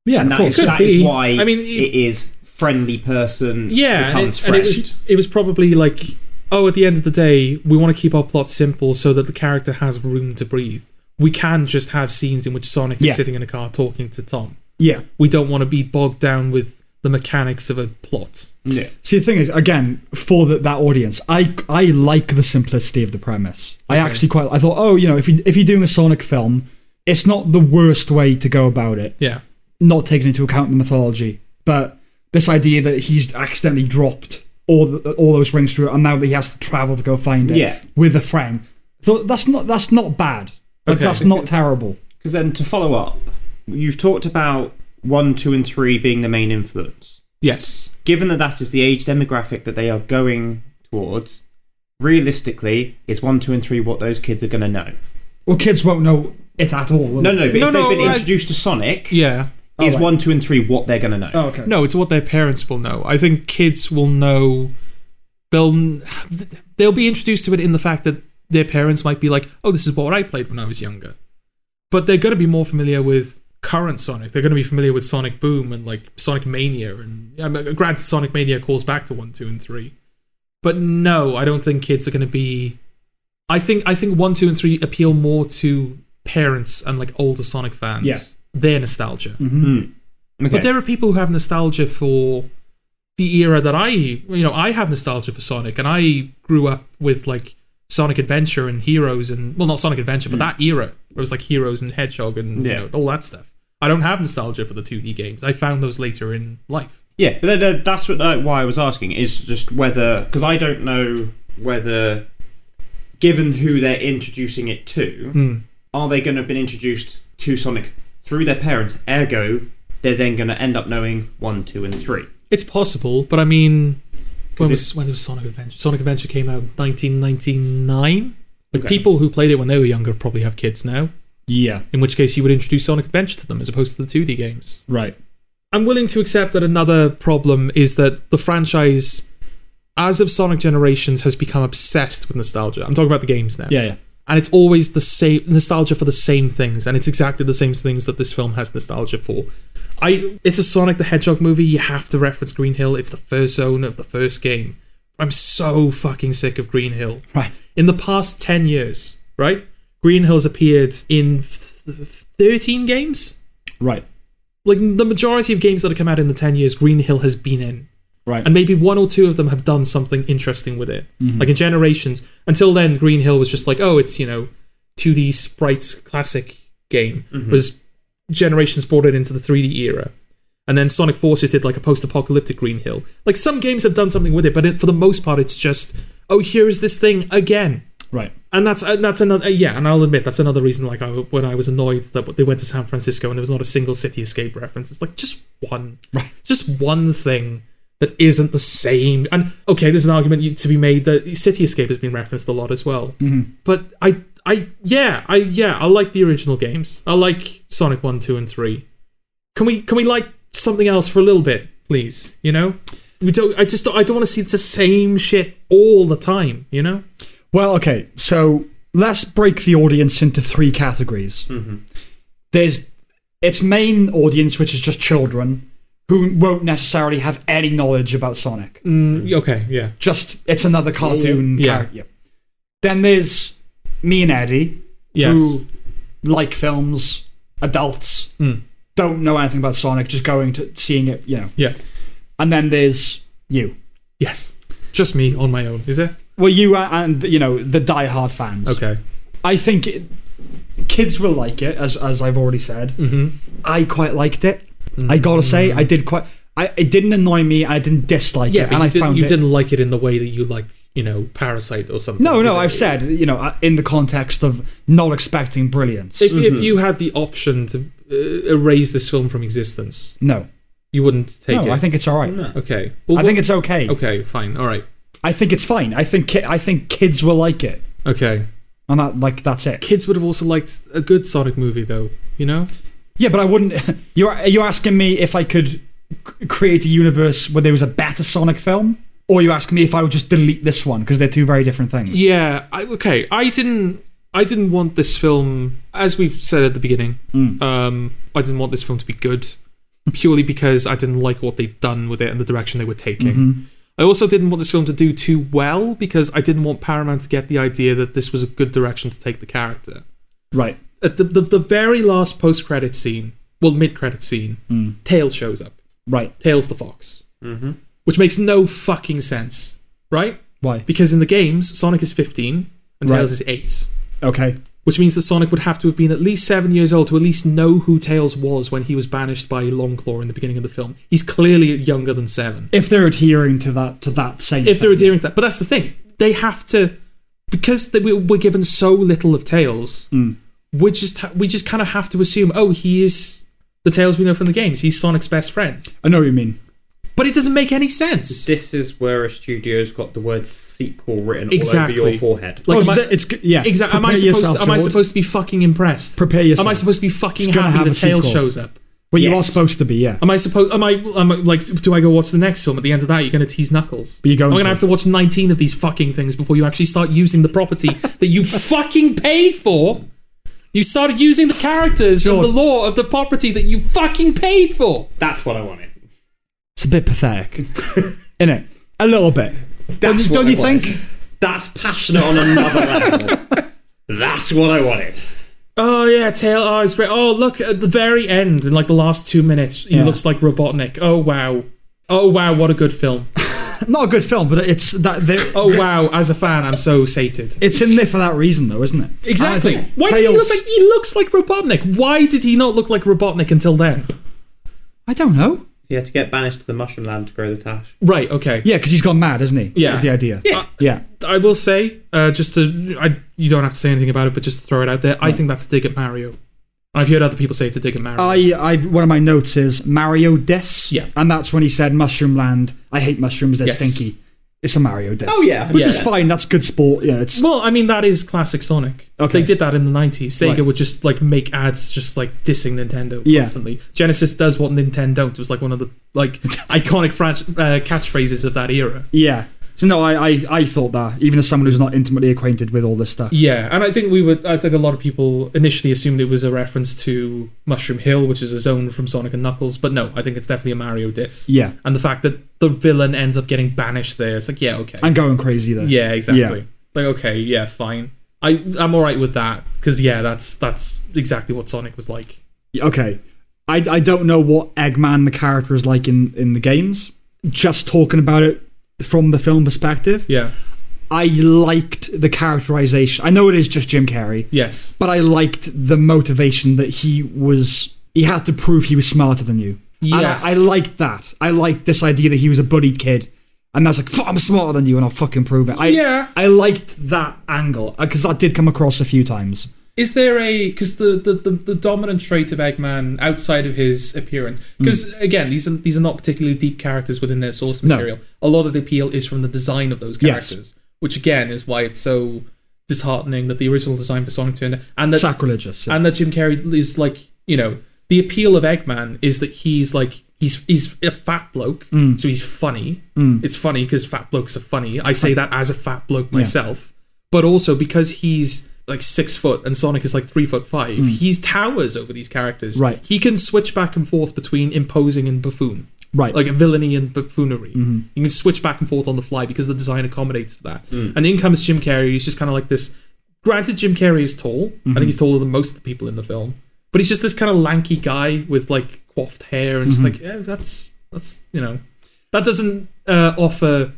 C: Yeah.
A: And
C: of
A: that
C: course.
A: is- that
B: Could
A: is
B: be.
A: why
B: I mean, you-
A: it is friendly person
B: yeah and
A: becomes
B: it, and it
A: friend.
B: was it was probably like oh at the end of the day we want to keep our plot simple so that the character has room to breathe we can just have scenes in which Sonic
C: Yeah.
B: is sitting in a car talking to Tom
C: yeah.
B: we don't want to be bogged down with the mechanics of a plot
A: yeah.
C: See, the thing is, again, for the, that audience, I I like the simplicity of the premise. I actually quite. I thought, oh, you know, if you if you're doing a Sonic film, it's not the worst way to go about it.
B: yeah
C: Not taking into account the mythology, but this idea that he's accidentally dropped all the, all those rings through, and now he has to travel to go find it
A: Yeah.
C: with a friend. Thought that's not that's not bad. Like,
B: Okay.
C: That's not terrible.
A: Because then to follow up, you've talked about one, two, and three being the main influence.
B: yes
A: Given that that is the age demographic that they are going towards, realistically, is one, two, and three what those kids are going to know?
C: Well, kids won't know it at all. will
A: No,
C: they?
A: no, but
B: No,
A: if
B: no,
A: they've been
B: I-
A: introduced to Sonic,
B: yeah
A: is
C: right.
A: one, two, and three what they're going to know?
C: Oh, okay.
B: No, it's what their parents will know. I think kids will know. They'll they'll be introduced to it in the fact that their parents might be like, "Oh, this is what I played when I was younger," but they're going to be more familiar with current Sonic. They're going to be familiar with Sonic Boom and like Sonic Mania, and I mean, granted, Sonic Mania calls back to one, two, and three. But no, I don't think kids are going to be. I think I think one, two, and three appeal more to parents and like older Sonic fans.
C: Yeah.
B: their nostalgia.
F: Okay.
B: But there are people who have nostalgia for the era that I, you know, I have nostalgia for Sonic, and I grew up with like Sonic Adventure and Heroes, and well, not Sonic Adventure, but that era where it was like Heroes and Hedgehog and
F: Hmm. Yeah.
B: you know, all that stuff. I don't have nostalgia for the 2D games. I found those later in life.
F: Yeah, but that- that- that's what uh, why I was asking is just whether because I don't know whether, given who they're introducing it to,
C: Hmm.
F: are they going to have been introduced to Sonic through their parents? Ergo, they're then going to end up knowing one, two, and three.
B: It's possible, but I mean, when
F: it-
B: was when was Sonic Adventure? Sonic Adventure came out in 1999. Like
F: Okay.
B: people who played it when they were younger probably have kids now.
C: Yeah,
B: In which case, you would introduce Sonic Adventure to them as opposed to the 2D games.
C: right.
B: I'm willing to accept that another problem is that the franchise, as of Sonic Generations, has become obsessed with nostalgia. I'm talking about the games now.
C: Yeah, yeah.
B: And it's always the same nostalgia for the same things, and it's exactly the same things that this film has nostalgia for. I it's a Sonic the Hedgehog movie, you have to reference Green Hill. It's the first zone of the first game. I'm so fucking sick of Green Hill.
C: Right.
B: In the past 10 years, right? Green Hill's appeared in th- th- 13 games
C: Right.
B: like the majority of games that have come out in the 10 years green hill has been in
C: Right.
B: and maybe one or two of them have done something interesting with it like in generations until then green hill was just like oh it's you know 2d sprites classic game was generations brought it into the 3d era and then sonic forces did like a post-apocalyptic green hill like some games have done something with it but it, for the most part it's just oh here is this thing again
C: right.
B: and that's uh, that's another uh, yeah, and I'll admit that's another reason. Like I, when I was annoyed that they went to San Francisco and there was not a single City Escape reference. It's like just one,
C: Right.
B: Just one thing that isn't the same. And okay, there's an argument you- to be made that City Escape has been referenced a lot as well. But I, I yeah, I yeah, I like the original games. I like Sonic One, Two, and Three. Can we can we like something else for a little bit, please? You know, we don't. I just don't, I don't want to see the same shit all the time. You know.
C: Well, okay. So let's break the audience into three categories.
A: Mm-hmm.
C: There's its main audience, which is just children who won't necessarily have any knowledge about Sonic.
B: Mm, okay. Yeah.
C: Just it's another cartoon.
B: Yeah.
C: character. Then there's me and Eddie,
B: Yes.
C: who like films, adults,
B: Mm.
C: don't know anything about Sonic, just going to seeing it, you know.
B: Yeah.
C: And then there's you.
B: Yes. Just me on my own, is it?
C: Well, you a- and you know the die-hard fans.
B: Okay.
C: I think it, kids will like it, as as I've already said.
B: Mm-hmm. Mm.
C: I quite liked it. I gotta say, I did quite. I it didn't annoy me, and I didn't dislike
B: Yeah,
C: it,
B: but
C: and
B: you,
C: I
B: didn't,
C: found
B: you
C: it.
B: didn't like it in the way that you like, you know, Parasite or something.
C: no,
B: is
C: no,
B: it?
C: I've said you know uh, in the context of not expecting brilliance.
B: If, if you had the option to uh, erase this film from existence,
C: no,
B: you wouldn't take
C: no,
B: it.
C: I think it's all right.
B: Okay. Well,
C: I
B: what-
C: think it's okay.
B: Okay. Fine. All right.
C: I think it's fine. I think ki- I think kids will like it,
B: Okay.
C: and that like that's it.
B: Kids would have also liked a good Sonic movie, though. You know.
C: Yeah, but I wouldn't. [laughs] You're you're asking me if I could c- create a universe where there was a better Sonic film, or you ask me if I would just delete this one because they're two very different things.
B: Yeah. I, okay. I didn't. I didn't want this film, as we've said at the beginning. Um, I didn't want this film to be good, purely because I didn't like what they'd done with it and the direction they were taking. I also didn't want this film to do too well because I didn't want Paramount to get the idea that this was a good direction to take the character.
C: Right.
B: At the the, the very last post credit scene, well mid credit scene, Tails shows up.
C: Right.
B: Tails the fox, mm-hmm. which makes no fucking sense, right?
C: Why?
B: Because in the games, Sonic is 15 and
C: Right.
B: Tails is 8,
C: Okay.
B: which means that Sonic would have to have been at least 7 years old to at least know who Tails was when he was banished by Longclaw in the beginning of the film. He's clearly younger than 7.
C: If they're adhering to that to that same.
B: If they're
C: thing.
B: adhering to that. But that's the thing. They have to. Because they, we- we're given so little of Tails, we just ha- we just kind of have to assume, oh, he is the Tails we know from the games. He's Sonic's best friend.
C: I know what you mean.
B: But it doesn't make any sense.
A: This is where a studio's got the word sequel written all over
B: Exactly.
A: your forehead.
B: Like,
C: oh,
B: am
C: so
B: I-
C: that- it's g- yeah.
B: Exactly. Am I
C: Prepare
B: supposed?
C: yourself,
B: am I
C: George.
B: supposed to be fucking impressed?
C: Prepare yourself.
B: Am I supposed to be fucking
C: It's gonna
B: happy
C: have
B: that
C: a
B: Tails
C: sequel.
B: shows up?
C: Well, you are
A: Yes.
C: supposed to be. Yeah.
B: Am I supposed? Am I? Am I like? Do I go watch the next film at the end of that? You're going to tease Knuckles.
C: But you're going
B: I'm going
C: to.
B: to have to watch 19 of [laughs] these fucking things before you actually start using the property that you fucking paid for You started using the characters and the
C: George.
B: lore of the property that you fucking paid for.
A: That's what I wanted.
C: It's a bit pathetic, isn't it? A little bit.
A: That's
C: don't
A: what
C: you
A: I wanted.
C: think?
A: That's passionate on
C: [laughs]
A: another level. That's what I wanted.
B: Oh yeah, tail. Oh, it's great. Oh look at the very end in like the last two minutes, he
C: Yeah.
B: looks like Robotnik. Oh wow. Oh wow, what a good film.
C: Not a good film, but it's that they're-
B: Oh wow, as a fan, I'm so sated.
C: it's in there for that reason, though, isn't it?
B: Exactly.
C: And I think
B: Why did he
C: Tails-
B: look like he looks like Robotnik? Why did he not look like Robotnik until then?
C: I don't know.
A: He had to get banished to the mushroom land to grow the tash.
B: Right. Okay.
C: Yeah, because he's gone mad, isn't he?
B: Yeah.
C: is the idea.
A: Yeah.
C: yeah.
B: I will say, uh, just to, I, you don't have to say anything about it, but just to throw it out there, I think that's a dig at Mario. I've heard other people say it's a dig at Mario.
C: I, I, one of my notes is Mario Dis.
B: Yeah.
C: And that's when he said Mushroom Land. I hate mushrooms. They're
B: Yes.
C: stinky. It's a Mario Dis.
A: Oh, yeah,
C: Which is
A: 100%.
C: fine. That's good sport. Yeah. It's
B: well, I mean that is classic Sonic.
C: Okay.
B: They did that in the nineties. Sega
C: Right.
B: would just like make ads, just like dissing Nintendo
C: Yeah.
B: constantly. Genesis does what Nintendo don't. It was like one of the
C: [laughs]
B: like iconic franch uh, catchphrases of that era.
C: yeah. So no, I, I, I thought that even as someone who's not intimately acquainted with all this stuff.
B: Yeah, and I think we would. I think a lot of people initially assumed it was a reference to Mushroom Hill, which is a zone from Sonic and Knuckles. But no, I think it's definitely a Mario diss.
C: Yeah.
B: and the fact that the villain ends up getting banished there, it's like yeah, okay,
C: I'm going crazy there.
B: yeah, exactly.
C: Yeah.
B: Like okay, yeah, fine. I I'm all right with that because yeah, that's that's exactly what Sonic was like.
C: Okay. I, I don't know what Eggman the character is like in, in the games. Just talking about it from the film perspective,
B: Yeah.
C: I liked the characterization. I know it is just Jim Carrey,
B: Yes.
C: but I liked the motivation that he was. He had to prove he was smarter than you. And
B: Yes.
C: I, I liked that. I liked this idea that he was a bullied kid, and that's like, "Fuck, I'm smarter than you, and I'll fucking prove it. I,
B: Yeah.
C: I liked that angle because that did come across a few times.
B: Is there a because the, the the the dominant trait of Eggman outside of his appearance?
C: Hmm.
B: Because again, these are these are not particularly deep characters within their source
C: No.
B: material. A lot of the appeal is from the design of those
C: Yes.
B: characters, which again is why it's so disheartening that the original design for Sonic turned and that
C: Sacrilegious. yeah.
B: and that Jim Carrey is like you know the appeal of Eggman is that he's like he's he's a fat bloke, so he's funny. It's funny because fat blokes are funny. I say that as a fat bloke myself, but also because he's like six foot and Sonic is like three foot five. He's towers over these characters.
C: Right.
B: He can switch back and forth between imposing and buffoon.
C: Right.
B: Like villainy and buffoonery.
C: Mm-hmm.
B: You can switch back and forth on the fly because the design accommodates for that. And in comes Jim Carrey. He's just kind of like this. Granted, Jim Carrey is tall. I
C: Mm-hmm.
B: think he's taller than most of the people in the film. But he's just this kind of lanky guy with like coiffed hair and
C: Mm-hmm.
B: just like, eh, that's, that's, you know, that doesn't uh, offer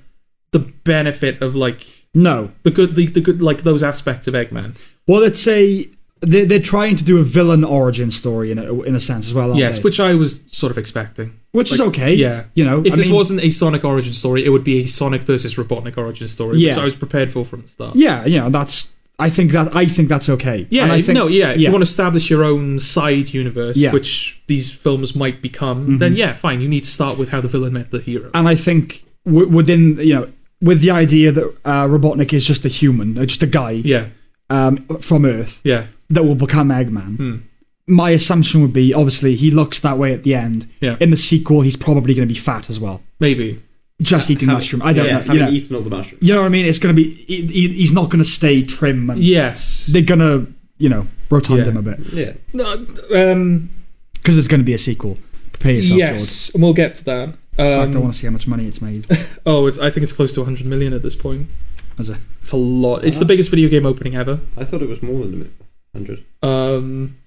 B: the benefit of like
C: no.
B: the good, the, the good, like those aspects of Eggman.
C: Well, let's say they're, they're trying to do a villain origin story in a, in a sense as well. aren't
B: Yes,
C: they?
B: which I was sort of expecting.
C: which is
B: like,
C: okay.
B: yeah.
C: You know,
B: If
C: I
B: this
C: mean-
B: wasn't a Sonic origin story, it would be a Sonic versus Robotnik origin story, which
C: Yeah.
B: I was prepared for from the start.
C: Yeah, yeah, that's. I think that I think that's okay.
B: Yeah,
C: and I
B: if-
C: think,
B: no, yeah. If you want to establish your own side universe,
C: Yeah.
B: which these films might become, then yeah, fine. You need to start with how the villain met the hero.
C: and I think w- within you know with the idea that uh, Robotnik is just a human, uh, just a guy
B: yeah,
C: um, from Earth
B: yeah,
C: that will become Eggman.
B: Hmm.
C: My assumption would be obviously he looks that way at the end.
B: Yeah.
C: In the sequel, he's probably going to be fat as well,
B: maybe.
C: just eating
A: Having-
C: mushroom. I don't
A: yeah,
C: know. You know,
A: Having eaten all the mushrooms.
C: you know what I mean? It's going to be he, he, he's not going to stay trim. And
B: Yes.
C: They're going to you know rotund
B: Yeah.
C: him a bit
A: Yeah.
B: No, um,
C: because there's going to be a sequel. Prepare yourself, George.
B: yes, and we'll get to that.
C: In fact, I
B: Um,
C: want to see how much money it's made.
B: oh, it's, I think it's close to 100 million at this point.
C: Is it?
B: It's a lot. It's the biggest video game opening ever.
A: I thought it was more than a 100.
B: Um,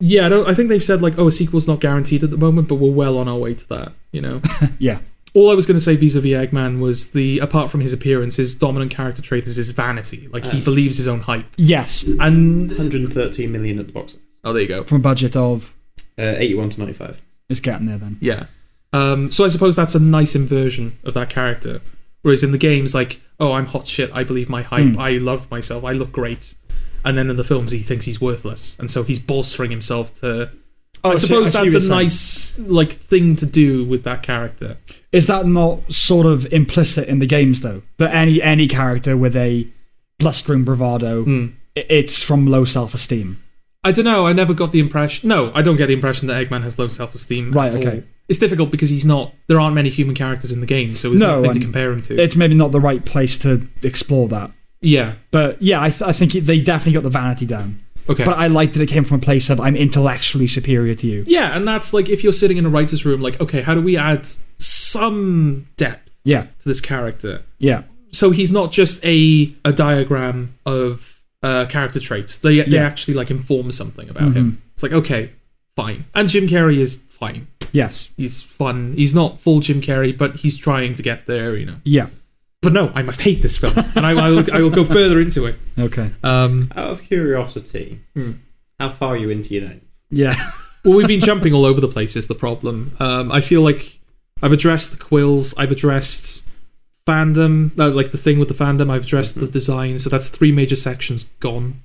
B: yeah, I don't. I think they've said like, oh, a sequel's not guaranteed at the moment, but we're well on our way to that. You know.
C: [laughs] Yeah.
B: All I was going to say vis-a-vis Eggman was the apart from his appearance, his dominant character trait is his vanity. Like
C: Ah.
B: he believes his own hype.
C: Yes,
B: And
A: 113 million at the box.
B: oh, there you go.
C: from a budget of
A: Uh, 81 to 95.
C: it's getting there then.
B: Yeah. Um, so I suppose that's a nice inversion of that character. Whereas in the games, like, oh, I'm hot shit. I believe my hype.
C: Hmm.
B: I love myself. I look great. And then in the films, he thinks he's worthless, and so he's bolstering himself to. I,
C: see-
B: suppose
C: see what you're
B: that's a
C: saying.
B: nice like thing to do with that character.
C: Is that not sort of implicit in the games though? That any any character with a blustering bravado,
B: Mm.
C: i- it's from low self esteem.
B: I don't know. I never got the impression. No, I don't get the impression that Eggman has low self-esteem. at
C: Right,
B: all.
C: okay.
B: It's difficult because he's not. There aren't many human characters in the game, so there's
C: No,
B: nothing to
C: and
B: compare him to.
C: It's maybe not the right place to explore that.
B: yeah,
C: But yeah, I, th- I think it, they definitely got the vanity down.
B: Okay.
C: But I liked that it came from a place of I'm intellectually superior to you.
B: yeah, and that's like if you're sitting in a writer's room, like, okay, how do we add some depth
C: Yeah,
B: to this character?
C: yeah,
B: So he's not just a a diagram of uh, character traits. They they
C: Yeah. Mm-hmm.
B: actually like inform something about him. It's like okay, fine. And Jim Carrey is fine.
C: yes,
B: He's fun. He's not full Jim Carrey, but he's trying to get there. You know.
C: yeah.
B: But no, I must hate this film, [laughs] and I, I will I will go further into it.
C: Okay.
B: Um,
A: Out of curiosity,
B: Hmm.
A: how far are you into your notes?
C: Yeah. [laughs]
B: well, we've been jumping all over the place. Is the problem? Um, I feel like I've addressed the quills. I've addressed fandom, uh, like the thing with the fandom. I've addressed
C: Mm-hmm.
B: the design. So that's three major sections gone.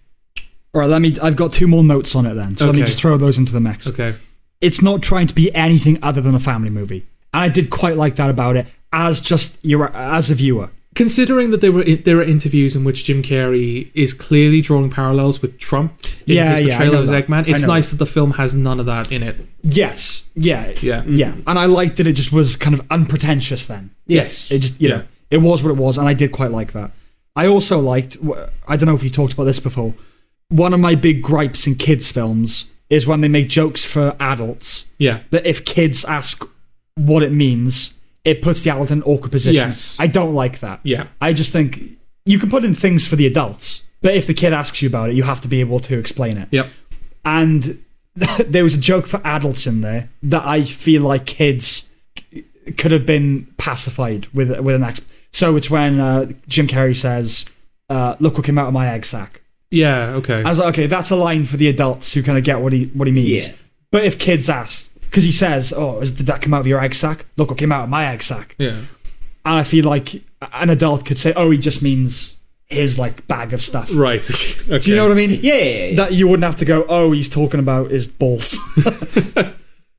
C: All right. Let me. I've got two more notes on it then, so let me
B: Okay.
C: just throw those into the mix.
B: Okay.
C: It's not trying to be anything other than a family movie, and I did quite like that about it as just you as a viewer.
B: Considering that there were there are interviews in which Jim Carrey is clearly drawing parallels with Trump in
C: Yeah,
B: his
C: yeah, I
B: portrayal
C: know
B: of
C: that.
B: Eggman,
C: I
B: it's
C: know
B: nice that the film has none of that in it.
C: Yes. Yeah.
B: Yeah.
C: Yeah. And I liked that it just was kind of unpretentious then.
B: Yes.
C: It just, you
B: Yeah.
C: know, it was what it was, and I did quite like that. I also liked, wh- I don't know if you talked about this before, one of my big gripes in kids' films is when they make jokes for adults,
B: Yeah.
C: that if kids ask what it means, it puts the adult in an awkward position.
B: Yes.
C: I don't like that.
B: Yeah.
C: I just think you can put in things for the adults, but if the kid asks you about it, you have to be able to explain it.
B: Yep.
C: And [laughs] there was a joke for adults in there that I feel like kids c- could have been pacified with with an ex. So it's when uh, Jim Carrey says, uh, "Look what came out of my egg sack."
B: Yeah. Okay.
C: I was like, okay, that's a line for the adults who kind of get what he what he means.
A: Yeah.
C: But if kids ask, because he says, "Oh, is, did that come out of your egg sack?" Look what came out of my egg sack
B: yeah.
C: and I feel like an adult could say, "Oh, he just means his like bag of stuff."
B: Right. [laughs] okay.
C: Do you know what I mean?
A: Yeah, yeah, yeah.
C: That you wouldn't have to go, "Oh, he's talking about his balls." [laughs] uh,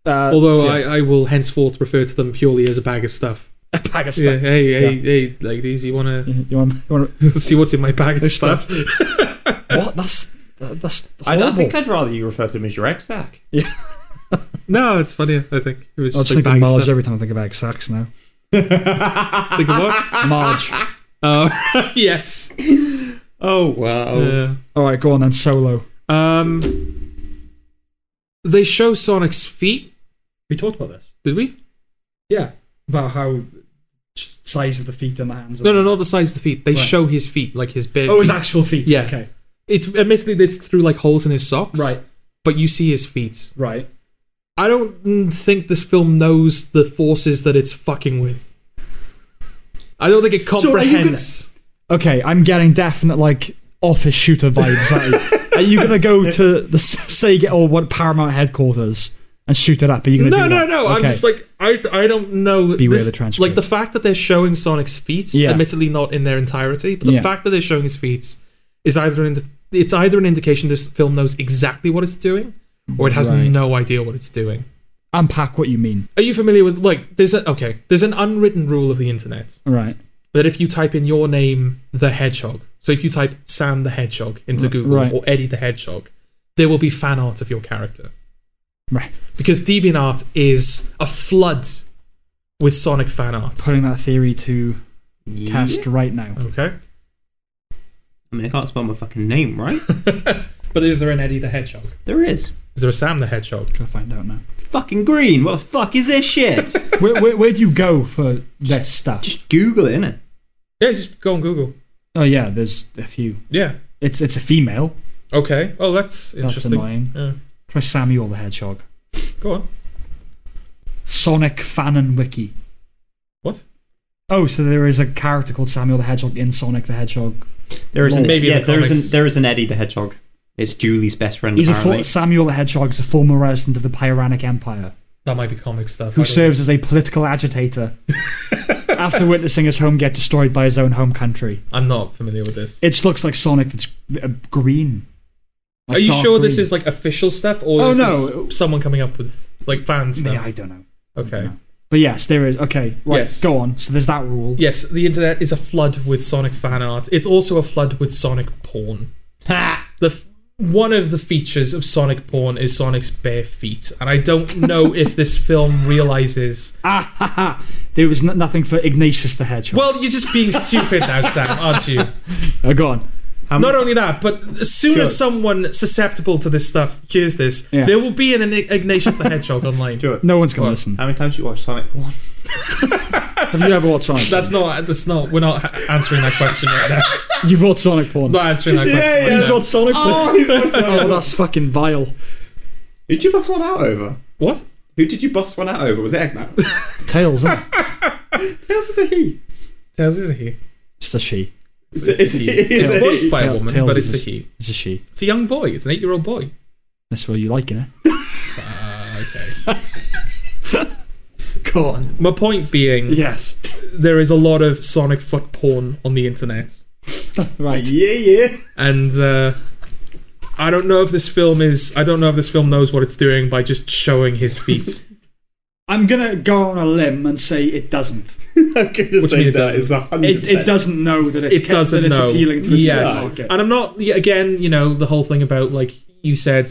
B: Although
C: so yeah,
B: I, I will henceforth refer to them purely as a bag of stuff.
C: a bag of
B: Yeah,
C: stuff.
B: hey, hey,
C: Yeah.
B: hey, ladies, you wanna [laughs]
C: You want, you want
B: see what's in my bag of
C: This
B: stuff?
C: what? That's that, that's.
A: I, I
C: horrible.
A: think I'd rather you refer to him as your ex sack.
B: No, it's funny. I think it was
C: I was
B: just like bag
C: thinking Marge
B: of stuff.
C: every time I think of egg sacks now.
B: Think of [laughs] what?
C: Marge.
B: Oh, [laughs] yes.
A: [laughs] Oh wow.
B: Yeah.
C: All right, go on then. Solo.
B: Um, they show Sonic's feet.
C: We talked about this.
B: Did we?
C: Yeah, about how size of the feet and the hands.
B: No, no, not the size of the feet. They
C: Right.
B: show his feet, like his bare.
C: Oh, his
B: feet.
C: actual feet.
B: Yeah.
C: Okay.
B: It's admittedly this through like holes in his socks.
C: Right.
B: But you see his feet.
C: Right.
B: I don't mm, think this film knows the forces that it's fucking with. I don't think it
C: are you gonna-
B: comprehends.
C: okay, I'm getting definite like office shooter vibes. Like, are you
B: [laughs]
C: gonna go to the S- Sega or what Paramount headquarters and shoot it up? Are you gonna?
B: No,
C: do
B: no,
C: that?
B: no. I'm
C: Okay.
B: just like I. I don't know.
C: Beware
B: this-
C: the transcript.
B: Like the fact that they're showing Sonic's feet,
C: Yeah.
B: admittedly not in their entirety, but the
C: Yeah.
B: fact that they're showing his feet is either an, it's either an indication this film knows exactly what it's doing, or it has
C: Right.
B: no idea what it's doing.
C: unpack what you mean.
B: Are you familiar with like there's a okay there's an unwritten rule of the internet
C: All right,
B: that if you type in your name the hedgehog, so if you type Sam the hedgehog into Google
C: right.
B: or Eddie the hedgehog, there will be fan art of your character
C: right.
B: because DeviantArt is a flood with Sonic fan art.
C: Putting that theory to
A: Yeah.
C: test right now.
B: Okay. [laughs]
A: I mean, I can't spell my fucking name, right? [laughs]
B: But is there an Eddie the Hedgehog?
A: there is.
B: Is there a Sam the Hedgehog?
C: Gonna find out now.
A: Fucking green. What the fuck is this [laughs] shit?
C: where, where, where do you go for this stuff?
A: Just Google it, innit?
B: Yeah, just go on Google.
C: Oh yeah, there's a few.
B: Yeah.
C: It's it's a female.
B: Okay. Oh, that's
C: That's
B: interesting.
C: annoying.
B: Yeah.
C: Try Samuel the Hedgehog.
B: Go on.
C: Sonic fan and wiki.
B: What?
C: Oh, so there is a character called Samuel the Hedgehog in Sonic the Hedgehog
A: There is an
B: Maybe in
A: yeah,
B: the
A: there is
B: comics.
A: an there is an Eddie the Hedgehog. It's Julie's best friend
C: He's a
A: apparently.
C: for- Samuel the Hedgehog's a former resident of the Pyranic Empire
B: That might be comic stuff.
C: who
B: I don't-
C: serves as a political
B: [laughs]
C: agitator after witnessing his home get destroyed by his own home country.
B: I'm not familiar with this.
C: It just looks like Sonic that's uh, green. Like
B: Are you
C: dark
B: sure this
C: green.
B: is like official stuff or
C: Oh,
B: is
C: no.
B: this someone coming up with like fan stuff?
C: Yeah, I don't know. I don't
B: okay.
C: know. But yes, there is. Okay, right,
B: Yes.
C: go on. So there's that rule.
B: Yes, the internet is a flood with Sonic fan art. It's also a flood with Sonic porn. the f- one of the features of Sonic porn is Sonic's bare feet, and I
G: [laughs]
B: don't know if this film realizes.
C: Ah, ha, ha. There was n- nothing for Ignatius the
G: [laughs]
C: Hedgehog.
B: Well, you're just being stupid now, Sam, aren't you?
C: oh, go on.
G: How
B: Not
G: many-
B: only that, but as soon
G: Um, Sure.
B: as someone susceptible to this stuff hears this,
G: Yeah.
B: there will be an Ign- Ignatius the
G: [laughs]
B: Hedgehog online.
H: Stuart,
G: No one's gonna
H: what-
G: listen.
B: uh,
H: How many times you watch Sonic One?
G: Have you ever watched Sonic?
B: That's not. That's not. We're not ha- answering that question
G: [laughs]
B: right now.
G: porn? You've watched Sonic porn.
B: Not answering that question. right
G: He's
B: now.
G: watched Sonic porn.
C: [laughs]
G: Oh, that's fucking vile.
I: Who'd you bust one out over?
B: What?
I: Who did you bust one out over? Was it Eggman?
G: Tails, isn't it?
I: Tails is a he.
B: Tails is a he.
G: Just a she.
I: It's, a- it's, a he.
B: It's
I: a
B: voiced
I: he.
B: by a
G: Tail-
B: woman,
G: Tails
B: but
G: is
B: it's a
G: a-
B: he.
G: It's a she.
B: It's a young boy. It's an eight-year-old boy.
G: That's what you like, innit?
C: eh?
B: Okay.
G: Go on.
B: My point being,
G: Yes.
B: there is a lot of Sonic foot porn on the internet,
G: Right.
I: Yeah,
A: [laughs]
I: yeah.
B: and uh, I don't know if this film is. I don't know if this film knows what it's doing by just showing his feet.
C: I'm gonna go on a limb and say it doesn't.
I: I'm gonna
B: Which
I: say
B: means it
I: that
B: doesn't-
I: is a hundred.
C: It, it
I: percent.
C: doesn't know that it's
B: it doesn't
C: that it's
B: know.
C: appealing to a
B: yes,
C: supermarket.
B: and I'm not. yeah, Again, you know the whole thing about like you said,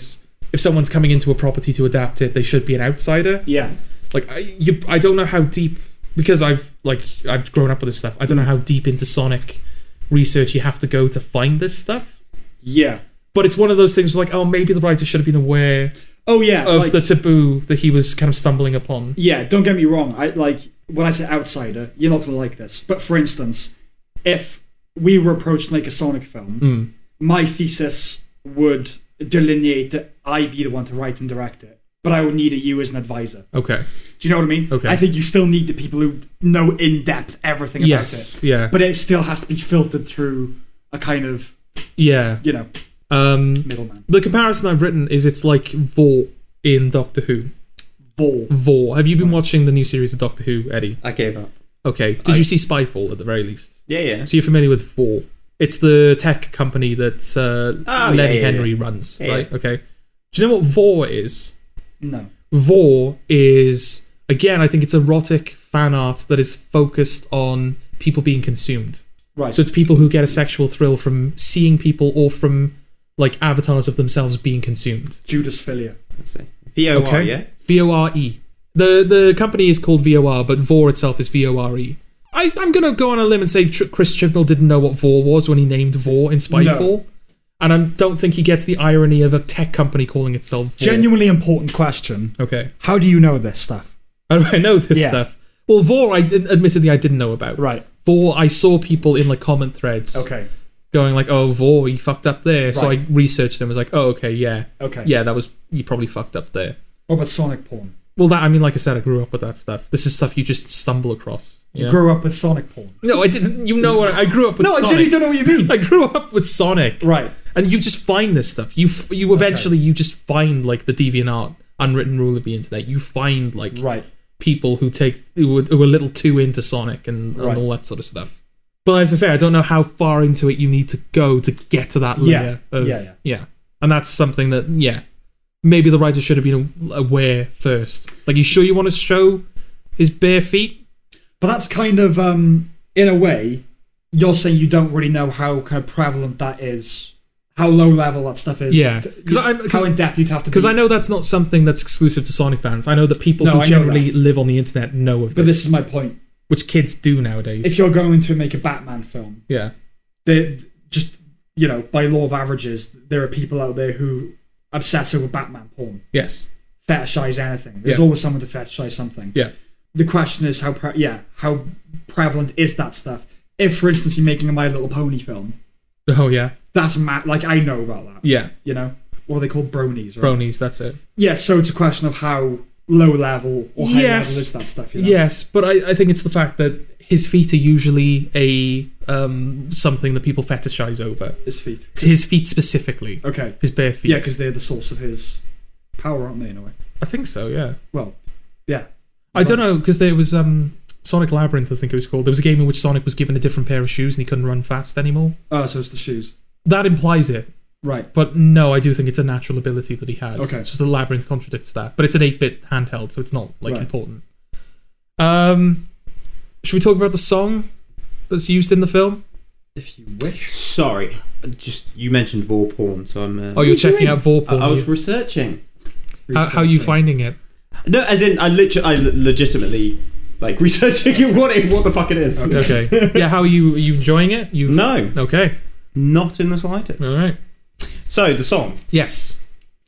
B: if someone's coming into a property to adapt it, they should be an outsider.
C: Yeah,
B: like I, you, I don't know how deep because I've like I've grown up with this stuff. I don't know how deep into Sonic research you have to go to find this stuff.
C: yeah.
B: But it's one of those things like, oh, maybe the writer should have been aware
C: Oh yeah.
B: of
C: like,
B: the taboo that he was kind of stumbling upon.
C: yeah. Don't get me wrong. I like when I say outsider, you're not gonna like this. But for instance, if we were approached like a Sonic film,
B: Hmm.
C: my thesis would delineate that I be the one to write and direct it, but I would need a you as an advisor.
B: Okay.
C: Do you know what I mean?
B: Okay.
C: I think you still need the people who know in depth everything about
B: Yes.
C: it.
B: Yeah.
C: But it still has to be filtered through a kind of,
B: yeah.
C: you know,
B: Um,
C: middleman.
B: the comparison I've written is it's like Vor in Doctor Who.
C: Ball.
B: Vor. Have you been watching the new series of Doctor Who, Eddie?
H: I gave up.
B: Okay. Did you see Spyfall at the very least?
H: Yeah, yeah.
B: So you're familiar with Four? It's the tech company that uh,
H: Oh,
B: Lenny
H: yeah, yeah,
B: Henry runs,
H: Yeah,
B: right? Okay. Do you know what Vor is?
C: No.
B: Vor is again, I think it's erotic fan art that is focused on people being consumed.
C: Right.
B: So it's people who get a sexual thrill from seeing people or from like avatars of themselves being consumed.
C: Judas Philia.
H: Let's see. VOR,
B: Okay.
H: yeah.
B: V O R E. The the company is called VOR, but Vor itself is V O R E. I, I'm gonna go on a limb and say Tr- Chris Chibnall didn't know what Vor was when he named Vor in Spyfall, and I don't think he gets the irony of a tech company calling itself Vor.
G: Genuinely important question.
B: Okay, [laughs]
G: How do you know this stuff?
B: how do I know this
G: Yeah.
B: stuff? Well, Vor, I did- admittedly I didn't know about.
G: Right.
B: Vor, I saw people in like comment threads
G: Okay.
B: going like, "Oh, Vor, you fucked up there." So I
G: Right.
B: researched them. Was like, "Oh, okay, yeah,
G: Okay.
B: yeah, that was you probably fucked up there."
C: What about Sonic porn?
B: Well, that I mean, like I said, I grew up with that stuff. This is stuff you just stumble across. You know?
C: Grow up with Sonic porn.
B: No, I didn't. You know, what I grew up with
C: no, I
B: Sonic.
C: genuinely don't know what
B: [laughs]
C: you mean.
B: I grew up with Sonic,
C: right.
B: and you just find this stuff. You f- you eventually you just find like the deviant art, unwritten rule of the internet. You find like
C: Right.
B: people who take who were, who were a little too into Sonic and, and
C: Right.
B: all that sort of stuff. But as I say, I don't know how far into it you need to go to get to that
C: Yeah.
B: layer. Of,
C: Yeah, yeah.
B: and that's something that yeah, maybe the writer should have been a- aware first. Like, you sure you want to show his bare feet?
C: But that's kind of, um, in a way, you're saying you don't really know how kind of prevalent that is, how low level that stuff is.
B: Yeah.
C: t-
B: 'Cause I'm-
C: how
B: 'cause-
C: in depth you'd have to
B: Because
C: be.
B: I know that's not something that's exclusive to Sonic fans. I know that people
C: No, I
B: who
C: know
B: generally live on the internet know of this,
C: But this is my point.
B: which kids do nowadays.
C: If you're going to make a Batman film,
B: yeah,
C: there just you know by law of averages there are people out there who obsess over batman porn
B: yes,
C: fetishize anything there's
B: Yeah.
C: always someone to fetishize something
B: yeah,
C: the question is how pre- yeah how prevalent is that stuff if for instance you're making a my little pony film
B: oh yeah,
C: that's ma- like i know about that
B: yeah.
C: you know what are they called bronies right
B: Bronies, that's it.
C: yeah so it's a question of how low level or high
B: Yes.
C: level is that stuff you know?
B: Yes, but I, I think it's the fact that his feet are usually a um, something that people fetishize over.
C: his feet
B: His feet specifically,
C: okay
B: his bare feet.
C: yeah because they're the source of his power aren't they in a way
B: I think so. Yeah,
C: well yeah
B: I don't know because there was um, Sonic Labyrinth. I think it was called. There was a game in which Sonic was given a different pair of shoes and he couldn't run fast anymore.
C: oh so it's the shoes
B: That implies it.
C: right
B: But no, I do think it's a natural ability that he has.
C: Okay.
B: It's just the labyrinth contradicts that. But it's an 8-bit handheld, so it's not like
C: Right.
B: important. Um should we talk about the song that's used in the film?
C: if you wish
A: Sorry, just you mentioned Vor porn, so I'm. Uh,
B: Oh, you're checking out
A: I,
B: Vorpal.
A: I was researching.
B: how, how are you finding it?
A: No, as in I literally, I le- legitimately like [laughs] researching what it, what the fuck it is.
B: Okay. yeah, how are you are you enjoying it? You
A: No,
B: Okay.
A: Not in the slightest.
B: All right.
A: So the song,
B: Yes.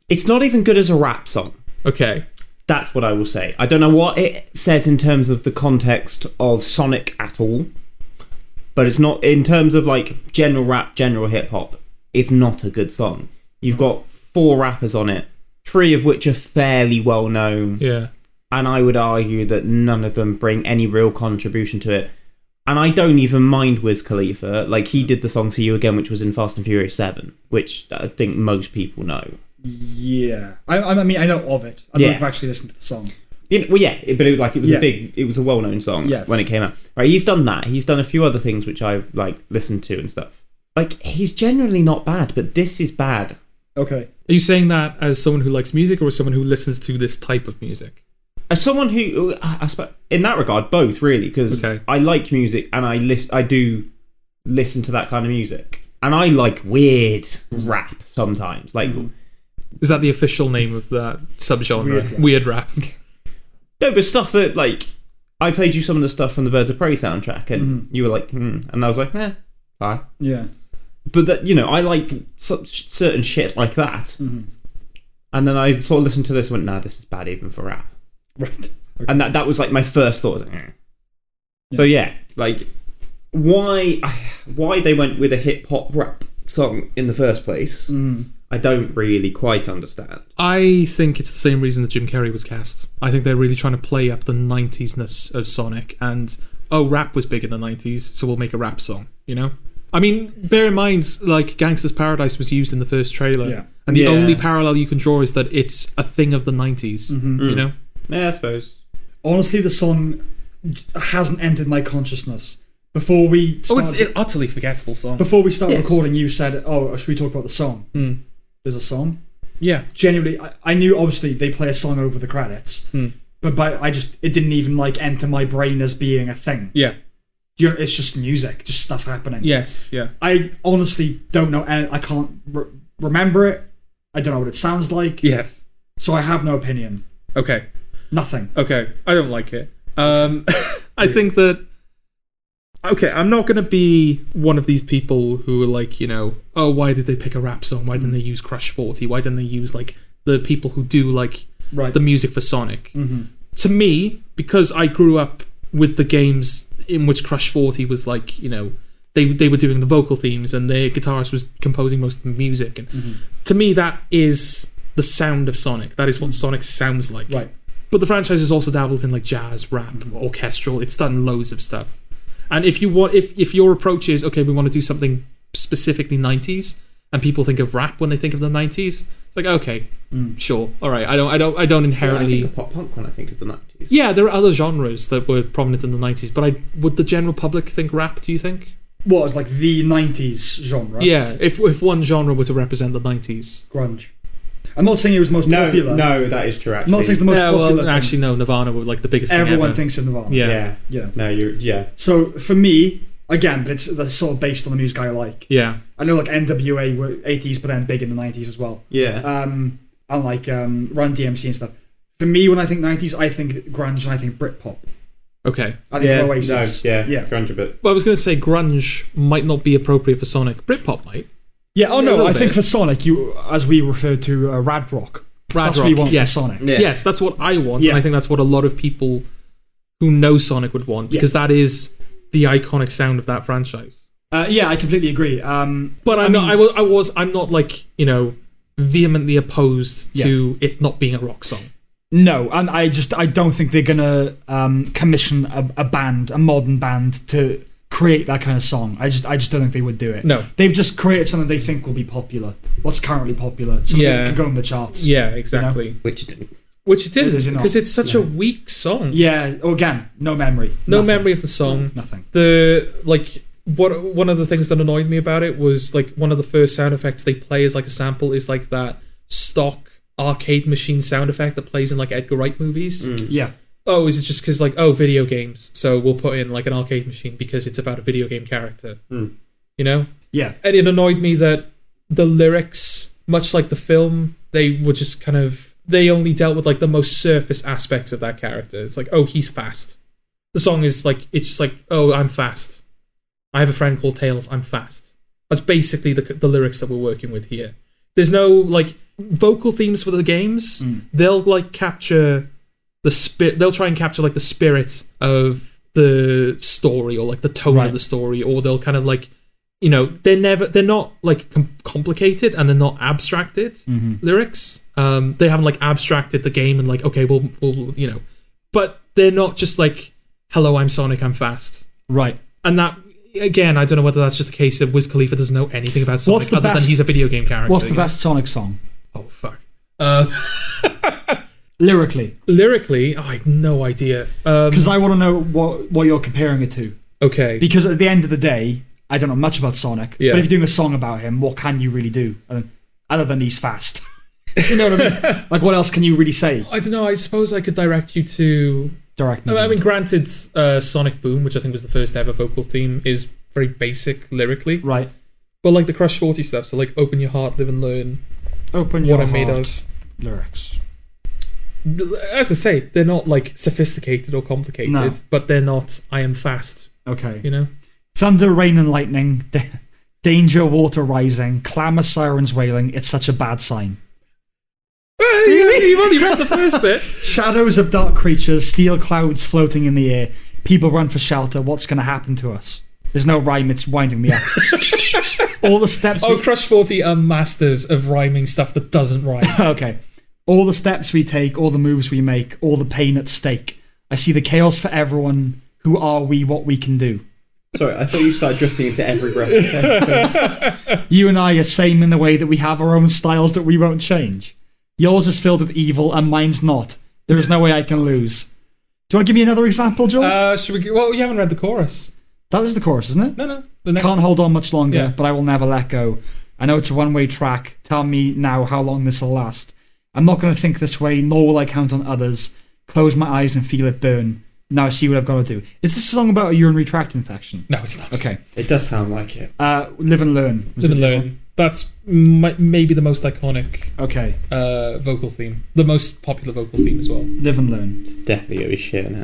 A: it's not even good as a rap song.
B: Okay.
A: That's what I will say. I don't know what it says in terms of the context of Sonic at all, but it's not in terms of like general rap, general hip hop. It's not a good song. You've got four rappers on it, three of which are fairly well known,
B: Yeah.
A: and I would argue that none of them bring any real contribution to it. And I don't even mind Wiz Khalifa. Like he did the song "To You Again," which was in Fast and Furious Seven, which I think most people know.
C: Yeah, I, I mean I know of it. I
A: Yeah.
C: don't have actually listened to the song.
A: Yeah, well, yeah, it- but it, was like it was
C: Yeah.
A: a big, it was a well-known song
C: Yes.
A: when it came out. Right, he's done that. He's done a few other things which I've like listened to and stuff. Like he's generally not bad, but this is bad.
C: Okay.
B: Are you saying that as someone who likes music or as someone who listens to this type of music?
A: As someone who, uh, I suppose, in that regard, both really, because
B: Okay.
A: I like music and I list, I do listen to that kind of music, and I like weird rap sometimes. Like
C: Mm-hmm.
B: Is that the official name of that subgenre?
C: Weird rap.
B: Weird rap.
A: No, but stuff that like I played you some of the stuff from the Birds of Prey soundtrack, and
C: Mm-hmm.
A: you were like, hmm, and I was like, eh, bye.
C: Yeah.
A: but that you know I like such certain shit like that,
C: Mm-hmm.
A: and then I sort of listened to this and went, nah, this is bad even for rap,
C: Right.
A: and that that was like my first thought. I was like, eh. So yeah, like why [sighs] why they went with a hip hop rap song in the first place,
C: Mm-hmm.
A: I don't really quite understand.
B: I think it's the same reason that Jim Carrey was cast. I think they're really trying to play up the 90s-ness of Sonic and oh rap was big in the 90s, so we'll make a rap song, you know? I mean, bear in mind like Gangster's Paradise was used in the first trailer.
C: Yeah.
B: And the
A: Yeah.
B: only parallel you can draw is that it's a thing of the 90s, you know?
A: Yeah, I suppose.
C: Honestly, the song hasn't entered my consciousness before we.
B: Oh,
C: Started,
B: it's an utterly forgettable song.
C: before we started recording, you said, "Oh, should we talk about the song?"
B: Mm.
C: There's a song.
B: Yeah.
C: Genuinely, I, I knew obviously they play a song over the credits,
B: Mm.
C: but by, I just it didn't even like enter my brain as being a thing.
B: Yeah.
C: You know, it's just music, just stuff happening.
B: Yes, yeah.
C: I honestly don't know. and I can't re- remember it. I don't know what it sounds like.
B: Yes.
C: So I have no opinion.
B: Okay.
C: Nothing.
B: Okay, I don't like it. Um, [laughs] I think that. Okay, I'm not going to be one of these people who are like, you know, oh, why did they pick a rap song? Why didn't they use Crush 40? Why didn't they use, like, the people who do, like,
C: Right. Mm-hmm.
B: the music for Sonic? To me, because I grew up with the games in which Crush 40 was, like, you know, they, they were doing the vocal themes and their guitarist was composing most of the music. And
C: Mm-hmm.
B: to me, that is the sound of Sonic. That is what Sonic sounds like.
C: Mm-hmm. Right.
B: But the franchise has also dabbled in like jazz, rap, orchestral. It's done loads of stuff. And if you want, if if your approach is okay, we want to do something specifically '90s, and people think of rap when they think of the '90s, it's like okay,
C: Hmm.
B: sure, all right. I don't, I don't, I don't inherently.
A: I think of pop punk when I think of the nineties.
B: yeah, there are other genres that were prominent in the '90s, but I would the general public think rap? Do you think?
C: What is like the '90s genre?
B: Yeah, if if one genre were to represent the '90s,
C: Grunge. I'm not saying it was the most
A: No,
C: popular.
A: no, that is true.
C: I'm
A: Actually,
C: not saying it's the most
B: yeah,
C: popular.
B: well,
C: thing.
B: actually, no, Nirvana were like the biggest
C: everyone
B: thing
C: thinks of Nirvana.
B: ever. Yeah, yeah,
A: yeah.
C: Yeah.
A: No, you're yeah.
C: So for me, again, but it's that's sort of based on the music I like.
B: yeah.
C: I know like NWA were 80s, but then big in the 90s as well.
A: Yeah.
C: Um, and like um, Run DMC and stuff. For me, when I think 90s, I think grunge and I think Britpop.
B: Okay.
C: I think
A: yeah,
C: Oasis.
A: No, yeah,
C: Yeah.
A: grunge a bit.
B: Well, I was going to say grunge might not be appropriate for Sonic. Britpop might.
C: Yeah, oh
B: A
C: no,
B: little
C: I think
B: bit.
C: for Sonic, you as we refer to uh, Rad Rock.
B: Rad
C: that's
B: rock.
C: what you want
B: yes.
C: for Sonic.
A: Yeah.
B: Yes, that's what I want, and
C: Yeah.
B: I think that's what a lot of people who know Sonic would want because that is the iconic sound of that franchise.
C: Uh, yeah, I completely agree. Um,
B: But I'm not.
C: I mean-
B: I was. I was. I'm not like you know vehemently opposed to it not being a rock song.
J: No, and I just I don't think they're gonna um, commission a, a band, a modern band, to create that kind of song. I just I just don't think they would do it.
B: No.
C: they've just created something they think will be popular. What's currently popular? Something
B: Yeah.
C: that can go on the charts.
B: Yeah. Exactly.
A: Which didn't.
B: Which it didn't
C: Is it not?
B: because it's such a
C: Yeah.
B: weak song.
C: Yeah, oh, again, no memory.
B: No
C: Nothing.
B: memory of the song.
C: Nothing.
B: the like what one of the things that annoyed me about it was like one of the first sound effects they play as like a sample is like that stock arcade machine sound effect that plays in like Edgar Wright movies.
A: Mm.
C: Yeah.
B: Oh, is it just because like oh video games? So we'll put in like an arcade machine because it's about a video game character. You know?
C: Yeah.
B: And it annoyed me that the lyrics, much like the film, they were just kind of they only dealt with like the most surface aspects of that character. It's like, oh, he's fast. The song is like it's just like, oh, I'm fast. I have a friend called Tails, I'm fast. That's basically the, the lyrics that we're working with here. There's no like vocal themes for the games. They'll like capture the spirit. They'll try and capture like the spirit of the story or like the tone
C: Right.
B: of the story, or they'll kind of like you know they're never they're not like com- complicated and they're not abstracted
C: Mm-hmm.
B: lyrics. Um, they haven't like abstracted the game and like okay, we'll we'll you know, but they're not just like hello, I'm Sonic, I'm fast
C: Right.
B: and that again, I don't know whether that's just the case of Wiz Khalifa doesn't know anything about Sonic
C: the
B: other
C: best-
B: than he's a video game character.
C: What's the
B: you know?
C: best Sonic song?
B: Oh fuck. Uh,
C: Lyrically.
B: Mm-hmm. lyrically, I have no idea. Um,
C: Because I want to know what, what you're comparing it to.
B: okay,
C: Because at the end of the day, I don't know much about Sonic.
B: Yeah.
C: But if you're doing a song about him, what can you really do? And- Other than he's fast. [laughs] you know what
B: [laughs]
C: I mean? Like, what else can you really say?
B: I don't know. I suppose I could direct you to.
C: Direct me.
B: I
C: Jim.
B: mean, granted, uh, Sonic Boom, which I think was the first ever vocal theme, is very basic lyrically,
C: right.
B: but like the Crush Forty stuff, so like "Open Your Heart, Live and Learn,"
C: Open your
B: "What I'm
C: heart.
B: Made Of."
C: Lyrics.
B: As I say, they're not like sophisticated or complicated,
C: No.
B: but they're not "I am fast."
C: Okay. [laughs]
B: You know,
C: Thunder, rain, and lightning. da- Danger, water rising. Clamor, sirens wailing. It's such a bad sign.
B: you've only read the first
C: [laughs]
B: bit.
C: Shadows of dark creatures, steel clouds floating in the air. People run for shelter. What's going to happen to us? There's no rhyme. It's winding me up. All the steps.
B: Oh,
C: we-
B: Crush 40 are masters of rhyming stuff that doesn't
C: [laughs]
B: rhyme.
C: okay. All the steps we take, all the moves we make, all the pain at stake. I see the chaos for everyone. Who are we? What we can do?
K: Sorry, I thought you started drifting into every breath.
C: You and I are same in the way that we have our own styles that we won't change. Yours is filled with evil and mine's not. There is no way I can lose. Do you want to give me another example, Joel?
B: Uh, should we? go- Well, you haven't read the chorus.
C: that is the chorus, isn't it?
B: No, no. The next.
C: Can't hold on much longer,
B: Yeah.
C: but I will never let go. I know it's a one way track. Tell me now how long this will last. I'm not going to think this way, nor will I count on others. Close my eyes and feel it burn. Now I see what I've got to do. Is this a song about a urinary tract infection?
B: No, it's not.
C: Okay.
K: it does sound like it.
C: Uh, live and learn. was
B: Live and
C: the-
B: Learn. That's mi- maybe the most iconic
C: Okay.
B: uh, vocal theme, the most popular vocal theme as well.
C: Live and learn.
K: It's definitely gonna be shit in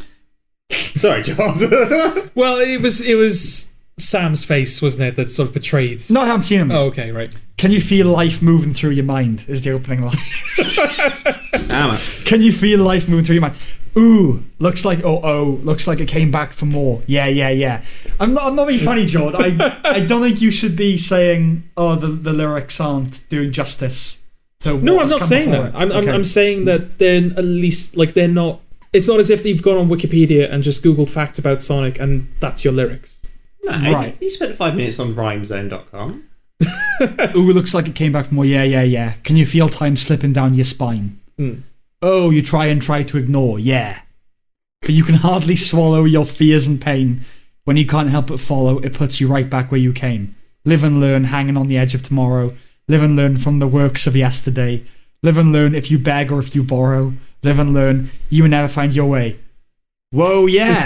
K: it. Sorry, John.
B: Well, it was it was Sam's face, wasn't it, that sort of betrayed.
C: No, I haven't seen him.
B: Oh, okay, right.
C: Can you feel life moving through your mind? Is the opening line. [laughs]
K: Damn it.
C: Can you feel life moving through your mind? Ooh, looks like oh oh, looks like it came back for more. Yeah, yeah, yeah. I'm not I'm not being funny, George. I I don't think you should be saying oh the, the lyrics aren't doing justice to
B: No,
C: what
B: I'm
C: has
B: not
C: come
B: saying
C: before
B: that.
C: it.
B: I'm,
C: Okay.
B: I'm, I'm saying that they're at least like they're not. It's not as if they've gone on Wikipedia and just googled facts about Sonic and that's your lyrics.
A: No,
C: Right.
A: you spent five minutes on rhymezone.com.
C: Ooh, looks like it came back for more. Yeah, yeah, yeah. Can you feel time slipping down your spine?
B: Hmm.
C: Oh, you try and try to ignore. Yeah. But you can hardly swallow your fears and pain. When you can't help but follow, it puts you right back where you came. Live and learn, hanging on the edge of tomorrow. Live and learn from the works of yesterday. Live and learn if you beg or if you borrow. Live and learn, you will never find your way. Whoa,
A: [laughs]
C: yeah.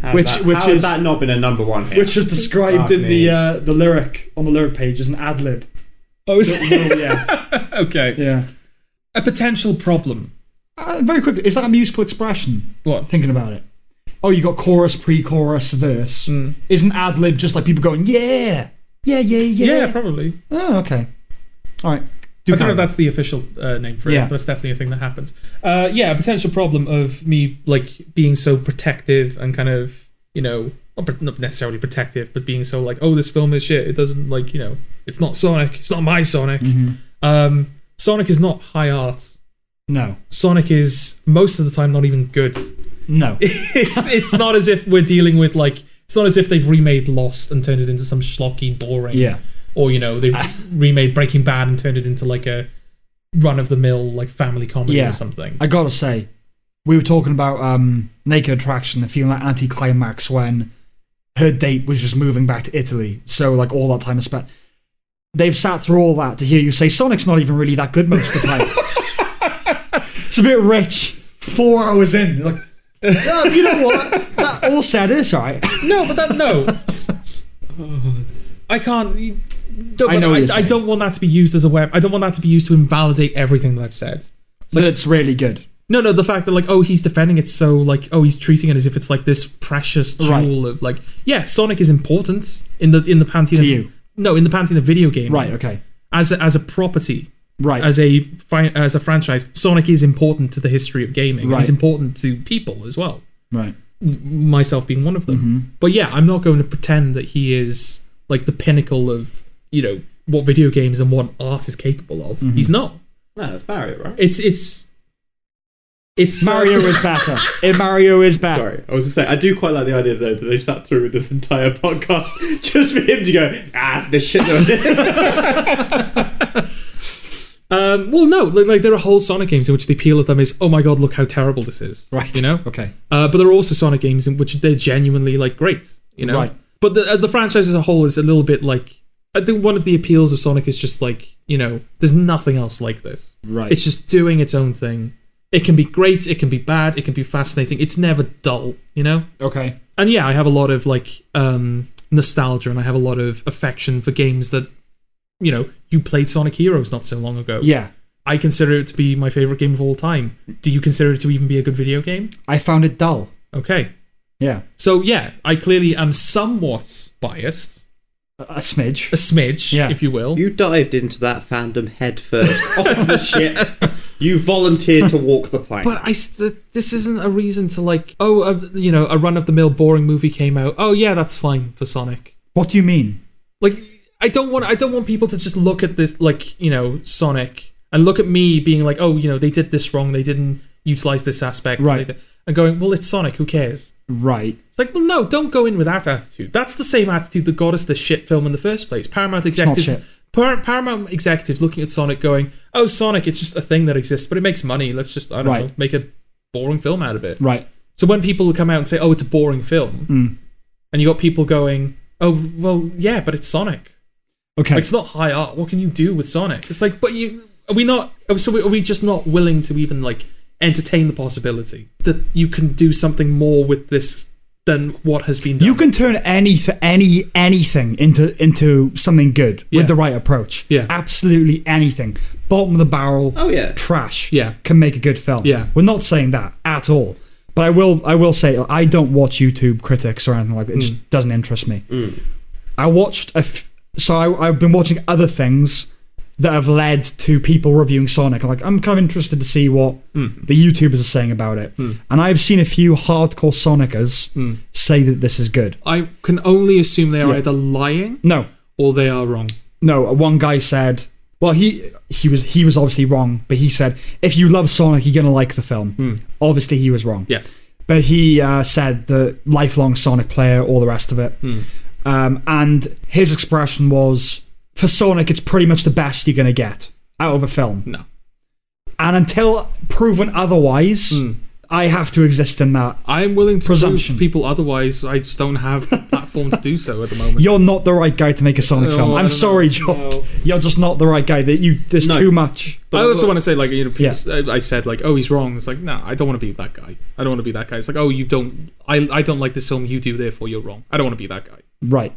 A: How's
C: Which-
A: that,
C: which
A: how has
C: is-
A: that not been a number one hit?
C: Which was described
A: Fuck
C: in
A: me.
C: the uh, the lyric on the lyric page as an
A: [laughs]
C: ad lib.
B: Oh, is
C: Whoa, yeah.
B: [laughs] okay.
C: Yeah.
B: a potential problem.
C: Uh, very quickly, is that a musical expression?
B: What?
C: Thinking about it. Oh, you got chorus, pre-chorus, verse.
B: Mm.
C: Isn't ad lib just like people going, yeah, yeah, yeah, yeah?
B: Yeah, probably.
C: Oh, okay. All right.
B: I don't know
C: Do
B: if
C: carry on.
B: that's the official uh, name for
C: Yeah.
B: it, but it's definitely a thing that happens. Uh, yeah, a potential problem of me like being so protective and kind of you know not pr- not necessarily protective, but being so like, oh, this film is shit. It doesn't like you know, it's not Sonic. It's not my Sonic.
C: Mm-hmm.
B: Um, Sonic is not high art.
C: No,
B: Sonic is most of the time not even good. [laughs]
C: no.
B: it's it's not as if we're dealing with like it's not as if they've remade Lost and turned it into some schlocky boring.
C: Yeah.
B: Or you know they remade Breaking Bad and turned it into like a run of the mill like family comedy
C: Yeah.
B: or something.
C: I gotta say, we were talking about um, Naked Attraction and feeling like anticlimax when her date was just moving back to Italy. So like all that time is spent. They've sat through all that to hear you say Sonic's not even really that good most of the time.
B: [laughs]
C: it's a bit rich. Four hours in, you're like. "Yeah, you know what? That all said, it's alright.
B: No, but that
C: [laughs]
B: no. I can't. you- No,
C: I
B: but
C: know what
B: I,
C: you're
B: I
C: saying.
B: don't want that to be used as a web. I don't want that to be used to invalidate everything that I've said.
C: But it's really good.
B: No, no, the fact that like, oh, he's defending it so like, oh, he's treating it as if it's like this precious jewel
C: Right.
B: of like, yeah, Sonic is important in the in the pantheon
C: To
B: of,
C: you.
B: No, in the pantheon of video game.
C: Right. Okay.
B: As a, as a property,
C: Right.
B: as a fi- as a franchise, Sonic is important to the history of gaming. and
C: Right.
B: It's important to people as well.
C: right.
B: m- myself being one of them.
C: Mm-hmm.
B: But yeah, I'm not going to pretend that he is like the pinnacle of you know what video games and what art is capable of.
C: Mm-hmm.
B: He's not.
A: No, that's Mario, right?
B: It's it's it's
C: Mario is better. Eh, Mario is better.
A: Sorry, I was just saying, I do quite like the idea though that I sat through this entire podcast [laughs] just for him to go, ah, it's this shit.
B: Um, well, no, like, like there are whole Sonic games in which the appeal of them is, oh my god, look how terrible this is.
C: Right.
B: You know.
C: Okay.
B: Uh, but there are also Sonic games in which they're genuinely like great, you know.
C: Right.
B: But the uh, the franchise as a whole is a little bit like I think one of the appeals of Sonic is just like you know there's nothing else like this.
C: Right.
B: It's just doing its own thing. It can be great. It can be bad. It can be fascinating. It's never dull, you know.
C: okay.
B: And yeah, I have a lot of like um, nostalgia and I have a lot of affection for games that you know you played Sonic Heroes not so long ago.
C: Yeah.
B: I consider it to be my favorite game of all time. Do you consider it to even be a good video game?
C: I found it dull.
B: Okay.
C: Yeah.
B: So yeah, I clearly am somewhat biased,
C: A, a smidge.
B: a smidge,
C: Yeah.
B: if you will.
A: You dived into that fandom head first, [laughs] off the ship. You volunteered to walk the plank.
B: but I, s- th- this isn't a reason to like. Oh, uh, you know, a run-of-the-mill boring movie came out. Oh yeah, that's fine for Sonic.
C: What do you mean?
B: Like, I don't want, I don't want people to just look at this, like, you know, Sonic, and look at me being like, oh, you know, they did this wrong. They didn't utilize this aspect. and
C: Right.
B: they did- And going, well, it's Sonic. Who cares?
C: Right.
B: It's like, well, no, don't go in with that attitude. That's the same attitude that got us this shit film in the first place. Paramount
C: not
B: executives,
C: shit.
B: Par- Paramount executives looking at Sonic, going, "Oh, Sonic, it's just a thing that exists, but it makes money. Let's just, I don't
C: Right.
B: know, make a boring film out of it."
C: Right.
B: So when people come out and say, "Oh, it's a boring film,"
C: Mm.
B: and you got people going, "Oh, well, yeah, but it's Sonic.
C: Okay.
B: Like, it's not high art. What can you do with Sonic?" It's like, but you are we not? Are we, so are we just not willing to even like entertain the possibility that you can do something more with this? Than what has been done.
C: You can turn any any anything into into something good
B: Yeah.
C: with the right approach.
B: Yeah.
C: Absolutely anything. Bottom of the barrel.
A: oh yeah,
C: Trash.
B: Yeah.
C: Can make a good film.
B: Yeah.
C: We're not saying that at all. But I will I will say I don't watch YouTube critics or anything like that. It
B: Mm.
C: just doesn't interest me. I watched a f- so I, I've been watching other things that have led to people reviewing Sonic. Like I'm kind of interested to see what
B: Hmm.
C: the YouTubers are saying about it. And I've seen a few hardcore Sonicers say that this is good.
B: Hmm. I can only assume they are
C: Yeah.
B: either lying
C: No,
B: or they are wrong.
C: no. One guy said, "Well, he he was he was obviously wrong, but he said if you love Sonic, you're gonna like the film." Obviously, he was wrong.
B: Yes.
C: but he uh, said the lifelong Sonic player, all the rest of it. Um, and his expression was, for Sonic, it's pretty much the best you're going to get out of a film.
B: No.
C: And until proven otherwise, I have to exist in that.
B: I am willing to
C: Presumption.
B: prove people otherwise. I just don't have the platform to do so at the moment.
C: You're not the right guy to make a Sonic
B: Oh,
C: film.
B: I
C: I'm
B: don't
C: sorry,
B: know.
C: George.
B: No.
C: You're just not the right guy. That you, there's
A: No.
C: too much.
B: I also want to say, like, you know, people, I I said, like, oh, he's wrong. It's like, no, I don't want to be that guy. I don't want to be that guy. It's like, oh, you don't, I, I don't like this film. You do, therefore you're wrong. I don't want to be that guy.
C: Right.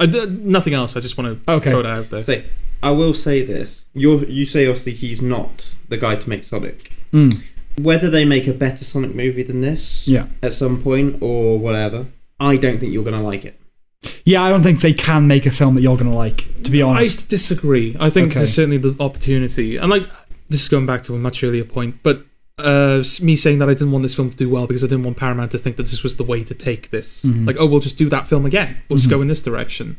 B: I d nothing else. I just want to
C: Okay.
B: throw it out there.
A: say, I will say this. You you say obviously he's not the guy to make Sonic.
C: Mm.
A: Whether they make a better Sonic movie than this
C: Yeah.
A: at some point or whatever, I don't think you're gonna like it.
C: Yeah, I don't think they can make a film that you're going to like, to be honest.
B: I disagree. I think
C: Okay.
B: there's certainly the opportunity, and like this is going back to a much earlier point, but uh, s- me saying that I didn't want this film to do well because I didn't want Paramount to think that this was the way to take this.
C: Mm-hmm.
B: Like, oh, we'll just do that film again. We'll just go in this direction.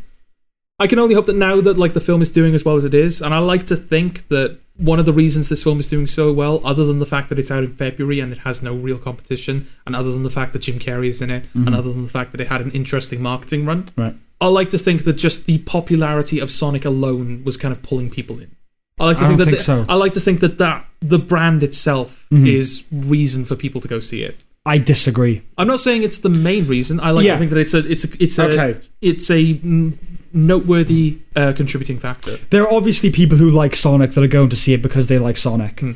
B: I can only hope that now that like the film is doing as well as it is, and I like to think that one of the reasons this film is doing so well, other than the fact that it's out in February and it has no real competition, and other than the fact that Jim Carrey is in it,
C: Mm-hmm.
B: and other than the fact that it had an interesting marketing run,
C: Right.
B: I like to think that just the popularity of Sonic alone was kind of pulling people in. I like to
C: I
B: think that
C: don't think
B: the-
C: so. Mm-hmm.
B: I like to think that that the brand itself is reason for people to go see it.
C: I disagree.
B: I'm not saying it's the main reason. I like
C: Yeah.
B: to think that it's a it's a it's a
C: Okay.
B: it's a mm, noteworthy uh, contributing factor.
C: there are obviously people who like Sonic that are going to see it because they like Sonic.
B: Hmm.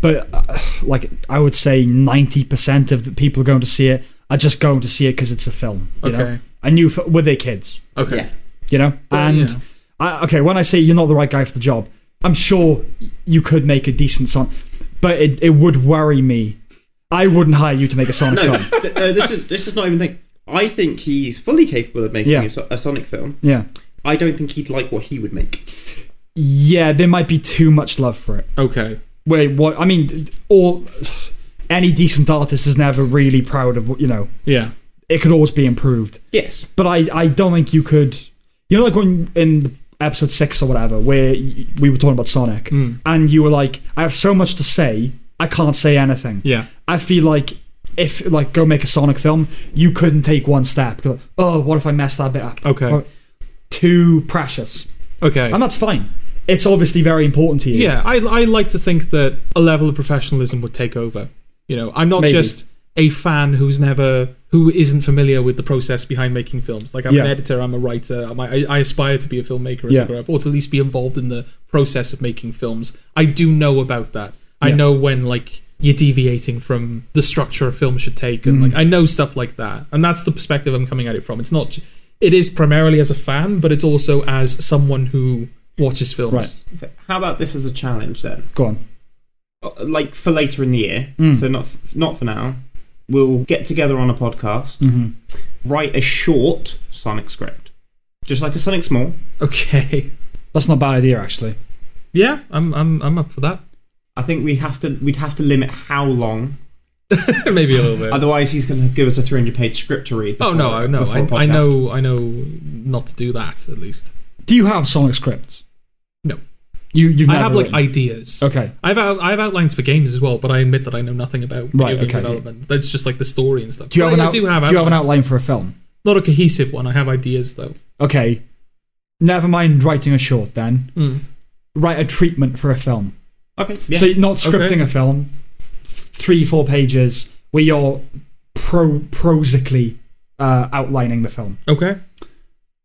C: But uh, like I would say, ninety percent of the people going to see it are just going to see it because it's a film. You know?
B: Okay.
C: and you f- were their kids,
B: Okay.
A: Yeah.
C: you know. and
B: yeah.
C: I, okay, when I say you're not the right guy for the job, I'm sure you could make a decent Sonic. but it, it would worry me. I wouldn't hire you to make a Sonic
A: [laughs] No,
C: film.
A: th- no, this is this is not even thing. I think he's fully capable of making
C: Yeah.
A: a, so- a Sonic film.
C: Yeah.
A: I don't think he'd like what he would make.
C: Yeah, there might be too much love for it.
B: Okay.
C: Wait, what? I mean, all any decent artist is never really proud of what you know.
B: Yeah.
C: It could always be improved.
A: Yes,
C: But I, I don't think you could. You know, like when in episode six or whatever, where y- we were talking about Sonic,
B: Mm.
C: and you were like, I have so much to say, I can't say anything.
B: Yeah.
C: I feel like if, like, go make a Sonic film, you couldn't take one step. You're like, oh, what if I mess that bit up?
B: Okay.
C: Or- Too precious.
B: Okay.
C: And that's fine. It's obviously very important to you.
B: Yeah, I, I like to think that a level of professionalism would take over. You know, I'm not
C: Maybe.
B: just a fan who's never who isn't familiar with the process behind making films. Like I'm an
C: Yeah.
B: editor, I'm a writer. I'm, I I aspire to be a filmmaker as
C: Yeah.
B: I grow up, or to at least be involved in the process of making films. I do know about that. I
C: Yeah.
B: know when like you're deviating from the structure a film should take, and
C: Mm-hmm.
B: like I know stuff like that. And that's the perspective I'm coming at it from. It's not. j- It is primarily as a fan, but it's also as someone who watches films.
C: Right.
F: So how about this as a challenge then?
C: Go on.
F: Uh, Like for later in the year,
A: Hmm.
C: Mm.
F: so not not for now. We'll get together on a podcast,
C: Mm-hmm.
F: write a short Sonic script, just like a Sonic Small.
B: Okay.
C: That's not a bad idea, actually.
B: Yeah, I'm I'm I'm up for that. [laughs]
F: I think we have to we'd have to limit how long,
B: Maybe a little bit.
F: otherwise he's going to give us a 300 page script to read.
B: oh no,
F: before-
B: I know,
F: before
B: I, I
F: podcast.
B: know, I know not to do that. At least
C: Do you have Sonic scripts?
B: No.
C: You, you've
B: I
C: never
B: have like
C: written?
B: ideas.
C: Okay.
B: I've out, I've outlines for games as well, but I admit that I know nothing about video
C: Right,
B: game
C: okay.
B: development. That's just like the story and stuff.
C: Do you,
B: But
C: have an,
B: I, I
C: out-
B: do have
C: do you have an
B: outlines.
C: outline for a film?
B: Not a cohesive one. I have ideas though.
C: Okay. Never mind writing a short then.
B: Mm.
C: Write a treatment for a film.
F: Okay, yeah.
C: So you're not scripting
B: Okay.
C: a film, three, four pages, where you're pro- prosically uh, outlining the film.
B: Okay.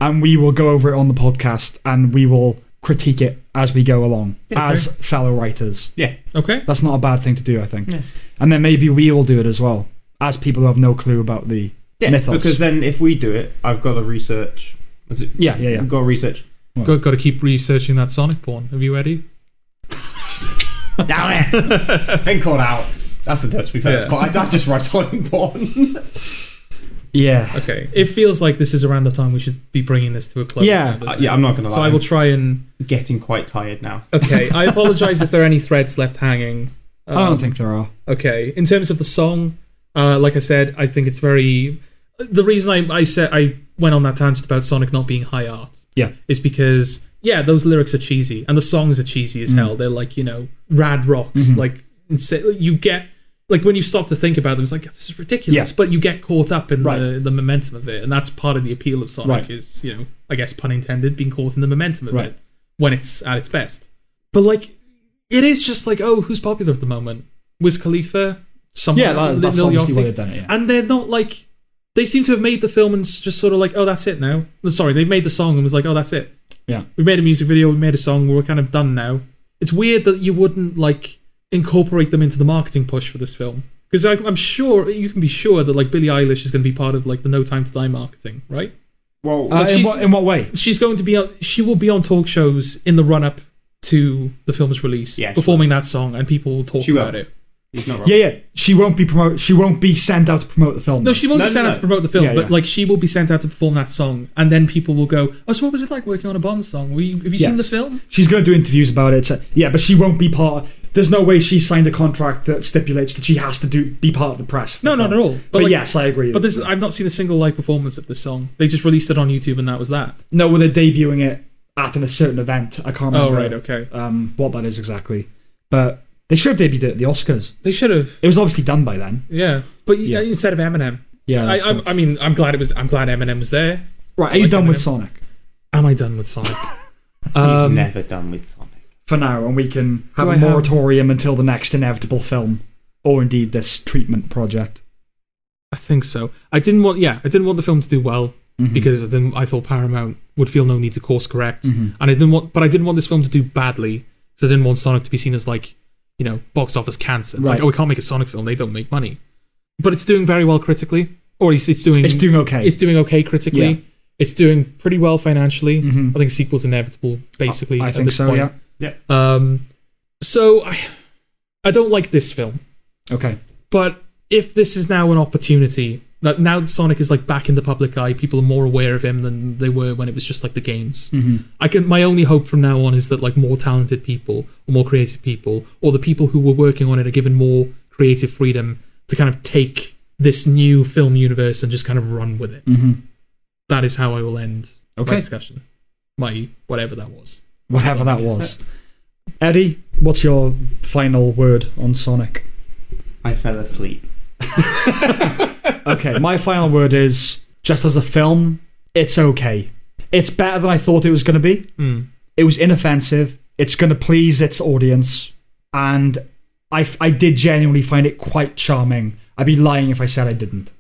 C: And we will go over it on the podcast and we will critique it as we go along
B: Yeah,
C: as fellow writers.
B: Okay.
C: That's not a bad thing to do, I think.
F: Yeah.
C: And then maybe we will do it as well, as people who have no clue about the.
F: yeah,
C: mythos.
F: because then if we do it, I've got to research. Is it,
C: Yeah, yeah, yeah.
F: I've got to research.
B: Got, got to keep researching that Sonic porn. Have you ready?
F: [laughs] Damn
B: [laughs]
F: it! Been called out. That's a that's to be fair.
B: Yeah.
F: But I, that just writes on porn.
C: Yeah.
B: Okay. It feels like this is around the time we should be bringing this to a close.
C: Yeah.
B: now, doesn't
F: Uh, yeah, I'm not gonna
B: it?
F: lie.
B: So I will try and.
F: I'm getting quite tired now.
B: Okay. I apologize if there are any threads left hanging.
C: I don't
B: Um,
C: think there are.
B: Okay. In terms of the song, uh, like I said, I think it's very. The reason I, I said I went on that tangent about Sonic not being high art,
C: Yeah.
B: is because yeah, those lyrics are cheesy and the songs are cheesy
C: Mm-hmm.
B: as hell. They're like you know rad rock, like insa- you get like when you stop to think about them, it's like this is ridiculous,
C: Yeah.
B: but you get caught up in the,
C: Right.
B: the momentum of it, and that's part of the appeal of Sonic
C: Right.
B: is you know I guess pun intended being caught in the momentum of
C: Right.
B: it when it's at its best. But like it is just like oh who's popular at the moment? Wiz Khalifa, someone
C: Yeah, that, that's
B: Lil
C: obviously
B: Yachty.
C: why they've done it. Yeah.
B: and they're not like they seem to have made the film and s- just sort of like oh that's it now. Sorry, they made the song and was like oh that's it.
C: Yeah.
B: we made a music video, we made a song, we're kind of done now. It's weird that you wouldn't like incorporate them into the marketing push for this film because I'm sure you can be sure that like Billie Eilish is going to be part of like the No Time to Die marketing, right?
F: Well,
C: Uh, in,
B: she's-
C: what, in what way?
B: she's going to be on she will be on talk shows in the run up to the film's release
F: Yeah, she
B: performing that song and people will talk
F: She will.
B: about it
F: he's not wrong.
C: Yeah, yeah. She won't be promote. She won't be sent out to promote the film.
B: no she won't
F: No,
B: be
F: no,
B: sent out
F: no.
B: to promote the film
C: Yeah,
B: but
C: yeah.
B: like she will be sent out to perform that song and then people will go oh so what was it like working on a bond song Were you, have you seen
C: Yes.
B: the film
C: She's going to do interviews about it. so- yeah, but she won't be part. There's no way she signed a contract that stipulates that she has to do be part of the press. for
B: no
C: the
B: not
C: film.
B: at all
C: But,
B: like,
C: yes, I agree.
B: but this I've not seen a single live performance of this song they just released it on YouTube and that was that
C: no, well, they're debuting it at a certain event. I can't
B: oh
C: remember
B: right okay
C: um, what that is exactly. But they should have debuted it at the Oscars.
B: they should have
C: It was obviously done by then.
B: yeah but
C: Yeah.
B: yeah. instead of Eminem
C: Yeah,
B: I,
C: that's cool.
B: I, I mean I'm glad it was I'm glad Eminem was there
C: right. Are you
B: like
C: done with
B: Eminem.
C: Sonic
B: am I done with Sonic
F: he's
B: [laughs] um,
F: never done with Sonic.
C: for now, and we can have
B: Do I
C: a
B: have-
C: moratorium until the next inevitable film, or indeed this treatment project?
B: I think so. I didn't want, yeah, I didn't want the film to do well
C: Mm-hmm.
B: because I didn't. I thought Paramount would feel no need to course correct,
C: Mm-hmm.
B: and I didn't want, but I didn't want this film to do badly because I didn't want Sonic to be seen as like, you know, box office cancer. It's like,
C: Right.
B: oh, we can't make a Sonic film; they don't make money. But it's doing very well critically, or it's, it's doing
C: It's doing okay.
B: it's doing okay critically.
C: Yeah. Mm-hmm.
B: It's doing pretty well financially. I think a sequel's inevitable, basically.
C: I
B: at
C: think
B: this
C: so.
B: point.
C: Yeah.
B: Um, so I, I don't like this film,
C: Okay.
B: but if this is now an opportunity, that now that Sonic is like back in the public eye, people are more aware of him than they were when it was just like the games.
C: Mm-hmm.
B: I can. My only hope from now on is that like more talented people, or more creative people, or the people who were working on it are given more creative freedom to kind of take this new film universe and just kind of run with it.
C: Mm-hmm.
B: That is how I will end my
C: Okay.
B: discussion. My whatever that was.
C: Whatever that was. Eddie, what's your final word on Sonic?
F: I fell
B: [laughs]
F: asleep.
C: Okay, my final word is just as a film, it's okay. It's better than I thought it was going to be.
B: Mm.
C: It was inoffensive. It's going to please its audience. And I, f- I did genuinely find it quite charming. I'd be lying if I said I didn't.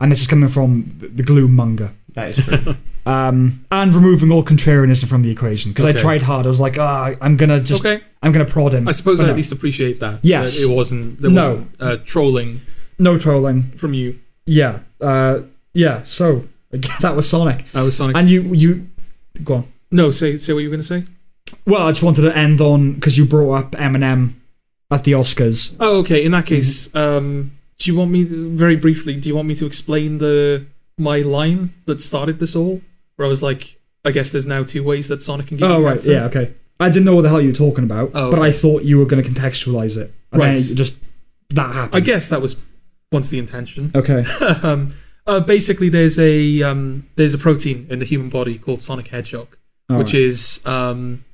C: And this is coming from the, the gloom monger.
F: That is
B: [laughs]
F: true.
C: Um, and removing all contrarianism from the equation because I
B: Okay.
C: tried hard. I was like, ah, I'm gonna just,
B: okay.
C: I'm gonna prod him.
B: I suppose
C: But
B: I
C: no,
B: at least appreciate that.
C: Yes.
B: that it wasn't there
C: No.
B: wasn't uh, trolling
C: no trolling.
B: from you.
C: Yeah, uh, yeah. So [laughs] that was Sonic,
B: That was Sonic.
C: and you, you, go on.
B: no, say say what you were gonna say.
C: Well, I just wanted to end on because you brought up Eminem at the Oscars.
B: Oh, okay. In that
C: Mm-hmm.
B: case, um, do you want me very briefly? Do you want me to explain the my line that started this all, where I was like, I guess there's now two ways that Sonic can give
C: Oh
B: you
C: right,
B: cancer.
C: yeah, okay. I didn't know what the hell you were talking about,
B: Oh,
C: but
B: okay.
C: I thought you were going to contextualize it. And
B: Right.
C: then it just that happened.
B: I guess that was once the intention. [laughs]
C: Okay.
B: um, uh, basically, there's a um, there's a protein in the human body called Sonic Hedgehog, which
C: Oh.
B: is um,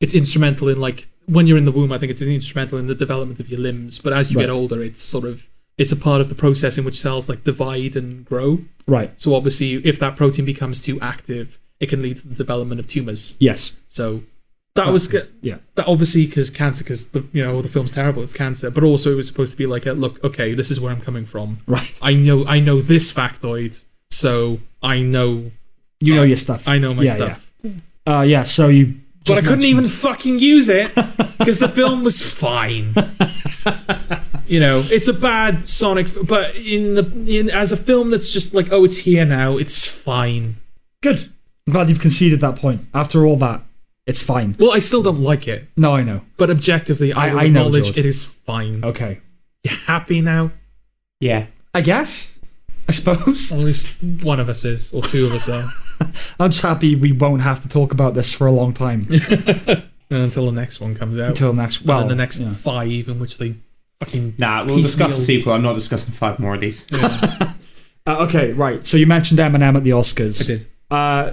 B: it's instrumental in like when you're in the womb. I think it's instrumental in the development of your limbs. But as you get
C: Right.
B: older, it's sort of it's a part of the process in which cells like divide and grow.
C: Right.
B: So obviously, if that protein becomes too active, it can lead to the development of tumors.
C: Yes.
B: So that
C: Oh,
B: was
C: Yeah.
B: that obviously because cancer, because the you know the film's terrible, it's cancer, but also it was supposed to be like, a, look, okay, this is where I'm coming from.
C: Right.
B: I know I know this factoid, so I know
C: You know
B: Uh,
C: your stuff.
B: I know my
C: Yeah,
B: stuff.
C: Uh, yeah. So you.
B: But I
C: just
B: couldn't
C: mentioned-
B: even fucking use it because the film was fine. you know, it's a bad Sonic, f- but in the in as a film that's just like, oh, it's here now, it's fine.
C: Good. I'm glad you've conceded that point. After all that, it's fine.
B: Well, I still don't like it.
C: No, I know.
B: But objectively, I,
C: I-
B: will
C: I know,
B: acknowledge
C: George. Oh.
B: it is fine.
C: Okay.
B: You happy now?
F: yeah.
C: I guess. I suppose.
B: At least one of us is, or two of us are,
C: I'm just happy we won't have to talk about this for a long time
B: until the next one comes out.
C: until next. Well,
B: and then the next
C: yeah.
B: five, in which they
C: [laughs]
B: fucking
F: Nah, we'll
B: Piecemeal.
F: discuss the sequel. I'm not discussing five more of these.
C: Uh, okay, right. So you mentioned Eminem at the Oscars.
B: I did.
C: Uh,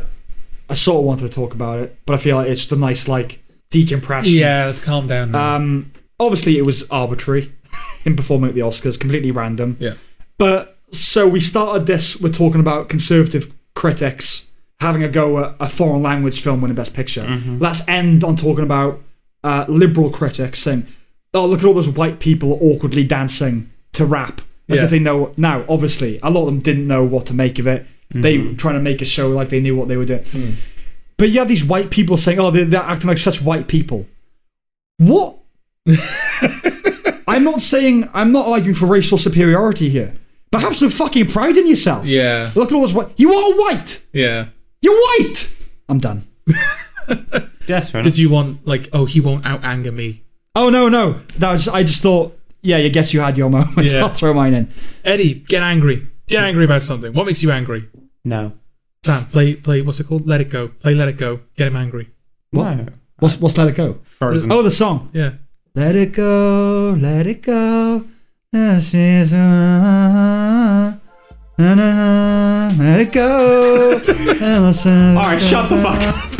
C: I sort of wanted to talk about it, but I feel like it's just a nice like decompression.
B: Yeah, let's calm down. now.
C: Um, obviously, it was arbitrary [laughs] in performing at the Oscars, completely random.
B: Yeah.
C: But so we started this. We're talking about conservative critics having a go at a foreign language film winning Best Picture.
B: Mm-hmm.
C: Let's end on talking about uh, liberal critics saying, "Oh, look at all those white people awkwardly dancing to rap." As
B: Yeah.
C: if they know now, obviously, a lot of them didn't know what to make of it. They
B: Mm-hmm.
C: were trying to make a show like they knew what they were doing.
B: Mm.
C: But you have these white people saying, "Oh, they're, they're acting like such white people." What? [laughs] I'm not saying I'm not arguing for racial superiority here, but have some fucking pride in yourself.
B: yeah,
C: Look at all this white. You are white.
B: yeah.
C: You're white. I'm done.
F: That's fair enough.
B: Did you want like, oh, he won't out anger me?
C: Oh no no. That was I just thought. Yeah, I guess you had your moment.
B: Yeah.
C: [laughs] I'll throw mine in.
B: Eddie, get angry. Get angry about something. What makes you angry?
F: No.
B: Sam, play play. What's it called? Let it go. Play Let It Go. Get him angry.
C: What?
F: No.
C: What's what's let it go?
B: Mm.
F: Frozen.
C: Oh, the song.
B: Yeah.
C: Let it go. Let it go. This is uh, na, na, na, let it go. All
F: Alright,
B: [laughs]
F: shut the fuck up.